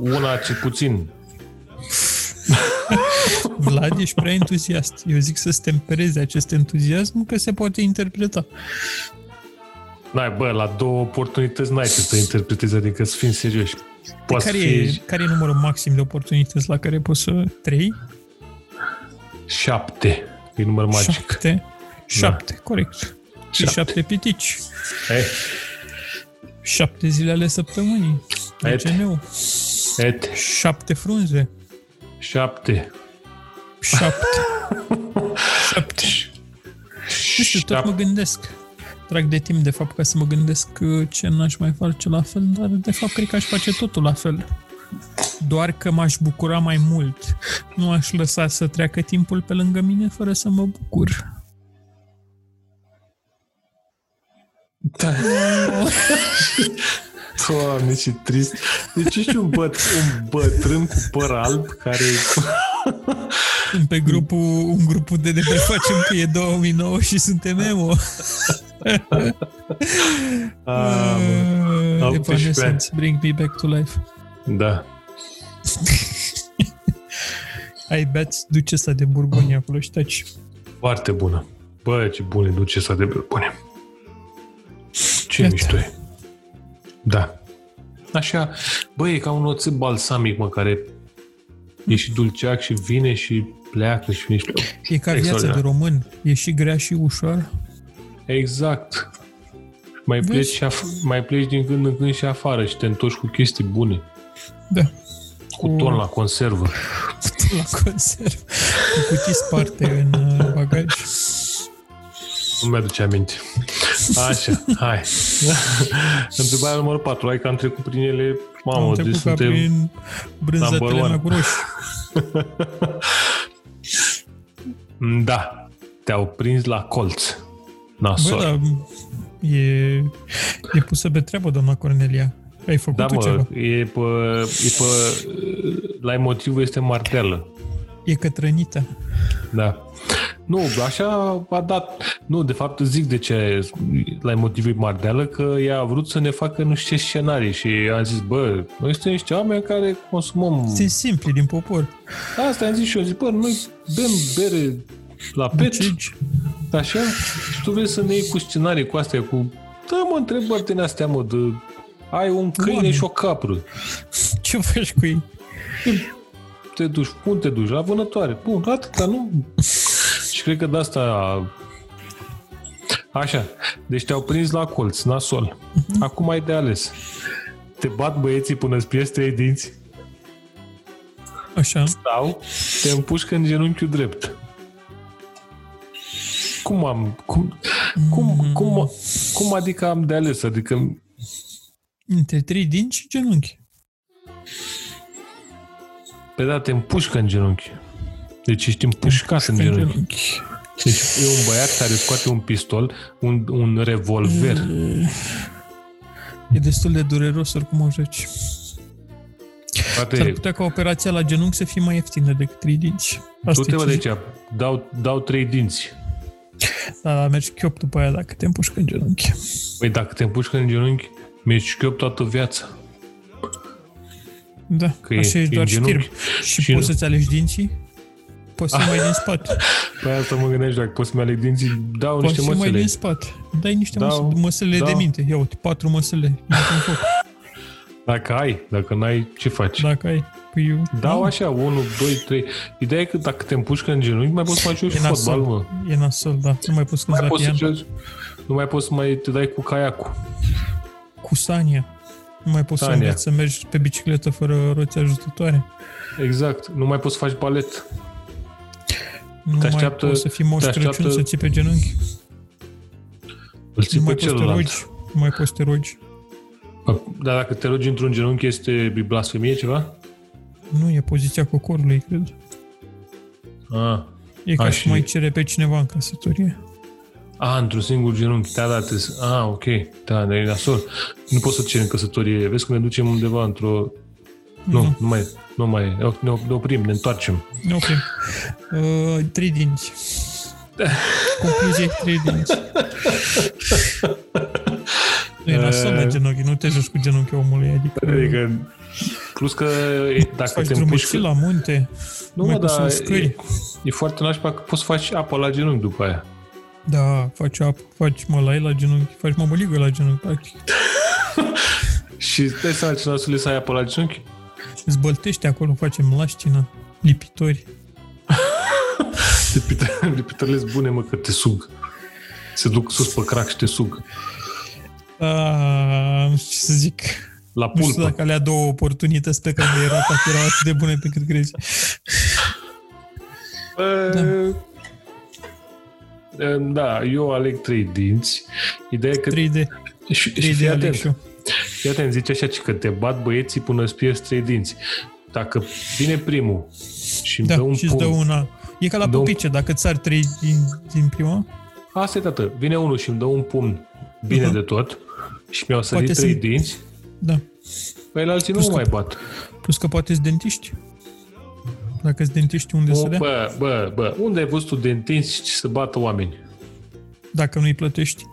[SPEAKER 3] una cel puțin.
[SPEAKER 2] Vlad, ești prea entuziast. Eu zic să-ți tempereze acest entuziasm că se poate interpreta.
[SPEAKER 3] N-ai, bă, la două oportunități n-ai ce să interpretezi, adică să fim serioși.
[SPEAKER 2] Poate care, fi e, care e numărul maxim de oportunități la care poți să trei?
[SPEAKER 3] șapte. E număr magic.
[SPEAKER 2] Șapte. Șapte, da. corect. Și
[SPEAKER 3] Șapte.
[SPEAKER 2] șapte pitici.
[SPEAKER 3] Eh,
[SPEAKER 2] Șapte zile ale săptămânii. De
[SPEAKER 3] Et.
[SPEAKER 2] ce nu?
[SPEAKER 3] et,
[SPEAKER 2] Șapte frunze.
[SPEAKER 3] șapte.
[SPEAKER 2] Șapte. șapte. Nu știu, tot
[SPEAKER 3] Da.
[SPEAKER 2] mă gândesc. Trag de timp, de fapt, ca să mă gândesc că ce n-aș mai face la fel, dar, de fapt, cred că aș face totul la fel. Doar că m-aș bucura mai mult. Nu aș lăsa să treacă timpul pe lângă mine fără să mă bucur.
[SPEAKER 3] Doamne, ce trist. Deci ești un, băt, un bătrân cu păr alb care...
[SPEAKER 2] Sunt pe grupul, un grup de ne facem că e 2009 și suntem emo.
[SPEAKER 3] Ah, A, mă.
[SPEAKER 2] Ah,
[SPEAKER 3] 18 ani.
[SPEAKER 2] Evanescence, bring me back to life.
[SPEAKER 3] da.
[SPEAKER 2] Ai beați ducesa de Burgonia acolo și taci.
[SPEAKER 3] Foarte bună. Bă, ce bune duce să de bune. Ce
[SPEAKER 2] Iată.
[SPEAKER 3] mișto e. Da. Așa, bă, e ca un oțet balsamic, mă, care e și dulceac și vine și pleacă și mișto.
[SPEAKER 2] E ca viața
[SPEAKER 3] Extraordinar.
[SPEAKER 2] de român. E și grea și ușor.
[SPEAKER 3] Exact. Mai
[SPEAKER 2] Vezi?
[SPEAKER 3] pleci, și af- mai pleci din când în când și afară și te întorci cu chestii bune.
[SPEAKER 2] Da.
[SPEAKER 3] Cu ton la conservă.
[SPEAKER 2] la conserv. Cu cutii sparte în uh, bagaj.
[SPEAKER 3] Nu mi-aduce aminte. Așa, hai. Întrebarea numărul 4. Ai că am trecut prin ele... Mamă,
[SPEAKER 2] Am
[SPEAKER 3] deci
[SPEAKER 2] trecut ca
[SPEAKER 3] suntem...
[SPEAKER 2] prin brânzetele
[SPEAKER 3] number one.
[SPEAKER 2] mea cu roșu.
[SPEAKER 3] Da, te-au prins la colț.
[SPEAKER 2] Bă,
[SPEAKER 3] Nasol.
[SPEAKER 2] da, e, e pusă pe treabă, doamna Cornelia. Ai făcut
[SPEAKER 3] Da,
[SPEAKER 2] tu
[SPEAKER 3] mă,
[SPEAKER 2] ceva.
[SPEAKER 3] e pe, e pe, la motivul este martelă.
[SPEAKER 2] E cătrănită.
[SPEAKER 3] Da. Nu, așa a dat. Nu, de fapt zic de ce la motivul martelă, că ea a vrut să ne facă nu știu ce scenarii și am zis, bă, noi suntem niște oameni care consumăm...
[SPEAKER 2] Sunt simpli din popor.
[SPEAKER 3] Asta am zis și eu, zic, bă, noi bem bere la pet,
[SPEAKER 2] Bucegi.
[SPEAKER 3] așa, și tu vrei să ne iei cu scenarii cu astea, cu... Da, mă, întrebări din astea, mă, de... Ai un câine
[SPEAKER 2] Oameni.
[SPEAKER 3] și o capră.
[SPEAKER 2] Ce faci cu ei?
[SPEAKER 3] te duci, cum te duci? La vânătoare. Bun, atâta, nu? și cred că de asta... Așa, deci te-au prins la colț, nasol. Acum ai de ales. Te bat băieții până îți pierzi trei dinți
[SPEAKER 2] Așa.
[SPEAKER 3] sau te împușcă în genunchiul drept. Cum am... Cum, cum, cum, cum adică am de ales? Adică
[SPEAKER 2] Între trei dinți și genunchi.
[SPEAKER 3] pe da, te împușcă în genunchi. Deci ești împușcat în genunchi. Deci e un băiat care scoate un pistol, un, un revolver.
[SPEAKER 2] Mm. E destul de dureros oricum o joci.
[SPEAKER 3] Păi-
[SPEAKER 2] S-ar
[SPEAKER 3] Poate,
[SPEAKER 2] putea ca operația la genunchi să fie mai ieftină decât trei dinți.
[SPEAKER 3] tu
[SPEAKER 2] Asta
[SPEAKER 3] te
[SPEAKER 2] e
[SPEAKER 3] mă
[SPEAKER 2] ce
[SPEAKER 3] de
[SPEAKER 2] zic.
[SPEAKER 3] aici, dau, dau trei dinți.
[SPEAKER 2] Da, da, mergi chiop după aia dacă te împușcă în genunchi.
[SPEAKER 3] Păi dacă te împușcă în genunchi, mi-e șchiop toată viața.
[SPEAKER 2] Da,
[SPEAKER 3] Că e-
[SPEAKER 2] așa
[SPEAKER 3] e
[SPEAKER 2] ești doar
[SPEAKER 3] în genunchi.
[SPEAKER 2] știrb. Și,
[SPEAKER 3] Și
[SPEAKER 2] și
[SPEAKER 3] nu.
[SPEAKER 2] poți să-ți alegi dinții? Poți să mai din spate.
[SPEAKER 3] Păi asta mă gândești, dacă pot să-mi aleg dinții, dau
[SPEAKER 2] Poți să
[SPEAKER 3] niște
[SPEAKER 2] mai
[SPEAKER 3] măsele.
[SPEAKER 2] din spate. Dai niște
[SPEAKER 3] Da,
[SPEAKER 2] da, măsele
[SPEAKER 3] da.
[SPEAKER 2] de minte. Ia uite, patru măsele. Intră în foc.
[SPEAKER 3] Dacă ai, dacă n-ai, ce faci?
[SPEAKER 2] Dacă ai. Păi eu...
[SPEAKER 3] Dau așa, 1, 2, 3. Ideea e că dacă te împușcă în genunchi, mai poți să faci și
[SPEAKER 2] E
[SPEAKER 3] fotbal, mă.
[SPEAKER 2] nasol. E nasol, da. Nu mai poți
[SPEAKER 3] Nu mai
[SPEAKER 2] cânta
[SPEAKER 3] poți să
[SPEAKER 2] pian.
[SPEAKER 3] joci, nu mai poți să mai te dai cu caiacul.
[SPEAKER 2] Cu Sania. Nu mai poți să
[SPEAKER 3] Sania.
[SPEAKER 2] înveți să mergi pe bicicletă fără roți ajutătoare.
[SPEAKER 3] Exact, nu mai poți să faci balet.
[SPEAKER 2] Nu mai
[SPEAKER 3] așteaptă-
[SPEAKER 2] poți să fii moș
[SPEAKER 3] te
[SPEAKER 2] Crăciun
[SPEAKER 3] așteaptă-
[SPEAKER 2] să ții pe genunchi.
[SPEAKER 3] Îl ții
[SPEAKER 2] Nu
[SPEAKER 3] pe
[SPEAKER 2] mai poți să te
[SPEAKER 3] celălalt.
[SPEAKER 2] rogi. Nu mai poți să te rogi.
[SPEAKER 3] Dar dacă te rogi într-un genunchi, este blasfemie ceva?
[SPEAKER 2] Nu e poziția cocorului, cred.
[SPEAKER 3] Ah.
[SPEAKER 2] E ca
[SPEAKER 3] A,
[SPEAKER 2] și
[SPEAKER 3] și-
[SPEAKER 2] mai cere pe cineva în căsătorie.
[SPEAKER 3] A, Ah, într-un singur genunchi, da, da, trebuie să... A, ok, da, dar e nasol. Nu poți să ceri în căsătorie. Vezi că ne ducem undeva într-o... Nu,
[SPEAKER 2] Mhm.
[SPEAKER 3] nu mai, nu mai, e. ne op- ne oprim, ne întoarcem.
[SPEAKER 2] Ne oprim. Uh, trei dinți. Concluzie, trei dinți.
[SPEAKER 3] Eh.
[SPEAKER 2] Nu e nasol la genunchi, nu te joci cu genunchiul omului, adică...
[SPEAKER 3] Adică Plus că e, dacă
[SPEAKER 2] Faci
[SPEAKER 3] te
[SPEAKER 2] drumul
[SPEAKER 3] împușcă...
[SPEAKER 2] și la munte.
[SPEAKER 3] Nu,
[SPEAKER 2] mai
[SPEAKER 3] mă,
[SPEAKER 2] că sunt
[SPEAKER 3] dar
[SPEAKER 2] scări.
[SPEAKER 3] e, e, foarte nașpa că poți să faci apă la genunchi după aia.
[SPEAKER 2] Da, faci apă, faci mălai la genunchi, faci mămăligă la genunchi, practic.
[SPEAKER 3] Și îți dai seama ce nasul e să ai apă la genunchi?
[SPEAKER 2] Îți băltești acolo, facem laștină, lipitori.
[SPEAKER 3] Lipitorile- Lipitorile sunt bune, mă, că te sug. Se duc sus pe crac și te sug.
[SPEAKER 2] A, Ah, nu știu ce să zic.
[SPEAKER 3] La
[SPEAKER 2] Nu știu
[SPEAKER 3] pulpă.
[SPEAKER 2] dacă alea două oportunități pe care le era dacă erau atât de bune pe cât crezi.
[SPEAKER 3] Bă, Da, eu aleg trei dinți. Ideea e că...
[SPEAKER 2] 3D,
[SPEAKER 3] și, și
[SPEAKER 2] 3D
[SPEAKER 3] fii atent.
[SPEAKER 2] Alexiu.
[SPEAKER 3] Fii atent, zice așa, ci că te bat băieții până îți pierzi trei dinți. Dacă vine primul și îmi dă
[SPEAKER 2] Da,
[SPEAKER 3] un
[SPEAKER 2] și îți dă
[SPEAKER 3] pumn,
[SPEAKER 2] una. E ca la
[SPEAKER 3] Dă un-
[SPEAKER 2] pupice, dacă ți-ar trei din, din prima,
[SPEAKER 3] Asta e, tată. Vine unul și îmi dă un pumn bine
[SPEAKER 2] Mhm.
[SPEAKER 3] de tot și mi-au sărit
[SPEAKER 2] Poate
[SPEAKER 3] trei
[SPEAKER 2] sunt-
[SPEAKER 3] dinți,
[SPEAKER 2] da.
[SPEAKER 3] pe el alții nu
[SPEAKER 2] Plus
[SPEAKER 3] mă
[SPEAKER 2] că-
[SPEAKER 3] mai bat.
[SPEAKER 2] Plus că poate sunt dentiști. Dacă sunt dentiști, unde să
[SPEAKER 3] Bă,
[SPEAKER 2] dea?
[SPEAKER 3] bă, bă, bă, unde ai văzut tu dentiști și să bată oameni?
[SPEAKER 2] Dacă nu-i plătești.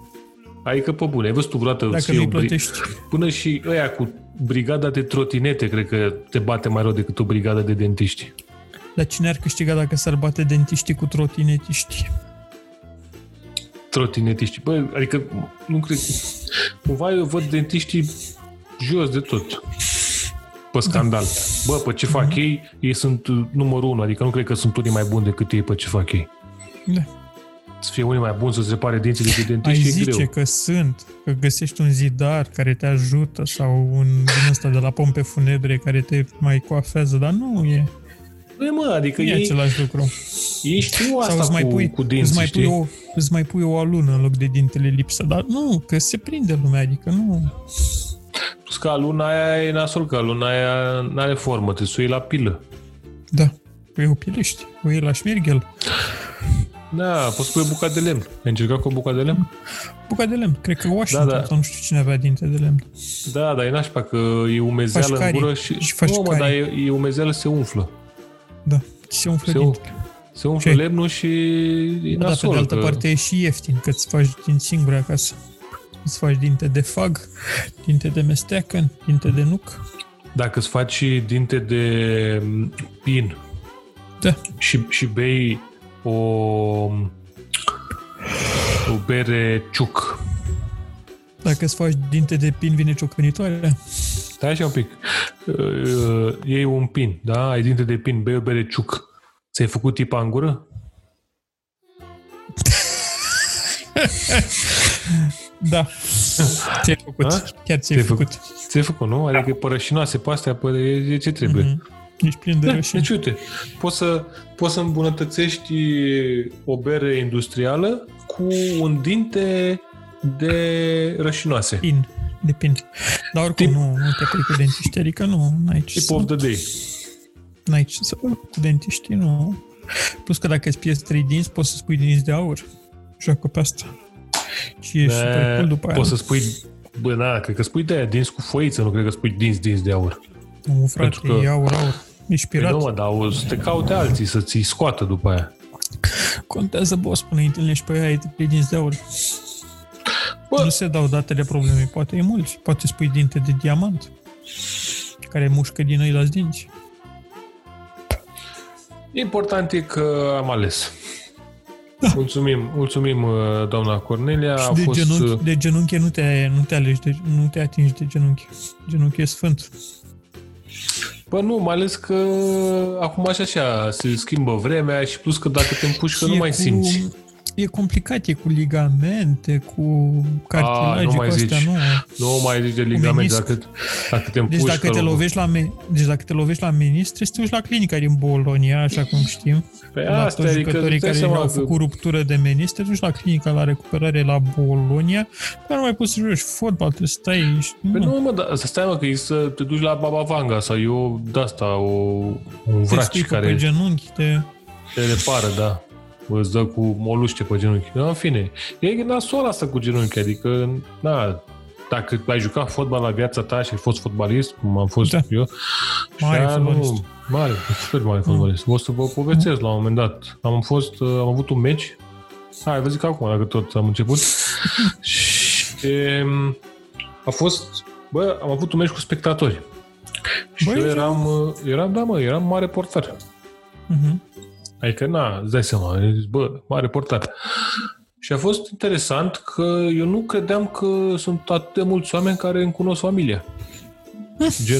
[SPEAKER 3] Adică, pe bune, ai văzut tu vreodată să
[SPEAKER 2] Dacă
[SPEAKER 3] fie
[SPEAKER 2] nu-i
[SPEAKER 3] un bri-
[SPEAKER 2] plătești.
[SPEAKER 3] Până și ăia cu brigada de trotinete, cred că te bate mai rău decât o brigadă de dentiști.
[SPEAKER 2] Dar cine ar câștiga dacă s-ar bate dentiștii cu trotinetiști?
[SPEAKER 3] Trotinetiști. Bă, adică, nu cred... Cumva eu văd dentiștii jos de tot. Pe scandal. Bă, pe ce
[SPEAKER 2] Mhm.
[SPEAKER 3] fac ei, ei sunt uh, numărul unu. Adică nu cred că sunt unii mai buni decât ei pe ce fac ei.
[SPEAKER 2] Da.
[SPEAKER 3] Să fie unii mai buni să-ți repare dinții decât
[SPEAKER 2] Ai
[SPEAKER 3] dentiști e
[SPEAKER 2] zice
[SPEAKER 3] greu.
[SPEAKER 2] că sunt, că găsești un zidar care te ajută sau un din ăsta de la pompe funebre care te mai coafează, dar nu e.
[SPEAKER 3] Bă, mă, adică
[SPEAKER 2] Că e
[SPEAKER 3] ei,
[SPEAKER 2] același lucru.
[SPEAKER 3] ei știu
[SPEAKER 2] Sau
[SPEAKER 3] asta
[SPEAKER 2] îți mai,
[SPEAKER 3] cu,
[SPEAKER 2] pui,
[SPEAKER 3] cu
[SPEAKER 2] îți,
[SPEAKER 3] dinții,
[SPEAKER 2] mai pui
[SPEAKER 3] știi?
[SPEAKER 2] o, îți mai pui o alună în loc de dintele lipsă, dar nu, că se prinde lumea, adică nu.
[SPEAKER 3] Plus că luna aia e nasol, că luna aia n-are formă, te sui la pilă.
[SPEAKER 2] Da, păi o pilești, o iei la șmirghel.
[SPEAKER 3] Da, poți pune bucată de lemn. Ai încercat cu o bucată de lemn?
[SPEAKER 2] Buca de lemn, cred că Washington da,
[SPEAKER 3] Da,
[SPEAKER 2] da.
[SPEAKER 3] da.
[SPEAKER 2] sau nu știu cine avea dinte de lemn.
[SPEAKER 3] Da, dar e nașpa că e umezeală
[SPEAKER 2] Faci
[SPEAKER 3] în
[SPEAKER 2] carii.
[SPEAKER 3] gură și...
[SPEAKER 2] Și faci
[SPEAKER 3] nu, mă,
[SPEAKER 2] carii.
[SPEAKER 3] dar e, e umezeală, se umflă.
[SPEAKER 2] Da, ți se umflă
[SPEAKER 3] Se,
[SPEAKER 2] dinte.
[SPEAKER 3] se umflă
[SPEAKER 2] Ce?
[SPEAKER 3] lemnul și e
[SPEAKER 2] Da, pe
[SPEAKER 3] nasol.
[SPEAKER 2] de altă
[SPEAKER 3] că-
[SPEAKER 2] parte e și ieftin, că îți faci din singur acasă. Îți faci dinte de fag, dinte de mesteacă, dinte de nuc.
[SPEAKER 3] Dacă îți faci dinte de m, pin
[SPEAKER 2] Da,
[SPEAKER 3] și, și bei o, o bere ciuc,
[SPEAKER 2] dacă îți faci dinte de pin, vine ciocănitoarea.
[SPEAKER 3] stai așa un pic, Uh, iei un pin, da? Ai dinte de pin, bei o bere ciuc. Ți-ai făcut tipa în gură?
[SPEAKER 2] Da, ți-ai făcut,
[SPEAKER 3] A?
[SPEAKER 2] chiar ți-ai făcut. făcut.
[SPEAKER 3] Ți-ai făcut, nu? Adică e părășinoase pe astea, pe e, e ce trebuie.
[SPEAKER 2] Mhm. Ești plin de
[SPEAKER 3] Da,
[SPEAKER 2] rășini.
[SPEAKER 3] deci uite, poți să, poți să îmbunătățești o bere industrială cu un dinte de rășinoase.
[SPEAKER 2] Pin, de pin. Dar oricum
[SPEAKER 3] Tip-
[SPEAKER 2] nu, nu te pui cu dentiști, adică nu, n-ai ce
[SPEAKER 3] Tip
[SPEAKER 2] să...
[SPEAKER 3] of the day.
[SPEAKER 2] N-ai ce să cu dentiștii, nu. Plus că dacă îți pierzi trei dinți, poți să spui dinți de aur. Joacă pe asta. Și ești super cool după aia.
[SPEAKER 3] poți să spui Bă, na, cred că spui de aia, dinți cu foiță, nu cred că spui dinți, dinți de aur.
[SPEAKER 2] Nu, frate,
[SPEAKER 3] pentru că-
[SPEAKER 2] e aur, aur. Ești
[SPEAKER 3] Păi
[SPEAKER 2] pirat.
[SPEAKER 3] nu, mă, dar o să te caute alții să ți scoată după aia.
[SPEAKER 2] Contează boss până îi întâlnești pe ea, ai trei dinți de aur.
[SPEAKER 3] Bă.
[SPEAKER 2] Nu se dau datele problemei, poate e mulți. Poate spui dinte de diamant care mușcă din ei la dinți.
[SPEAKER 3] Important e că am ales. Mulțumim, mulțumim, uh, doamna Cornelia.
[SPEAKER 2] Și
[SPEAKER 3] a
[SPEAKER 2] de,
[SPEAKER 3] fost... uh,
[SPEAKER 2] genunchi, de genunchi nu te, nu te alegi, de, nu te atingi de genunchi. Genunchi e sfânt.
[SPEAKER 3] Bă, nu, mai ales că uh, acum așa, așa se schimbă vremea și plus că dacă te împușcă
[SPEAKER 2] E
[SPEAKER 3] nu mai
[SPEAKER 2] cu-
[SPEAKER 3] simți.
[SPEAKER 2] E complicat, e cu ligamente, cu
[SPEAKER 3] nu
[SPEAKER 2] cartilaje, cu
[SPEAKER 3] mai
[SPEAKER 2] astea,
[SPEAKER 3] zici.
[SPEAKER 2] nu.
[SPEAKER 3] Nu mai zici de ligament
[SPEAKER 2] menisc.
[SPEAKER 3] dacă, dacă te
[SPEAKER 2] Deci
[SPEAKER 3] împușcă.
[SPEAKER 2] dacă, te
[SPEAKER 3] locul.
[SPEAKER 2] lovești la me- deci dacă te lovești la ministru, trebuie să te duci la clinica din Bolonia, așa cum știm.
[SPEAKER 3] Păi
[SPEAKER 2] la
[SPEAKER 3] asta,
[SPEAKER 2] toți
[SPEAKER 3] adică
[SPEAKER 2] jucătorii
[SPEAKER 3] îți dai
[SPEAKER 2] care
[SPEAKER 3] seama
[SPEAKER 2] au
[SPEAKER 3] că-
[SPEAKER 2] făcut ruptură de menis, te duci la clinica la recuperare la Bolonia, dar nu mai poți să joci fotbal, trebuie să stai și...
[SPEAKER 3] Păi nu, mă, dar să stai, mă, că e să te duci la Baba Vanga sau eu de-asta, o, un
[SPEAKER 2] te
[SPEAKER 3] vraci
[SPEAKER 2] strică pe
[SPEAKER 3] care
[SPEAKER 2] genunchi, te...
[SPEAKER 3] te repară, da. Îți dă cu moluște pe genunchi. Da, în fine, e nasoala asta cu genunchi, adică, na, dacă ai jucat fotbal la viața ta și ai fost fotbalist, cum am fost
[SPEAKER 2] Da.
[SPEAKER 3] da. eu,
[SPEAKER 2] Mare
[SPEAKER 3] da, nu,
[SPEAKER 2] fotbalist. Mm.
[SPEAKER 3] Mare, super mare fotbalist. O să vă povestesc la un moment dat. Am fost, uh, am avut un meci. Hai, vă zic acum, dacă tot am început. și um, a fost, bă, am avut un meci cu spectatori. Și Băi, eu eram, eram, da mă, eram mare portar.
[SPEAKER 2] Uh-huh.
[SPEAKER 3] Adică, na, îți dai seama, zis, bă, mare portar. Și a fost interesant că eu nu credeam că sunt atât de mulți oameni care îmi cunosc familia. Gen,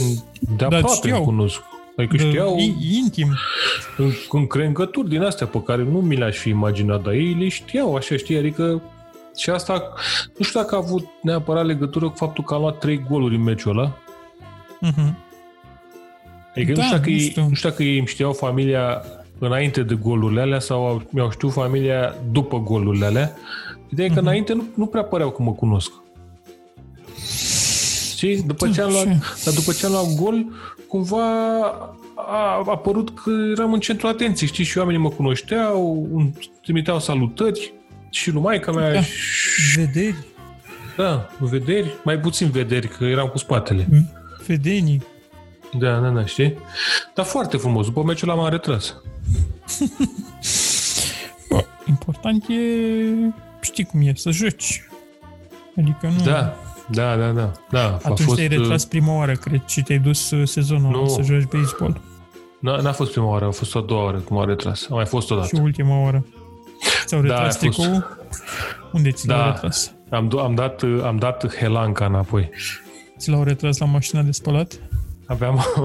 [SPEAKER 3] de aproape
[SPEAKER 2] știau.
[SPEAKER 3] îmi cunosc. Adică știau
[SPEAKER 2] Intim.
[SPEAKER 3] în, în crengături din astea pe care nu mi le-aș fi imaginat, dar ei le știau, așa știi, adică și asta, nu știu dacă a avut neapărat legătură cu faptul că a luat trei goluri în meciul ăla,
[SPEAKER 2] Uh-huh.
[SPEAKER 3] Adică
[SPEAKER 2] Da,
[SPEAKER 3] da, nu, știu dacă
[SPEAKER 2] nu
[SPEAKER 3] ei,
[SPEAKER 2] știu.
[SPEAKER 3] nu știu dacă ei îmi știau familia înainte de golurile alea sau au- mi-au știut familia după golurile alea. Ideea e
[SPEAKER 2] Mhm.
[SPEAKER 3] că înainte nu, nu prea păreau că mă cunosc. Și după ce am luat, dar după ce am luat gol, cumva a a apărut că eram în centrul atenției, știi, și oamenii mă cunoșteau, îmi trimiteau salutări și lumaica mea
[SPEAKER 2] Da.
[SPEAKER 3] da. și
[SPEAKER 2] Vederi,
[SPEAKER 3] da, vederi, mai puțin vederi, că eram cu spatele.
[SPEAKER 2] vedenii.
[SPEAKER 3] Da, da, da, știi? Dar foarte frumos. După meciul l-am retras.
[SPEAKER 2] Important e, știi cum e, să joci. Adică nu...
[SPEAKER 3] Da, da, da, da. da a
[SPEAKER 2] Atunci
[SPEAKER 3] fost,
[SPEAKER 2] te-ai retras prima oară, cred, și te-ai dus uh, sezonul ăla
[SPEAKER 3] Nu.
[SPEAKER 2] să joci baseball.
[SPEAKER 3] uh, N-a, n-a fost prima oară, a fost a doua oară cum a retras. A mai fost o
[SPEAKER 2] Și
[SPEAKER 3] dată.
[SPEAKER 2] ultima oară. Ți-au
[SPEAKER 3] Da,
[SPEAKER 2] retras
[SPEAKER 3] a fost.
[SPEAKER 2] tricoul? Unde ți l-au
[SPEAKER 3] Da.
[SPEAKER 2] retras?
[SPEAKER 3] Am, do- am, dat, uh, am dat Helanca înapoi.
[SPEAKER 2] Ți l-au retras la mașina de spălat?
[SPEAKER 3] Aveam,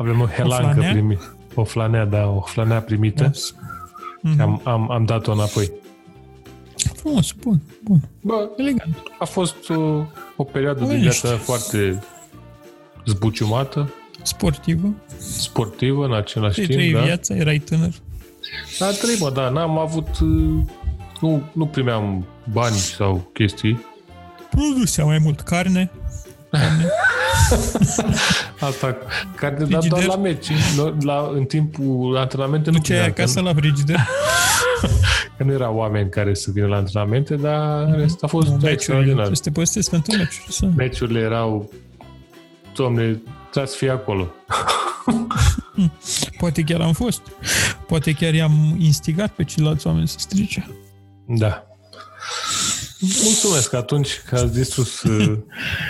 [SPEAKER 3] aveam o Helanca
[SPEAKER 2] flanea?
[SPEAKER 3] primită. O flanea, da, o flanea primită.
[SPEAKER 2] Mhm.
[SPEAKER 3] Am, am, am dat-o înapoi.
[SPEAKER 2] Frumos, bun, bun.
[SPEAKER 3] Bă,
[SPEAKER 2] Elegant.
[SPEAKER 3] a fost o, o perioadă de
[SPEAKER 2] Bă,
[SPEAKER 3] viață
[SPEAKER 2] ești.
[SPEAKER 3] foarte zbuciumată,
[SPEAKER 2] Sportivă.
[SPEAKER 3] sportivă în același
[SPEAKER 2] Te trăi
[SPEAKER 3] timp. Da?
[SPEAKER 2] viața, erai tânăr.
[SPEAKER 3] A trei, mă, da, n-am avut... uh, Nu, nu primeam bani sau chestii.
[SPEAKER 2] Producea mai mult carne.
[SPEAKER 3] Asta, care de dat doar
[SPEAKER 2] Frigider?
[SPEAKER 3] la meci, nu- la, în timpul antrenamente nu
[SPEAKER 2] Duceai
[SPEAKER 3] primeam, că
[SPEAKER 2] acasă la frigider.
[SPEAKER 3] nu- Că nu erau oameni care să vină la antrenamente, dar în rest a fost
[SPEAKER 2] Nu, meciurile.
[SPEAKER 3] extraordinar.
[SPEAKER 2] Trebuie să te postezi pentru meciuri. Să...
[SPEAKER 3] Meciurile erau... Doamne, trebuie să fie acolo.
[SPEAKER 2] Poate chiar am fost. Poate chiar i-am instigat pe ceilalți oameni să strice.
[SPEAKER 3] Da. Mulțumesc atunci că ați distrus uh,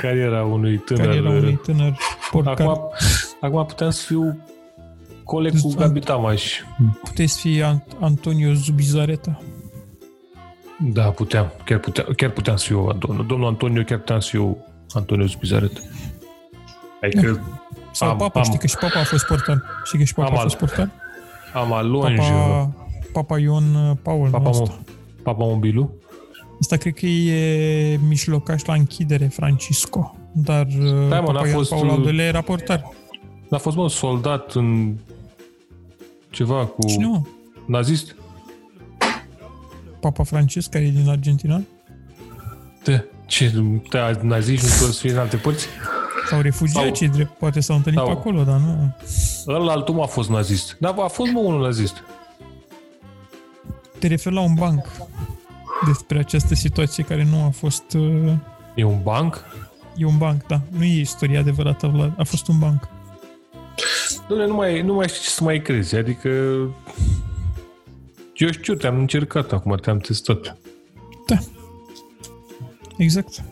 [SPEAKER 3] cariera unui tânăr. uh,
[SPEAKER 2] Care era unui tânăr porcar.
[SPEAKER 3] acum, acum puteam să fiu coleg cu Gabi Tamaș.
[SPEAKER 2] Puteți fi An- Antonio Zubizareta.
[SPEAKER 3] Da, puteam. Chiar puteam, chiar puteam să fiu domnul, domnul Antonio, chiar puteam să fiu Antonio Spizaret. Adică
[SPEAKER 2] Da. Sau
[SPEAKER 3] Am-
[SPEAKER 2] papa,
[SPEAKER 3] am.
[SPEAKER 2] știi că și papa a fost portar. Știi că și papa
[SPEAKER 3] Am
[SPEAKER 2] a fost
[SPEAKER 3] alt.
[SPEAKER 2] portar?
[SPEAKER 3] am alunj
[SPEAKER 2] Papa, papa Ion uh, Paul.
[SPEAKER 3] Papa,
[SPEAKER 2] Papa
[SPEAKER 3] Mo,
[SPEAKER 2] asta.
[SPEAKER 3] Papa Mobilu.
[SPEAKER 2] asta cred că e mijlocaș la închidere, Francisco. Dar uh,
[SPEAKER 3] Stai, mă,
[SPEAKER 2] papa
[SPEAKER 3] n-a
[SPEAKER 2] Ion
[SPEAKER 3] fost,
[SPEAKER 2] Paul al
[SPEAKER 3] uh,
[SPEAKER 2] doilea era portar.
[SPEAKER 3] A fost, mă, soldat în ceva cu
[SPEAKER 2] Cine mă?
[SPEAKER 3] nazist.
[SPEAKER 2] Papa Francis, care e din Argentina?
[SPEAKER 3] Te, ce, te naziști nu poți să fii în alte părți?
[SPEAKER 2] Sau refugiați,
[SPEAKER 3] Sau-
[SPEAKER 2] cei drept. Poate s-au întâlnit
[SPEAKER 3] sau-
[SPEAKER 2] pe acolo, dar nu.
[SPEAKER 3] Ăla altul a fost nazist. Dar a fost, mă, unul nazist.
[SPEAKER 2] Te referi la un banc despre această situație care nu a fost... uh,
[SPEAKER 3] E un banc?
[SPEAKER 2] E un banc, da. Nu e istoria adevărată, Vlad. A fost un banc.
[SPEAKER 3] Doamne, nu mai, nu mai știu ce să mai crezi. Adică... Eu știu, te-am încercat acum, te-am testat.
[SPEAKER 2] Da. Exact.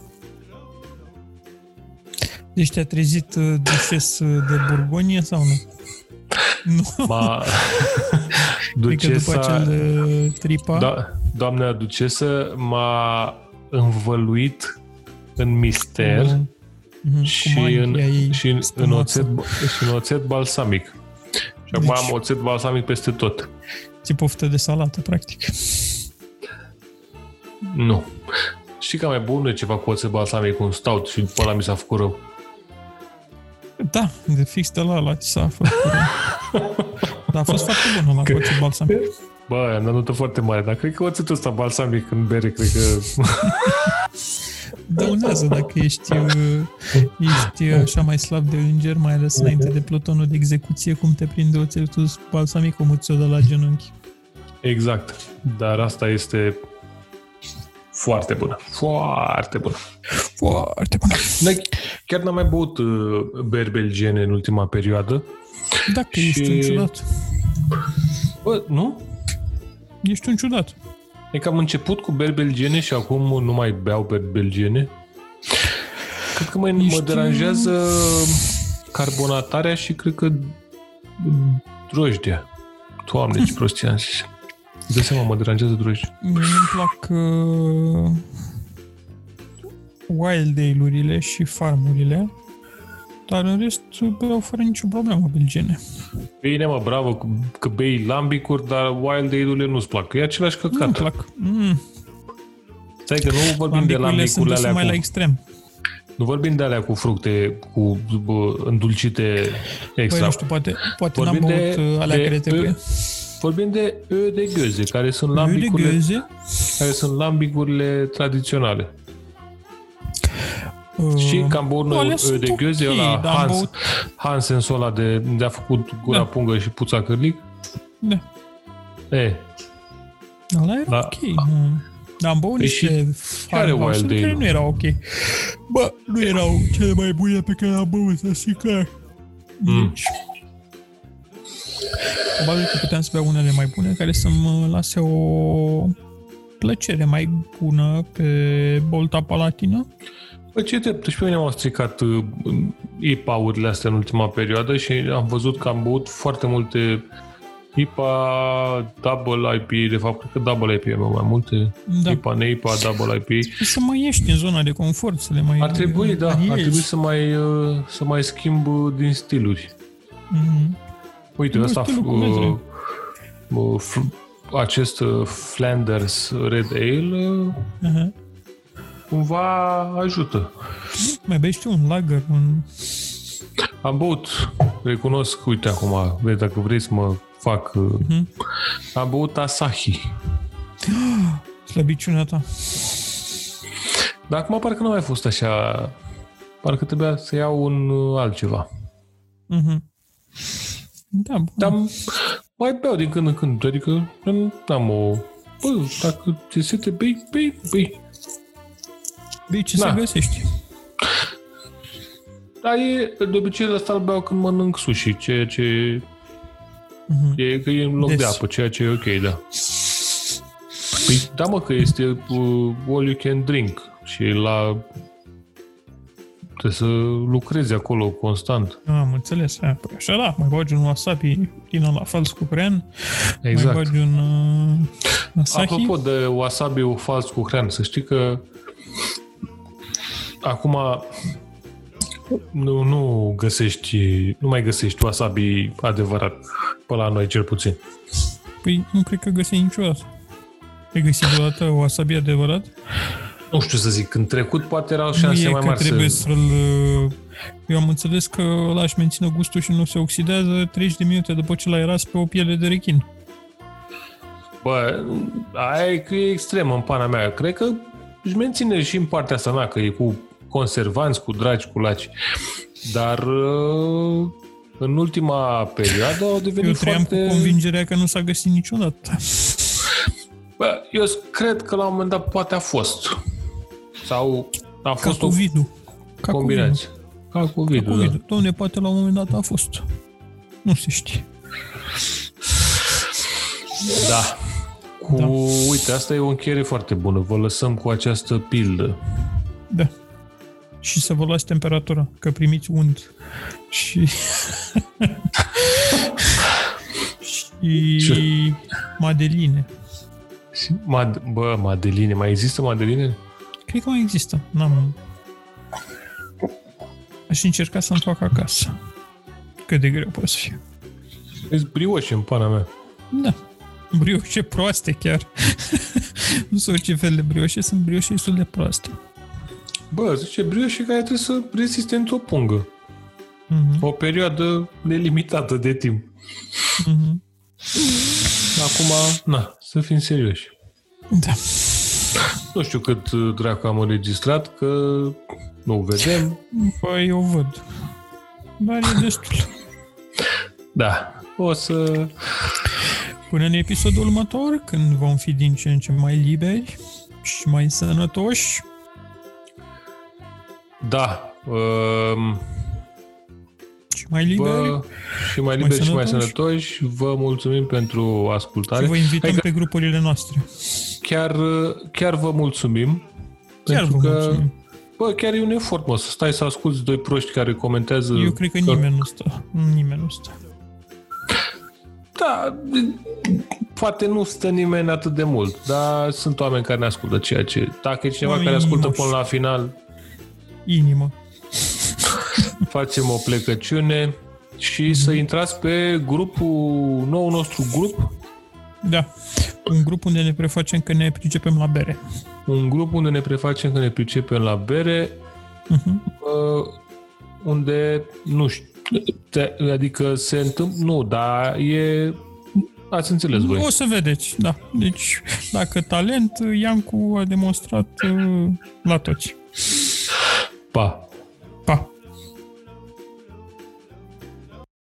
[SPEAKER 2] Deci te-a trezit uh, dușes uh, de Burgonie sau nu? Nu.
[SPEAKER 3] Ma...
[SPEAKER 2] Adică după acel uh, tripa, da.
[SPEAKER 3] Do- doamna ducesă m-a învăluit în mister
[SPEAKER 2] Mhm. cu
[SPEAKER 3] și, în,
[SPEAKER 2] mantia ei
[SPEAKER 3] și, în, în
[SPEAKER 2] spumoasă.
[SPEAKER 3] oțet, și în oțet balsamic. Și acum
[SPEAKER 2] Deci-
[SPEAKER 3] am oțet balsamic peste tot.
[SPEAKER 2] ți poftă de salată, practic.
[SPEAKER 3] Nu. Și ca mai bun e ceva cu oțet balsamic, un stout și după ăla mi s-a făcut rău.
[SPEAKER 2] Da, de fix de la ăla ți s-a făcut. Dar a fost foarte bun ăla cu oțet balsamic.
[SPEAKER 3] Bă, am dat notă foarte mare, dar cred că oțetul ăsta balsamic în bere, cred că...
[SPEAKER 2] Dăunează dacă ești, uh, ești uh, așa mai slab de înger, mai ales înainte de plutonul de execuție, cum te prinde oțetul balsamic, cum îți o dă la genunchi.
[SPEAKER 3] exact. Dar asta este foarte bună. Foarte bună.
[SPEAKER 2] Foarte bun.
[SPEAKER 3] Da, chiar n-am mai băut uh, beri belgiene în ultima perioadă.
[SPEAKER 2] Dacă
[SPEAKER 3] Și-
[SPEAKER 2] ești un ciudat.
[SPEAKER 3] Bă, nu?
[SPEAKER 2] Ești un ciudat.
[SPEAKER 3] E că am început cu beri belgiene și acum nu mai beau beri belgiene. Cred că mă, mă
[SPEAKER 2] Ești-
[SPEAKER 3] deranjează carbonatarea și cred că drojdia. Doamne, ce prostie am zis. Îți dai seama, mă deranjează drojdia.
[SPEAKER 2] Mie îmi plac uh, wild ale-urile și farmurile, dar în rest beau fără nicio problemă belgene.
[SPEAKER 3] Bine, mă, bravo, că- că bei lambicuri, dar wild ale-urile nu-ți plac. E același
[SPEAKER 2] Nu îmi
[SPEAKER 3] căcat.
[SPEAKER 2] plac. Mm,
[SPEAKER 3] Stai că nu vorbim de
[SPEAKER 2] lambicurile sunt
[SPEAKER 3] lambicurile
[SPEAKER 2] duse
[SPEAKER 3] alea
[SPEAKER 2] mai la
[SPEAKER 3] cu
[SPEAKER 2] extrem. Păi,
[SPEAKER 3] Nu vorbim de alea cu fructe, cu bă, îndulcite
[SPEAKER 2] Păi
[SPEAKER 3] extra.
[SPEAKER 2] nu știu, poate, poate n-am
[SPEAKER 3] Exact. vorbim
[SPEAKER 2] băut
[SPEAKER 3] de,
[SPEAKER 2] uh, alea
[SPEAKER 3] de
[SPEAKER 2] care trebuie.
[SPEAKER 3] ă- vorbim de ă de gheoze, care sunt
[SPEAKER 2] Eu de
[SPEAKER 3] lambicurile,
[SPEAKER 2] gheoze,
[SPEAKER 3] care sunt lambicurile tradiționale.
[SPEAKER 2] uh,
[SPEAKER 3] Și cam băut
[SPEAKER 2] alea
[SPEAKER 3] noi ă
[SPEAKER 2] sunt
[SPEAKER 3] de gheoze,
[SPEAKER 2] ok,
[SPEAKER 3] ăla
[SPEAKER 2] dar am
[SPEAKER 3] Hans,
[SPEAKER 2] băut-
[SPEAKER 3] Hansensul ăla de, de a făcut gura
[SPEAKER 2] Da.
[SPEAKER 3] pungă și puța cârlic.
[SPEAKER 2] Da,
[SPEAKER 3] E,
[SPEAKER 2] ăla era
[SPEAKER 3] Da.
[SPEAKER 2] ok. mm. Dar am băut
[SPEAKER 3] Păi și
[SPEAKER 2] niște
[SPEAKER 3] care
[SPEAKER 2] farmhouse
[SPEAKER 3] Wild
[SPEAKER 2] care
[SPEAKER 3] Ale?
[SPEAKER 2] nu erau ok. Bă, nu erau cele mai bune pe care am băut, să e clar.
[SPEAKER 3] mm.
[SPEAKER 2] Probabil că puteam să beau unele mai bune care să-mi uh, lase o plăcere mai bună pe bolta palatină.
[SPEAKER 3] Bă, Păi ce drept, și pe mine m-au stricat uh, IPA-urile astea în ultima perioadă și am văzut că am băut foarte multe IPA, Double IPA, de fapt, cred că Double IPA bă, mai multe,
[SPEAKER 2] Da.
[SPEAKER 3] da. IPA, NEIPA, Double IPA.
[SPEAKER 2] Să mă ieși din zona de confort, să le mai...
[SPEAKER 3] Ar trebui, da, ar
[SPEAKER 2] ieși.
[SPEAKER 3] trebui să mai, uh, să mai schimb uh, din stiluri.
[SPEAKER 2] Mhm.
[SPEAKER 3] Uite,
[SPEAKER 2] Nu,
[SPEAKER 3] ăsta,
[SPEAKER 2] stilul cum
[SPEAKER 3] uh,
[SPEAKER 2] vezi, Ren.
[SPEAKER 3] uh, fr- acest uh, Flanders Red Ale uh,
[SPEAKER 2] Aha.
[SPEAKER 3] cumva ajută.
[SPEAKER 2] Mai bei și tu un lager, un...
[SPEAKER 3] Am băut, recunosc, uite acum, vezi, dacă vrei să mă fac... Uh-huh. Am băut Asahi.
[SPEAKER 2] Slăbiciunea ta.
[SPEAKER 3] Dar acum parcă nu a mai fost așa... Parcă trebuia să iau un uh, altceva.
[SPEAKER 2] Mhm. Da, bun.
[SPEAKER 3] Dar mai beau din când în când, adică nu am o... Bă, dacă te sete, bei, bei, bei.
[SPEAKER 2] Bei ce
[SPEAKER 3] da.
[SPEAKER 2] să găsești.
[SPEAKER 3] Dar e, de obicei ăsta îl beau când mănânc sushi, ceea ce
[SPEAKER 2] Mhm.
[SPEAKER 3] e, că e în loc
[SPEAKER 2] Des.
[SPEAKER 3] de apă, ceea ce e ok, da. Păi, da mă, că este uh, all you can drink și la... Trebuie să lucrezi acolo constant.
[SPEAKER 2] Am înțeles. A, păi așa da, mai bagi un wasabi din la fals cu cren,
[SPEAKER 3] Exact.
[SPEAKER 2] mai bagi un uh, asahi.
[SPEAKER 3] Apropo de wasabi fals cu hrean, să știi că acum nu, nu găsești, nu mai găsești wasabi adevărat, pe la noi cel puțin.
[SPEAKER 2] Păi nu cred că găsi niciodată. Ai găsit vreodată wasabi adevărat?
[SPEAKER 3] Nu știu să zic, în trecut poate erau
[SPEAKER 2] nu
[SPEAKER 3] șanse
[SPEAKER 2] e
[SPEAKER 3] mai
[SPEAKER 2] că
[SPEAKER 3] mari
[SPEAKER 2] trebuie
[SPEAKER 3] să...
[SPEAKER 2] să-l... uh, Eu am înțeles că ăla își mențină gustul și nu se oxidează 30 de minute după ce l-ai ras pe o piele de rechin.
[SPEAKER 3] Bă, aia e că e extrem în pana mea. Cred că își menține și în partea asta, na, că e cu conservanți, cu dragi, cu laci. Dar uh, în ultima perioadă au devenit
[SPEAKER 2] Eu trăiam
[SPEAKER 3] foarte...
[SPEAKER 2] cu convingerea că nu s-a găsit niciodată.
[SPEAKER 3] Bă, eu s- cred că la un moment dat poate a fost. Sau a
[SPEAKER 2] Ca
[SPEAKER 3] fost o
[SPEAKER 2] COVID-ul. Ca
[SPEAKER 3] combinație. Ca covid
[SPEAKER 2] COVID-ul.
[SPEAKER 3] da.
[SPEAKER 2] COVID-ul. Doamne, poate la un moment dat a fost. Nu se știe.
[SPEAKER 3] da. Cu,
[SPEAKER 2] Da.
[SPEAKER 3] Uite, asta e o încheiere foarte bună. Vă lăsăm cu această pildă.
[SPEAKER 2] Da. Și să vă luați temperatura, că primiți unt. Și... și...
[SPEAKER 3] Ce?
[SPEAKER 2] Madeline.
[SPEAKER 3] Și Mad- bă, Madeline, mai există Madeline?
[SPEAKER 2] Cred că mai există. N-am... Aș încerca să-mi fac acasă. Cât de greu poate să fie.
[SPEAKER 3] Ești brioși în pana mea.
[SPEAKER 2] Da. Brioșe proaste chiar. nu sunt orice fel de brioșe, sunt brioșe destul de proaste.
[SPEAKER 3] Bă, zice brioșii care trebuie să reziste într-o pungă.
[SPEAKER 2] Mhm.
[SPEAKER 3] O perioadă nelimitată de timp.
[SPEAKER 2] Mhm.
[SPEAKER 3] Acum, na, să fim serioși.
[SPEAKER 2] Da.
[SPEAKER 3] Nu știu cât uh, dracu am înregistrat, că nu vedem.
[SPEAKER 2] Păi eu văd. Dar e destul.
[SPEAKER 3] Da. O să...
[SPEAKER 2] Până în episodul următor, când vom fi din ce în ce mai liberi și mai sănătoși,
[SPEAKER 3] Da. Um,
[SPEAKER 2] și mai liberi,
[SPEAKER 3] vă,
[SPEAKER 2] Bă,
[SPEAKER 3] și mai liberi și mai
[SPEAKER 2] sănătoși.
[SPEAKER 3] sănătoși. Vă mulțumim pentru ascultare.
[SPEAKER 2] și vă invităm
[SPEAKER 3] Adică
[SPEAKER 2] pe grupurile noastre.
[SPEAKER 3] chiar, chiar vă mulțumim.
[SPEAKER 2] Chiar
[SPEAKER 3] pentru
[SPEAKER 2] vă
[SPEAKER 3] că
[SPEAKER 2] mulțumim.
[SPEAKER 3] bă, chiar e un efort, mă, să stai să asculti doi proști care comentează...
[SPEAKER 2] Eu cred că nimeni nu stă. Nimeni nu stă.
[SPEAKER 3] Da, poate nu stă nimeni atât de mult, dar sunt oameni care ne ascultă ceea ce... Dacă e cineva
[SPEAKER 2] Oamenii
[SPEAKER 3] care ascultă
[SPEAKER 2] inimoși.
[SPEAKER 3] până la final,
[SPEAKER 2] Inimă.
[SPEAKER 3] facem o plecăciune și
[SPEAKER 2] Mhm.
[SPEAKER 3] să intrați pe grupul, nou nostru grup,
[SPEAKER 2] Da. Un grup unde ne prefacem că ne pricepem la bere.
[SPEAKER 3] un grup unde ne prefacem că ne pricepem la bere,
[SPEAKER 2] Mhm.
[SPEAKER 3] uh, unde, nu știu, te, adică se întâmplă, nu, dar e, ați înțeles voi.
[SPEAKER 2] O să vedeți, da. Deci, dacă talent, Iancu a demonstrat uh, la toți.
[SPEAKER 3] Pa!